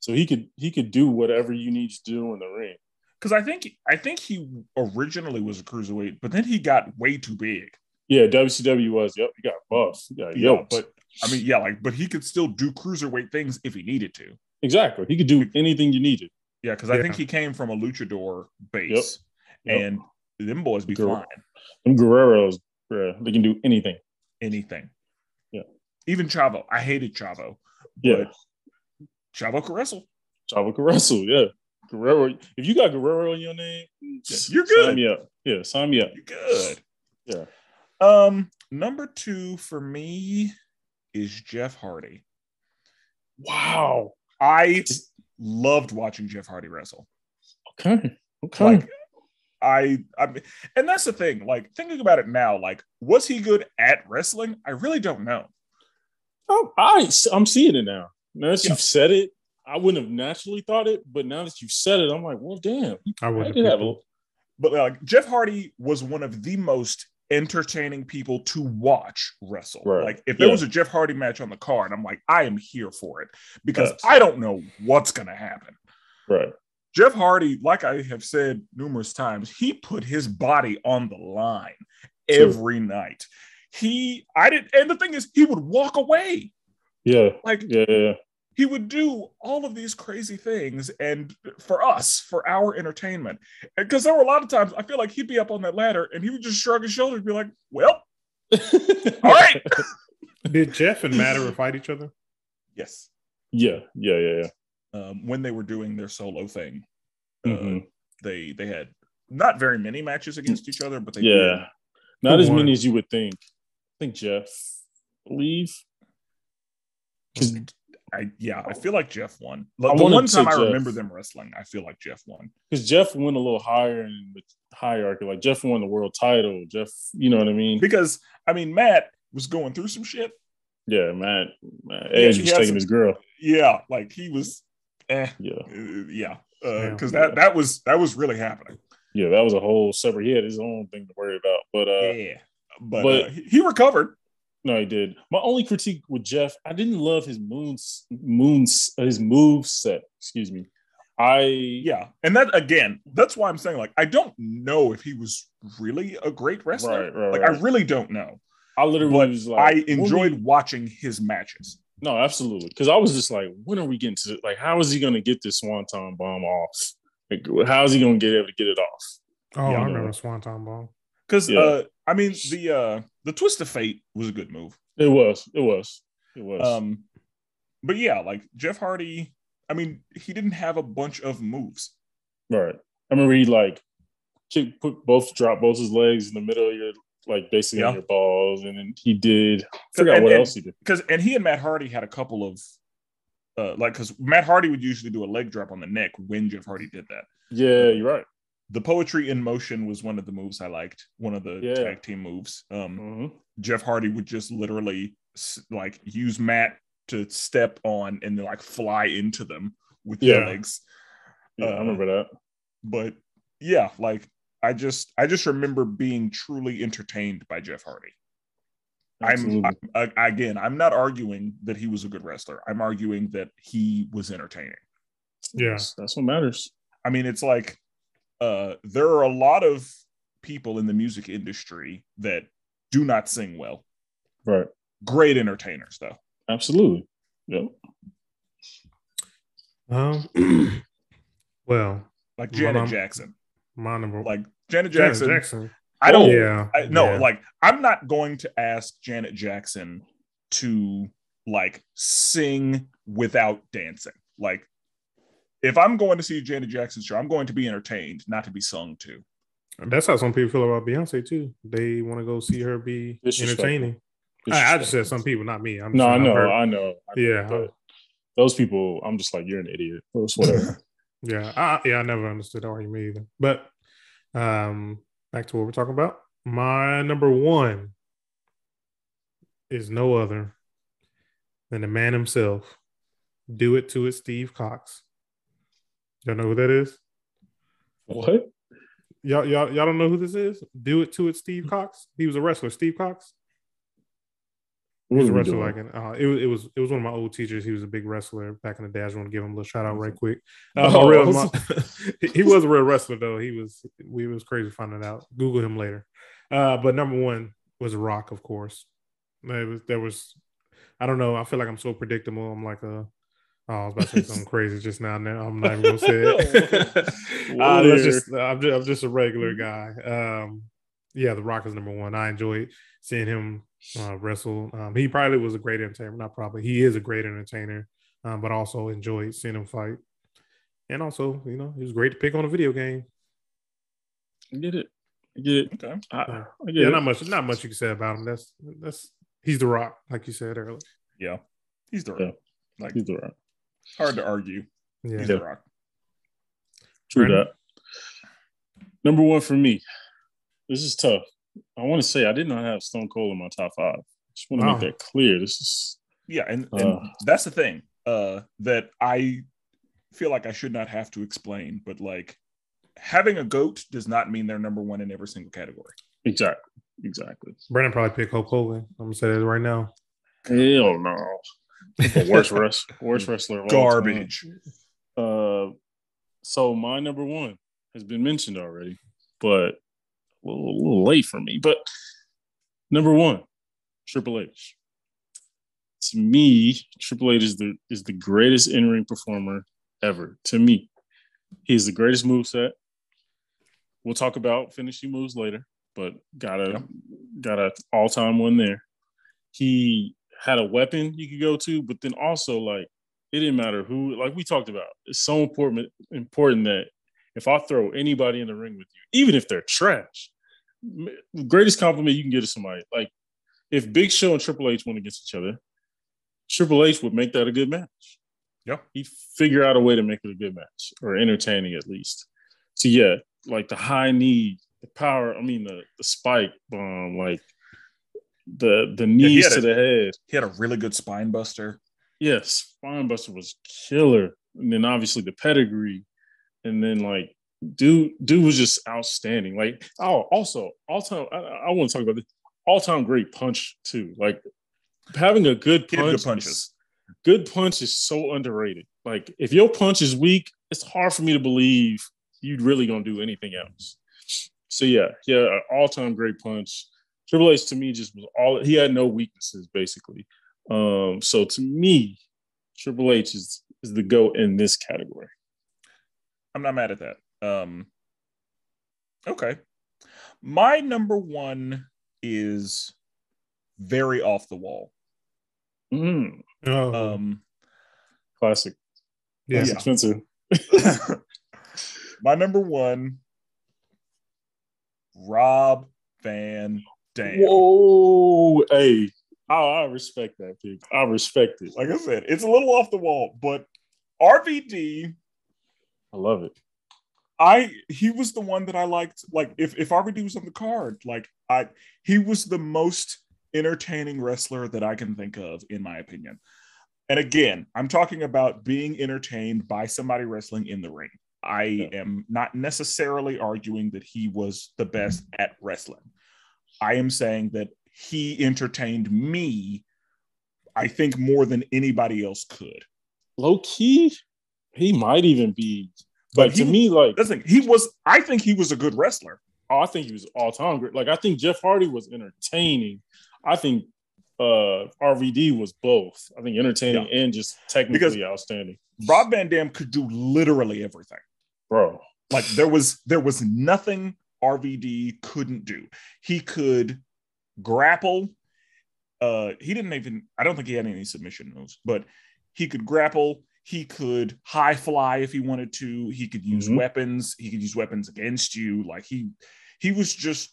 Speaker 2: So he could he could do whatever you need to do in the ring.
Speaker 1: Because I think I think he originally was a cruiserweight, but then he got way too big.
Speaker 2: Yeah, WCW was yep. He got buff. He got
Speaker 1: Yeah,
Speaker 2: yoked.
Speaker 1: but I mean, yeah, like, but he could still do cruiserweight things if he needed to.
Speaker 2: exactly, he could do anything you needed.
Speaker 1: Yeah, because I
Speaker 3: Yeah.
Speaker 1: think he came from a luchador base,
Speaker 2: Yep.
Speaker 1: and them boys be
Speaker 2: Guerrero.
Speaker 1: fine.
Speaker 2: Them Guerreros, bruh, they can do anything.
Speaker 1: Anything.
Speaker 2: Yeah.
Speaker 1: Even Chavo, I hated Chavo.
Speaker 2: Yeah,
Speaker 1: Chavo could wrestle.
Speaker 2: Chavo could wrestle. Yeah, Guerrero. If you got Guerrero in your name,
Speaker 1: you're
Speaker 2: Sign
Speaker 1: good.
Speaker 2: me up. Yeah, sign me up.
Speaker 1: You're good.
Speaker 2: Yeah.
Speaker 1: Um, number two for me is Jeff Hardy.
Speaker 2: Wow.
Speaker 1: I loved watching Jeff Hardy wrestle.
Speaker 2: Okay. Okay.
Speaker 1: Like I I mean, and that's the thing, like thinking about it now, like was he good at wrestling? I really don't know.
Speaker 2: Oh, I I'm seeing it now. Now that
Speaker 1: Yeah.
Speaker 2: you've said it, I wouldn't have naturally thought it, but now that you've said it, I'm like, well, damn,
Speaker 3: I
Speaker 2: I
Speaker 3: wouldn't
Speaker 2: did have
Speaker 3: have picked
Speaker 2: a
Speaker 3: him.
Speaker 1: But like Jeff Hardy was one of the most entertaining people to watch wrestle.
Speaker 2: Right.
Speaker 1: Like if there
Speaker 2: Yeah.
Speaker 1: was a Jeff Hardy match on the card, I'm like, I am here for it because
Speaker 2: Yes.
Speaker 1: I don't know what's gonna happen.
Speaker 2: right.
Speaker 1: Jeff Hardy, like I have said numerous times, he put his body on the line
Speaker 2: True.
Speaker 1: every night. He, I didn't, and the thing is, he would walk away.
Speaker 2: Yeah,
Speaker 1: Like
Speaker 2: yeah, yeah.
Speaker 1: he would do all of these crazy things, and for us, for our entertainment. Because there were a lot of times I feel like he'd be up on that ladder and he would just shrug his shoulders and be like, Well, all right.
Speaker 3: Did Jeff and Matter fight each other?
Speaker 1: yes.
Speaker 2: Yeah, yeah, yeah, yeah.
Speaker 1: Um, when they were doing their solo thing, uh,
Speaker 2: Mhm.
Speaker 1: they they had not very many matches against each other, but they did.
Speaker 2: yeah. Not
Speaker 3: Who
Speaker 2: as
Speaker 3: won?
Speaker 2: many as you would think. I think Jeff leave. 'Cause-
Speaker 1: I yeah, I feel like Jeff won. Like,
Speaker 2: I
Speaker 1: the
Speaker 2: wanted
Speaker 1: one
Speaker 2: to
Speaker 1: time I
Speaker 2: Jeff.
Speaker 1: remember them wrestling, I feel like Jeff won.
Speaker 2: Because Jeff went a little higher in the hierarchy. Like Jeff won the world title. Jeff, you know what I mean?
Speaker 1: Because I mean Matt was going through some shit.
Speaker 2: Yeah, Matt. Matt
Speaker 1: Yeah,
Speaker 2: Edge
Speaker 1: he
Speaker 2: was
Speaker 1: had
Speaker 2: taking
Speaker 1: some-
Speaker 2: his girl.
Speaker 1: Yeah, like he was eh,
Speaker 2: Yeah.
Speaker 1: uh, yeah. Uh,
Speaker 3: Yeah.
Speaker 1: cuz that that was that was really happening.
Speaker 2: Yeah, that was a whole separate. He had his own thing to worry about. But uh
Speaker 1: yeah. But,
Speaker 2: but-
Speaker 1: uh, he, he recovered.
Speaker 2: No, he did. My only critique with Jeff, I didn't love his moons, moons, uh, his move set. Excuse me. I
Speaker 1: Yeah. And that again, that's why I'm saying like I don't know if he was really a great wrestler.
Speaker 2: right, right,
Speaker 1: Like
Speaker 2: right.
Speaker 1: I really don't know.
Speaker 2: I literally
Speaker 1: But
Speaker 2: was like,
Speaker 1: I
Speaker 2: when
Speaker 1: enjoyed
Speaker 2: we-
Speaker 1: watching his matches.
Speaker 2: No, absolutely. Because I was just like, when are we getting to like? How is he going to get this swanton bomb off? Like, how is he going to get able to get it off?
Speaker 3: Oh,
Speaker 1: Yeah,
Speaker 3: I
Speaker 1: I
Speaker 3: remember
Speaker 2: know.
Speaker 3: Swanton Bomb.
Speaker 1: Because
Speaker 2: Yeah.
Speaker 1: uh, I mean, the uh, the twist of fate was a good move.
Speaker 2: It was. It was. It was.
Speaker 1: Um, but yeah, like Jeff Hardy. I mean, he didn't have a bunch of moves.
Speaker 2: right. I remember he like kick, put both drop both his legs in the middle of your like basically
Speaker 1: Yeah.
Speaker 2: on your balls, and then he did. I forgot
Speaker 1: And-
Speaker 2: what
Speaker 1: and-
Speaker 2: else he did.
Speaker 1: because and he and Matt Hardy had a couple of uh like because Matt Hardy would usually do a leg drop on the neck when Jeff Hardy did that.
Speaker 2: Yeah, you're right.
Speaker 1: The poetry in motion was one of the moves I liked, one of the
Speaker 2: Yeah.
Speaker 1: tag team moves. Um
Speaker 2: hmm
Speaker 1: Jeff Hardy would just literally s- like use Matt to step on and then like fly into them with his
Speaker 2: Yeah.
Speaker 1: legs.
Speaker 2: Yeah,
Speaker 1: Uh,
Speaker 2: I remember that.
Speaker 1: But yeah, like I just I just remember being truly entertained by Jeff Hardy. I'm,
Speaker 2: Absolutely.
Speaker 1: I'm uh, again, I'm not arguing that he was a good wrestler. I'm arguing that he was entertaining.
Speaker 3: Yeah.
Speaker 2: That's, that's what matters.
Speaker 1: I mean, it's like uh, there are a lot of people in the music industry that do not sing well.
Speaker 2: Right.
Speaker 1: Great entertainers, though.
Speaker 2: Absolutely. Yep.
Speaker 3: Um, well,
Speaker 1: Like Janet
Speaker 3: Mom-
Speaker 1: Jackson.
Speaker 3: my number
Speaker 1: Like Janet
Speaker 3: Janet
Speaker 1: Jackson.
Speaker 3: Jackson.
Speaker 1: I
Speaker 2: Oh,
Speaker 1: don't.
Speaker 3: Yeah.
Speaker 1: I, no,
Speaker 3: yeah.
Speaker 1: like I'm not going to ask Janet Jackson to like sing without dancing. Like if I'm going to see a Janet Jackson show, I'm going to be entertained, not to be sung to.
Speaker 3: that's how some people feel about Beyonce too. They want to go see her be
Speaker 2: Disrespectful.
Speaker 3: entertaining. I, I just said some people, not me. I'm just
Speaker 2: No, I
Speaker 3: saying I've
Speaker 2: know,
Speaker 3: heard-
Speaker 2: I know. I know.
Speaker 3: Yeah.
Speaker 2: But those people, I'm just like, you're an idiot. It's whatever.
Speaker 3: Yeah, I, yeah, I never understood that argument either. But um, back to what we're talking about. My number one is no other than the man himself. Do it to it, Steve Cox. Y'all know who that is?
Speaker 2: what?
Speaker 3: Y'all, y'all, y'all don't know who this is? Do it to it, Steve Cox. He was a wrestler, Steve Cox.
Speaker 2: What
Speaker 3: He was
Speaker 2: are
Speaker 3: a
Speaker 2: we
Speaker 3: wrestler
Speaker 2: doing?
Speaker 3: like an, uh, it, was- it was it was one of my old teachers. He was a big wrestler back in the day. I just want to give him a little shout out right quick. Uh,
Speaker 2: Oh,
Speaker 3: a real-
Speaker 2: I was-
Speaker 3: my- he- he was a real wrestler though. He was we was crazy finding out. Google him later. Uh, but number one was Rock, of course. There was, there was I don't know. I feel like I'm so predictable. I'm like a oh, I was about to say something crazy just now. and then I'm not even gonna say it. uh,
Speaker 2: Lawyer.
Speaker 3: that's just I'm just I'm just a regular guy. Um, yeah, The Rock is number one. I enjoyed seeing him uh, wrestle. Um, he probably was a great entertainer. Not probably. He is a great entertainer. Um, but also enjoyed seeing him fight. And also, you know, he was great to pick on a video game.
Speaker 2: I get it. I get it.
Speaker 1: Okay.
Speaker 2: I, I
Speaker 3: Yeah.
Speaker 2: get
Speaker 3: Yeah,
Speaker 2: it.
Speaker 3: not much. Not much you can say about him. That's that's he's the Rock, like you said earlier.
Speaker 1: Yeah. He's the
Speaker 2: Yeah.
Speaker 1: rock. Like
Speaker 2: Either way.
Speaker 1: hard to argue.
Speaker 3: Yeah.
Speaker 1: He's the rock.
Speaker 2: True
Speaker 3: Brandon?
Speaker 2: that. Number one for me. This is tough. I want to say I did not have Stone Cold in my top five. Just want to
Speaker 3: Wow.
Speaker 2: make that clear. This is
Speaker 1: Yeah, and, and
Speaker 2: Uh.
Speaker 1: that's the thing uh, that I feel like I should not have to explain, but like having a goat does not mean they're number one in every single category.
Speaker 2: exactly, exactly.
Speaker 3: Brandon probably picked Hulk Hogan. I'm gonna say that right now.
Speaker 2: Hell no. The worst wrestler, worst wrestler. of all time.
Speaker 1: Garbage.
Speaker 2: Uh, so my number one has been mentioned already, but a little, a little late for me. But number one, Triple H. To me, Triple H is the is the greatest in ring performer ever. To me, he is the greatest moveset. We'll talk about finishing moves later, but got a
Speaker 1: Yeah.
Speaker 2: got a all time one there. He had a weapon you could go to, but then also like it didn't matter who. Like we talked about, it's so important important that if I throw anybody in the ring with you, even if they're trash, m- greatest compliment you can get to somebody. Like if Big Show and Triple H went against each other, Triple H would make that a good match.
Speaker 1: Yeah.
Speaker 2: He'd figure out a way to make it a good match or entertaining at least. So yeah, like the high knee, the power, I mean the, the spike bomb, like the the
Speaker 1: he
Speaker 2: knees
Speaker 1: had
Speaker 2: to the head.
Speaker 1: He had a really good spine buster.
Speaker 2: Yes, Spinebuster was killer. And then obviously the pedigree. And then like dude, dude was just outstanding. Like, oh, also all time I, I want to talk about this. All time great punch too. Like having a good
Speaker 1: He had good
Speaker 2: punch. is-
Speaker 1: punches.
Speaker 2: good punch is so underrated. Like if your punch is weak, it's hard for me to believe you really gonna do anything else. So yeah, yeah, all time great punch. Triple Triple H to me just was all he had no weaknesses basically. Um, so to me, Triple H is is the goat in this category.
Speaker 1: I'm not mad at that. Um, okay, my number one is very off the wall.
Speaker 2: Mm,
Speaker 3: Oh,
Speaker 1: Um,
Speaker 2: classic.
Speaker 3: yeah.
Speaker 2: That's expensive.
Speaker 1: my number one, Rob Van Dam.
Speaker 2: Whoa, hey, I, I respect that pick. I respect it.
Speaker 1: Like I said, it's a little off the wall, but RVD,
Speaker 2: I love it.
Speaker 1: I he was the one that I liked. Like if if RVD was on the card, like I he was the most entertaining wrestler that I can think of, in my opinion. And again, I'm talking about being entertained by somebody wrestling in the ring. I
Speaker 2: Yeah.
Speaker 1: am not necessarily arguing that he was the best at wrestling. I am saying that he entertained me, I think, more than anybody else could.
Speaker 2: Low key, he might even be.
Speaker 1: But
Speaker 2: But to
Speaker 1: he-
Speaker 2: me, like
Speaker 1: That's the thing. He was, I think he was a good wrestler.
Speaker 2: oh, I think he was all time great. Like I think Jeff Hardy was entertaining. I think uh RVD was both. I think entertaining and just technically outstanding,
Speaker 1: Rob Van Dam could do literally everything.
Speaker 2: bro.
Speaker 1: Like there was there was nothing RVD couldn't do. He could grapple. Uh he didn't even I don't think he had any submission moves, but he could grapple, he could high fly if he wanted to, he could use
Speaker 3: Mm-hmm.
Speaker 2: Mhm.
Speaker 1: weapons, he could use weapons against you. Like he he was just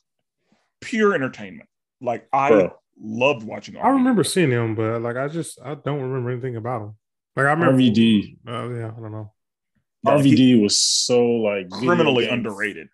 Speaker 1: pure entertainment. Like I
Speaker 2: Bro.
Speaker 1: loved watching
Speaker 3: I remember seeing him, but like I just I don't remember anything about him. Like I remember
Speaker 2: RVD,
Speaker 3: Uh, yeah, I don't know.
Speaker 1: Yeah,
Speaker 2: RVD
Speaker 1: he-
Speaker 2: was so like video
Speaker 1: criminally
Speaker 2: game-
Speaker 1: underrated.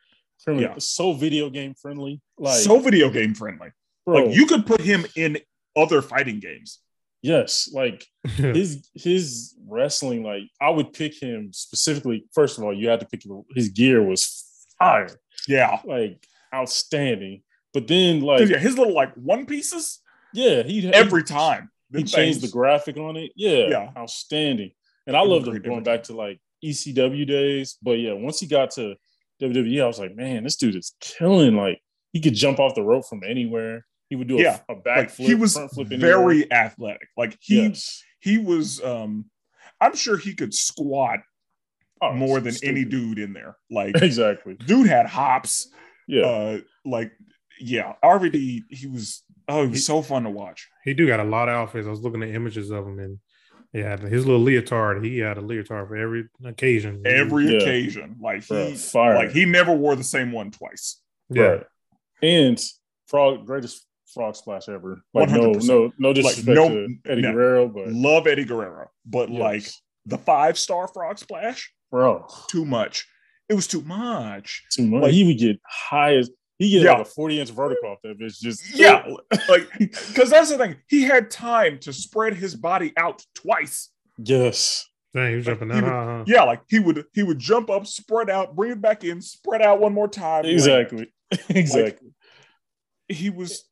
Speaker 2: criminal-
Speaker 1: Yeah.
Speaker 2: so video game friendly. Like
Speaker 1: so video game friendly.
Speaker 2: bro,
Speaker 1: Like you could put him in other fighting games.
Speaker 2: yes, like his his wrestling, like I would pick him specifically. First of all, you had to pick him- his gear was fire,
Speaker 1: Yeah.
Speaker 2: like outstanding. But then,
Speaker 1: 'Cause,
Speaker 2: like
Speaker 1: yeah, his little like one pieces
Speaker 2: yeah, he
Speaker 1: every time.
Speaker 2: he, he
Speaker 1: Them
Speaker 2: changed the
Speaker 1: things-
Speaker 2: graphic on it. Yeah,
Speaker 1: Yeah.
Speaker 2: outstanding. And I
Speaker 1: It was
Speaker 2: loved him
Speaker 1: great
Speaker 2: going
Speaker 1: different.
Speaker 2: back to like ECW days. But yeah, once he got to WWE, I was like, man, this dude is killing. Like he could jump off the rope from anywhere. He would do a-
Speaker 1: Yeah.
Speaker 2: a, back
Speaker 1: like
Speaker 2: flip,
Speaker 1: he was
Speaker 2: front flip anywhere.
Speaker 1: very athletic. Like he
Speaker 2: Yes.
Speaker 1: he was um I'm sure he could squat
Speaker 2: Oh,
Speaker 1: more than any
Speaker 2: stupid.
Speaker 1: dude in there. Like
Speaker 2: Exactly.
Speaker 1: dude had hops.
Speaker 2: Yeah.
Speaker 1: Uh like yeah, RVD he was oh he was
Speaker 3: He-
Speaker 1: so fun to watch.
Speaker 3: he do got a lot of outfits. I was looking at images of him, and yeah, his little leotard. He had a leotard for every occasion.
Speaker 1: Every
Speaker 2: Yeah.
Speaker 1: occasion. Like he
Speaker 2: Bruh, fire.
Speaker 1: like he never wore the same one twice.
Speaker 3: yeah,
Speaker 2: Right. And frog greatest frog splash ever. Like no
Speaker 1: 100%.
Speaker 2: no no disrespect
Speaker 1: no-
Speaker 2: to Eddie
Speaker 1: no.
Speaker 2: Guerrero, but
Speaker 1: Love Eddie Guerrero, but
Speaker 2: yes.
Speaker 1: like the five star frog splash,
Speaker 2: bro,
Speaker 1: too much. It was too much.
Speaker 2: too much.
Speaker 1: Like-
Speaker 2: he would get high as he get
Speaker 1: Yeah.
Speaker 2: like a 40 inch vertical off that bitch. Just
Speaker 1: Yeah, like because that's the thing. He had time to spread his body out twice.
Speaker 2: Yes.
Speaker 3: Dang, he was jumping
Speaker 1: he
Speaker 3: that
Speaker 1: would-
Speaker 3: high. huh?
Speaker 1: Yeah, like he would he would jump up, spread out, bring it back in, spread out one more time. land.
Speaker 2: Exactly. exactly.
Speaker 1: He was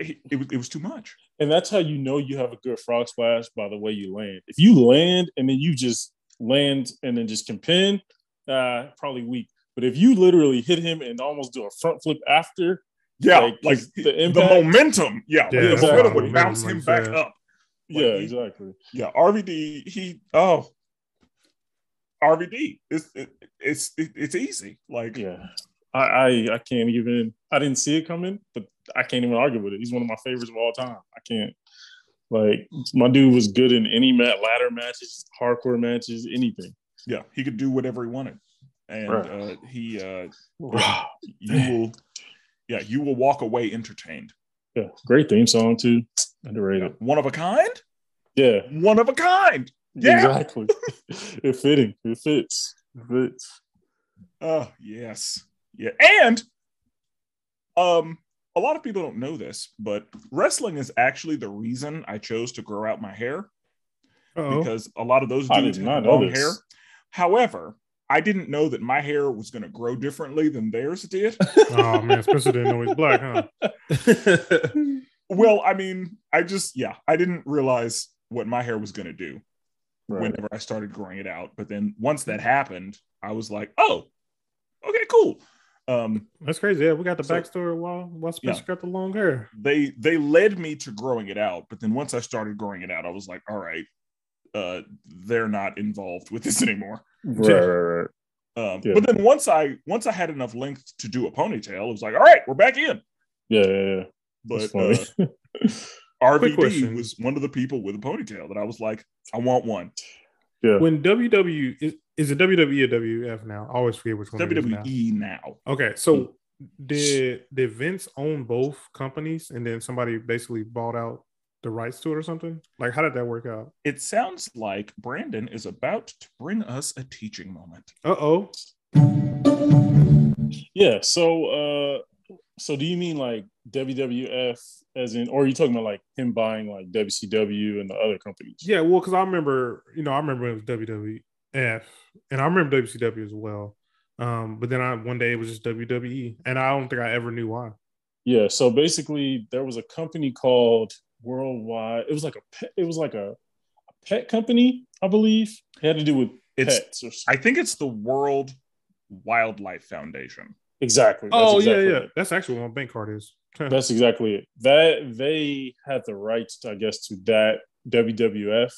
Speaker 1: he, it was it was too much.
Speaker 2: And that's how you know you have a good frog splash by the way you land. If you land and then you just land and then just can pin, uh probably weak. But if you literally hit him and almost do a front flip after,
Speaker 1: Yeah, like,
Speaker 2: Like,
Speaker 1: the,
Speaker 2: the
Speaker 1: the
Speaker 2: impact-
Speaker 1: momentum. Yeah,
Speaker 3: Yeah,
Speaker 1: the
Speaker 2: that's
Speaker 1: momentum
Speaker 2: how
Speaker 1: would
Speaker 2: it
Speaker 1: bounce
Speaker 3: was,
Speaker 1: him
Speaker 3: like,
Speaker 1: back
Speaker 3: yeah.
Speaker 1: up. Like,
Speaker 2: yeah,
Speaker 1: he-
Speaker 2: exactly.
Speaker 1: Yeah, RVD. He oh, RVD. It's it, it's it, it's easy. Like
Speaker 2: yeah I, I i can't even i didn't see it coming but i can't even argue with it he's one of my favorites of all time i can't like my dude was good in any mat ladder matches hardcore matches anything
Speaker 1: yeah, he could do whatever he wanted, and uh,
Speaker 2: Right.
Speaker 1: he uh,
Speaker 2: yeah.
Speaker 1: you will yeah you will walk away entertained.
Speaker 2: great theme song too underrated
Speaker 1: One of a kind.
Speaker 2: yeah,
Speaker 1: One of a kind. Yeah.
Speaker 2: exactly it fitting it fits it fits
Speaker 1: Oh yes, yeah, and um. A lot of people don't know this, but wrestling is actually the reason I chose to grow out my hair.
Speaker 3: Uh-oh.
Speaker 1: because a lot of those
Speaker 2: Oh. I
Speaker 1: dudes
Speaker 2: did
Speaker 1: have
Speaker 2: not know
Speaker 1: long
Speaker 2: this.
Speaker 1: hair. However, I didn't know that my hair was going to grow differently than theirs did.
Speaker 3: oh man, Spencer didn't know he's black, huh?
Speaker 1: well, I mean, I just yeah, I didn't realize what my hair was going to do
Speaker 2: Right.
Speaker 1: whenever I started growing it out. But then once that happened, I was like, oh, okay, cool. Um,
Speaker 3: That's crazy. Yeah, we got the
Speaker 1: So-
Speaker 3: backstory while while Spencer got the long hair.
Speaker 1: they they led me to growing it out, but then once I started growing it out, I was like, all right, uh, they're not involved with this anymore.
Speaker 2: Right, right, right.
Speaker 1: Um,
Speaker 2: Yeah.
Speaker 1: But then once I once I had enough length to do a ponytail, it was like, all right, we're back in.
Speaker 2: Yeah, yeah, yeah. That's
Speaker 1: But uh,
Speaker 2: funny.
Speaker 1: RVD
Speaker 3: question.
Speaker 1: was one of the people with a ponytail that I was like, I want one.
Speaker 2: Yeah.
Speaker 3: When WW is, is it WWE or WF now? I always forget which one. it is now.
Speaker 1: WWE E now.
Speaker 3: Okay, so
Speaker 1: Mm.
Speaker 3: did did Vince own both companies, and then somebody basically bought out the rights to it or something? Like, how did that work out?
Speaker 1: It sounds like Brandon is about to bring us a teaching moment.
Speaker 3: Uh oh.
Speaker 2: Yeah. So, uh, so do you mean like WWF as in, or are you talking about like him buying like WCW and the other companies?
Speaker 3: Yeah, well, because I remember, you know, I remember it was WWF, and I remember WCW as well. Um, but then I one day it was just WWE, and I don't think I ever knew why.
Speaker 2: Yeah. So basically, there was a company called Worldwide. It was like a pet, it was like a, a pet company, I believe. It had to do with
Speaker 1: It's
Speaker 2: pets or something.
Speaker 1: I think it's the World Wildlife Foundation.
Speaker 2: Exactly. that's
Speaker 3: oh
Speaker 2: exactly
Speaker 3: yeah, yeah,
Speaker 2: it.
Speaker 3: that's actually what my bank card is.
Speaker 2: That's exactly it. That they had the rights, I guess, to that WWF.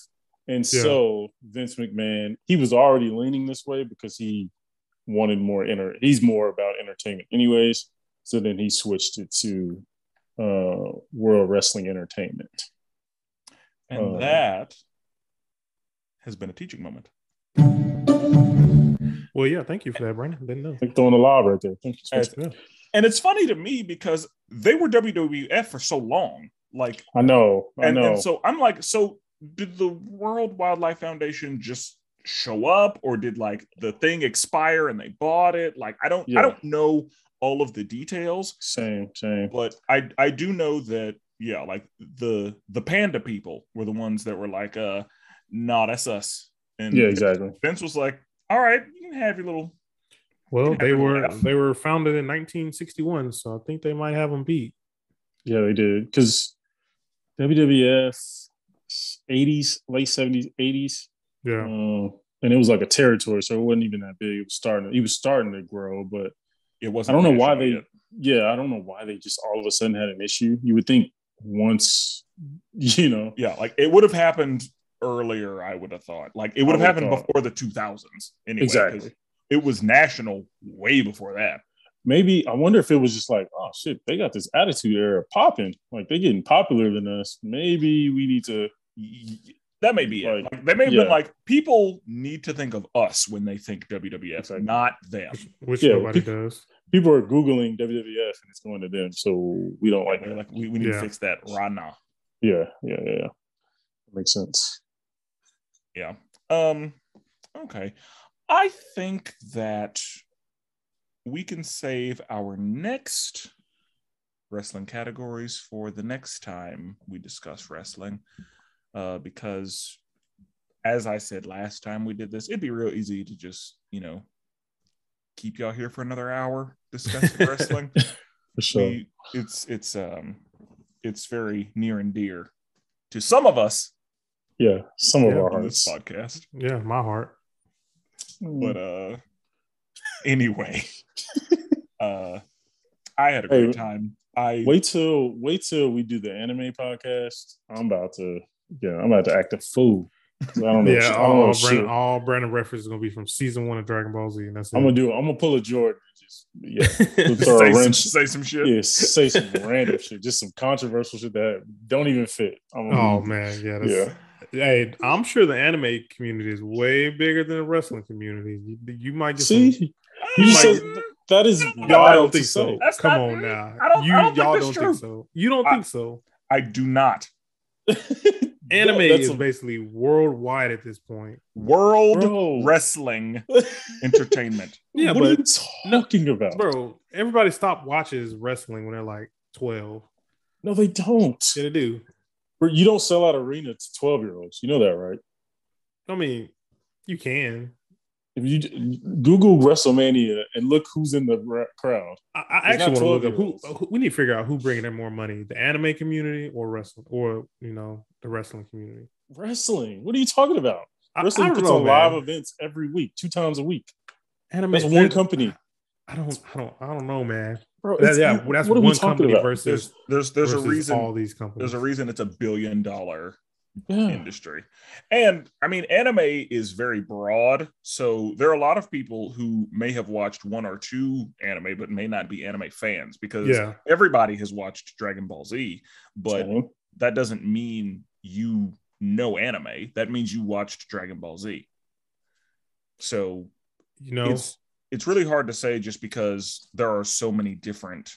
Speaker 2: And
Speaker 3: Yeah.
Speaker 2: so Vince McMahon, he was already leaning this way because he wanted more inner he's more about entertainment anyways. So then he switched it to uh World Wrestling Entertainment.
Speaker 1: And
Speaker 2: Oh.
Speaker 1: that has been a teaching moment.
Speaker 3: Well, yeah, thank you for that, Brandon. Didn't know.
Speaker 2: Like throwing a lob right there. Thank you,
Speaker 1: As-
Speaker 2: Spencer.
Speaker 1: And it's funny to me because they were WWF for so long. Like
Speaker 2: I know. I
Speaker 1: and,
Speaker 2: know.
Speaker 1: and so I'm like, so did the World Wildlife Foundation just show up, or did like the thing expire and they bought it? Like, I don't,
Speaker 2: Yeah.
Speaker 1: I don't know all of the details,
Speaker 2: same, same.
Speaker 1: but I, I do know that, yeah, like the the panda people were the ones that were like, uh, nah, that's us. And
Speaker 2: Yeah, exactly.
Speaker 1: Vince was like, all right, you can have your little.
Speaker 3: Well,
Speaker 1: Yeah,
Speaker 3: they were
Speaker 1: yeah.
Speaker 3: they were founded in 1961, so I think they might have them beat.
Speaker 2: Yeah, they did. Because WWF 80s, late 70s, 80s.
Speaker 3: Yeah,
Speaker 2: Uh, and it was like a territory, so it wasn't even that big. It was starting. It was starting to grow, but
Speaker 1: It wasn't.
Speaker 2: I don't know why
Speaker 1: national
Speaker 2: they.
Speaker 1: yet.
Speaker 2: Yeah, I don't know why they just all of a sudden had an issue. You would think once, you know.
Speaker 1: Yeah, like it would have happened earlier. I would have thought. Like it would have
Speaker 2: I would've
Speaker 1: happened before
Speaker 2: thought.
Speaker 1: the 2000s. Anyway, 'cause
Speaker 2: Exactly.
Speaker 1: It was national way before that.
Speaker 2: Maybe I wonder if it was just like, oh shit, they got this attitude era popping. Like they're getting popular than us. Maybe we need to.
Speaker 1: Y- y- That may be it.
Speaker 2: Like,
Speaker 1: Like, they may have
Speaker 2: yeah.
Speaker 1: been like people need to think of us when they think WWF,
Speaker 2: Exactly.
Speaker 1: not them.
Speaker 3: which
Speaker 2: Yeah,
Speaker 3: nobody
Speaker 2: pe-
Speaker 3: does.
Speaker 2: People are googling WWF and it's going to them, so we don't
Speaker 1: Like,
Speaker 2: like that.
Speaker 1: they're like we, we need
Speaker 3: Yeah.
Speaker 1: to fix that right now.
Speaker 2: Yeah, yeah, yeah. yeah. Makes sense.
Speaker 1: Yeah. Um. Okay. I think that we can save our next wrestling categories for the next time we discuss wrestling, uh, because as I said last time we did this, it'd be real easy to just you know keep y'all here for another hour discussing wrestling.
Speaker 2: For sure.
Speaker 1: We- it's it's um it's very near and dear to some of us
Speaker 2: yeah, some of
Speaker 3: Yeah,
Speaker 2: our
Speaker 1: on this
Speaker 2: hearts. Mm.
Speaker 1: podcast.
Speaker 3: Yeah, my heart.
Speaker 1: but uh anyway uh i had a
Speaker 2: Hey,
Speaker 1: great time i
Speaker 2: wait till wait till we do the anime podcast. I'm about to yeah, I'm about to act a fool. 'Cause I don't know.
Speaker 3: Yeah,
Speaker 2: shit. I don't know
Speaker 3: all,
Speaker 2: shit.
Speaker 3: Brandon, all Brandon reference is gonna be from season one of Dragon Ball Z, and that's
Speaker 2: I'm gonna
Speaker 3: it.
Speaker 2: do. I'm gonna pull a Jordan. and Just yeah,
Speaker 3: I'm
Speaker 2: throw
Speaker 1: say
Speaker 2: a
Speaker 1: some,
Speaker 2: wrench.
Speaker 1: say some shit
Speaker 2: yeah. Say some random shit. Just some controversial shit that don't even fit. I'm gonna
Speaker 3: oh
Speaker 2: do-
Speaker 3: man, yeah, that's,
Speaker 2: yeah.
Speaker 3: Hey, I'm sure the anime community is way bigger than the wrestling community. You, you might get some-
Speaker 2: See, you just
Speaker 1: Um,
Speaker 2: said that is
Speaker 1: No,
Speaker 2: wild
Speaker 3: Y'all don't
Speaker 2: to
Speaker 3: think so.
Speaker 2: say.
Speaker 1: That's
Speaker 3: Come
Speaker 1: not-
Speaker 3: on now.
Speaker 1: I don't- I
Speaker 3: you
Speaker 1: don't think
Speaker 3: y'all
Speaker 1: that's
Speaker 3: don't
Speaker 1: true.
Speaker 3: think so. You don't
Speaker 1: I-
Speaker 3: think so.
Speaker 1: i do not
Speaker 3: Anime
Speaker 2: That's
Speaker 3: is
Speaker 2: a-
Speaker 3: basically worldwide at this point.
Speaker 1: world
Speaker 2: Bro.
Speaker 1: wrestling entertainment
Speaker 3: Yeah,
Speaker 2: what are you talking about?
Speaker 3: Bro, everybody stop watches wrestling when they're like 12.
Speaker 2: No, they don't.
Speaker 3: Yeah, they do.
Speaker 2: Bro, You don't sell out arena to 12 year olds. You know that, right?
Speaker 3: I mean, you can.
Speaker 2: If you d- Google WrestleMania and look who's in the ra- crowd,
Speaker 3: I, I
Speaker 2: It's
Speaker 3: actually
Speaker 2: not
Speaker 3: want to look up who,
Speaker 2: 12-year-olds.
Speaker 3: who we need to figure out who bringing in more money, the anime community or wrestling or you know, the wrestling community.
Speaker 2: wrestling. What are you talking about?
Speaker 3: I, I
Speaker 2: Wrestling
Speaker 3: don't
Speaker 2: puts
Speaker 3: know,
Speaker 2: on live
Speaker 3: man.
Speaker 2: events every week, two times a week.
Speaker 3: anime
Speaker 2: That's one
Speaker 3: there's-
Speaker 2: company.
Speaker 3: I don't, I don't, I don't know, man.
Speaker 2: Bro,
Speaker 3: That-
Speaker 2: it's-
Speaker 3: yeah, that's
Speaker 2: what are we
Speaker 3: one
Speaker 2: talking
Speaker 3: company
Speaker 2: about?
Speaker 1: There's
Speaker 3: versus
Speaker 1: there's there's a
Speaker 3: versus
Speaker 1: reason
Speaker 3: all these companies.
Speaker 1: there's a reason it's a billion dollar
Speaker 2: yeah.
Speaker 1: industry. And I mean, anime is very broad. So there are a lot of people who may have watched one or two anime, but may not be anime fans because
Speaker 3: yeah,
Speaker 1: everybody has watched Dragon Ball Z, but
Speaker 2: So,
Speaker 1: that doesn't mean you know anime. That means you watched Dragon Ball Z. So
Speaker 3: you know,
Speaker 1: it's it's really hard to say just because there are so many different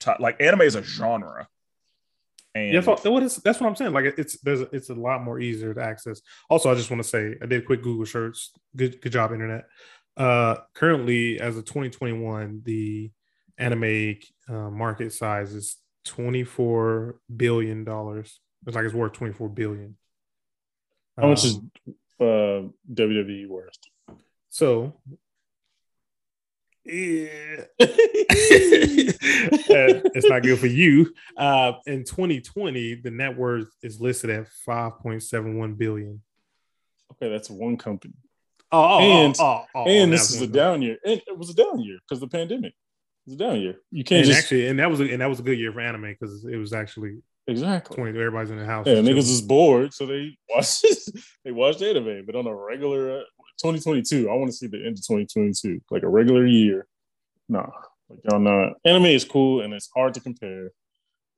Speaker 1: ty- like anime is a genre. And
Speaker 3: yeah, that's what, it's, that's what I'm saying. Like it's there's it's a lot more easier to access. Also, I just want to say I did a quick Google search. Good good job, internet. Uh, currently, as of 2021, the anime uh, market size is 24 billion dollars. It's like it's worth 24 billion.
Speaker 2: How much is
Speaker 3: Um,
Speaker 2: uh, WWE worth?
Speaker 3: So, yeah. it's not good for you. Uh, in 2020, the net worth is listed at 5.71 billion.
Speaker 2: Okay, that's one company.
Speaker 3: Oh, oh,
Speaker 2: And-
Speaker 3: oh, oh, oh,
Speaker 2: and
Speaker 3: that
Speaker 2: this is
Speaker 3: was
Speaker 2: a
Speaker 3: one.
Speaker 2: down year. And it was a down year because the pandemic. It's a down year. You can't
Speaker 3: And
Speaker 2: just
Speaker 3: actually, and that was a, and that was a good year for anime because it was actually
Speaker 2: exactly.
Speaker 3: 20. Everybody's in the house.
Speaker 2: Yeah,
Speaker 3: and
Speaker 2: niggas
Speaker 3: chilling.
Speaker 2: is bored, so they watch they watched anime. But on a regular uh, 2022, I want to see the end of 2022, like a regular year. Nah, like y'all not. Anime is cool and it's hard to compare,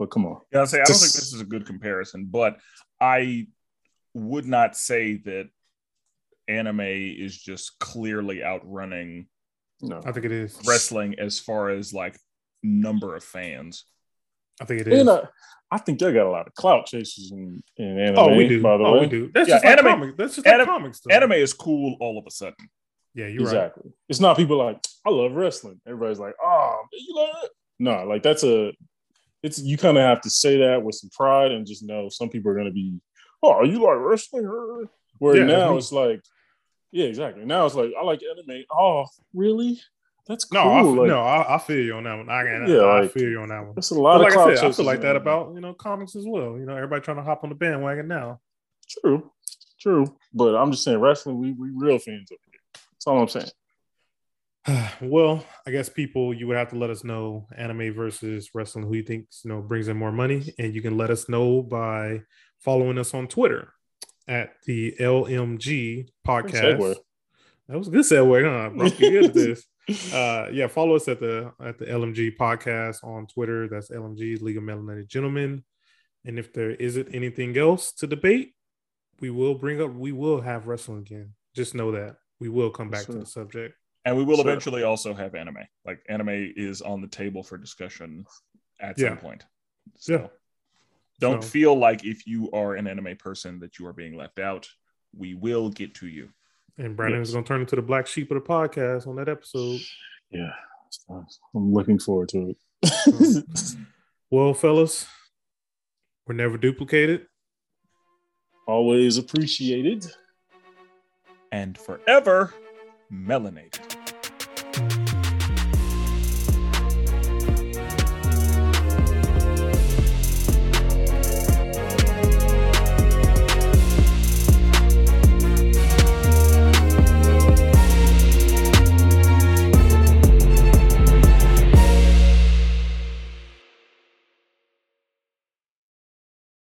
Speaker 2: but come on.
Speaker 1: Yeah, I say I don't think
Speaker 2: Just-
Speaker 1: this is a good comparison, but I would not say that anime is just clearly outrunning
Speaker 2: No,
Speaker 3: I think it is.
Speaker 1: wrestling as far as like number of fans.
Speaker 3: I think it is.
Speaker 2: and I, I think y'all got a lot of clout chasers in, in anime.
Speaker 3: oh, we do.
Speaker 2: By the
Speaker 3: oh,
Speaker 2: way,
Speaker 3: we do. That's
Speaker 1: Yeah,
Speaker 3: just like
Speaker 1: anime-
Speaker 3: comics. That's just like
Speaker 1: anime-
Speaker 3: comics. though.
Speaker 1: Anime is cool all of a sudden.
Speaker 3: Yeah, you're right.
Speaker 2: exactly. It's not people like I love wrestling. Everybody's like, oh, man, you love it? No, like that's a. It's you kind of have to say that with some pride and just know some people are gonna be, oh, you like wrestling? Huh?" Where
Speaker 3: Yeah,
Speaker 2: now
Speaker 3: me.
Speaker 2: it's like, yeah, exactly. Now it's like I like anime. Oh, really? That's cool.
Speaker 3: No, I,
Speaker 2: like,
Speaker 3: no, I, I feel you on that one. I, I,
Speaker 2: Yeah,
Speaker 3: I
Speaker 2: like-
Speaker 3: feel you on that one.
Speaker 2: That's a lot
Speaker 3: But
Speaker 2: of
Speaker 3: like
Speaker 2: clout
Speaker 3: I said, I
Speaker 2: chasers
Speaker 3: feel like
Speaker 2: in
Speaker 3: that
Speaker 2: anime.
Speaker 3: about you know comics as well. You know, everybody trying to hop on the bandwagon now.
Speaker 2: True, true. But I'm just saying, wrestling. We we real fans over here. That's all I'm saying.
Speaker 3: well, I guess people, you would have to let us know anime versus wrestling, who you think you know brings in more money, and you can let us know by following us on Twitter at the
Speaker 2: segue.
Speaker 3: LMG podcast. That was a good segue, huh? Bro, you good at this. Uh, yeah, follow us at the at the LMG podcast on Twitter. That's LMG League of Melanated Gentlemen. And if there isn't anything else to debate, we will bring up. We will have wrestling again. Just know that we will come back
Speaker 2: Yes,
Speaker 3: to
Speaker 2: sir.
Speaker 3: the subject.
Speaker 1: And we will
Speaker 2: Sure.
Speaker 1: eventually also have anime. Like anime is on the table for discussion at
Speaker 3: Yeah.
Speaker 1: some point. So
Speaker 3: Yeah.
Speaker 1: don't
Speaker 3: So-
Speaker 1: feel like if you are an anime person that you are being left out. We will get to you.
Speaker 3: And Brandon is
Speaker 2: Yes.
Speaker 3: going to turn into the black sheep of the podcast on that episode.
Speaker 2: Yeah, I'm looking forward to
Speaker 3: Oh.
Speaker 2: it.
Speaker 3: Well, fellas, we're never duplicated.
Speaker 2: Always appreciated.
Speaker 1: And forever melanated.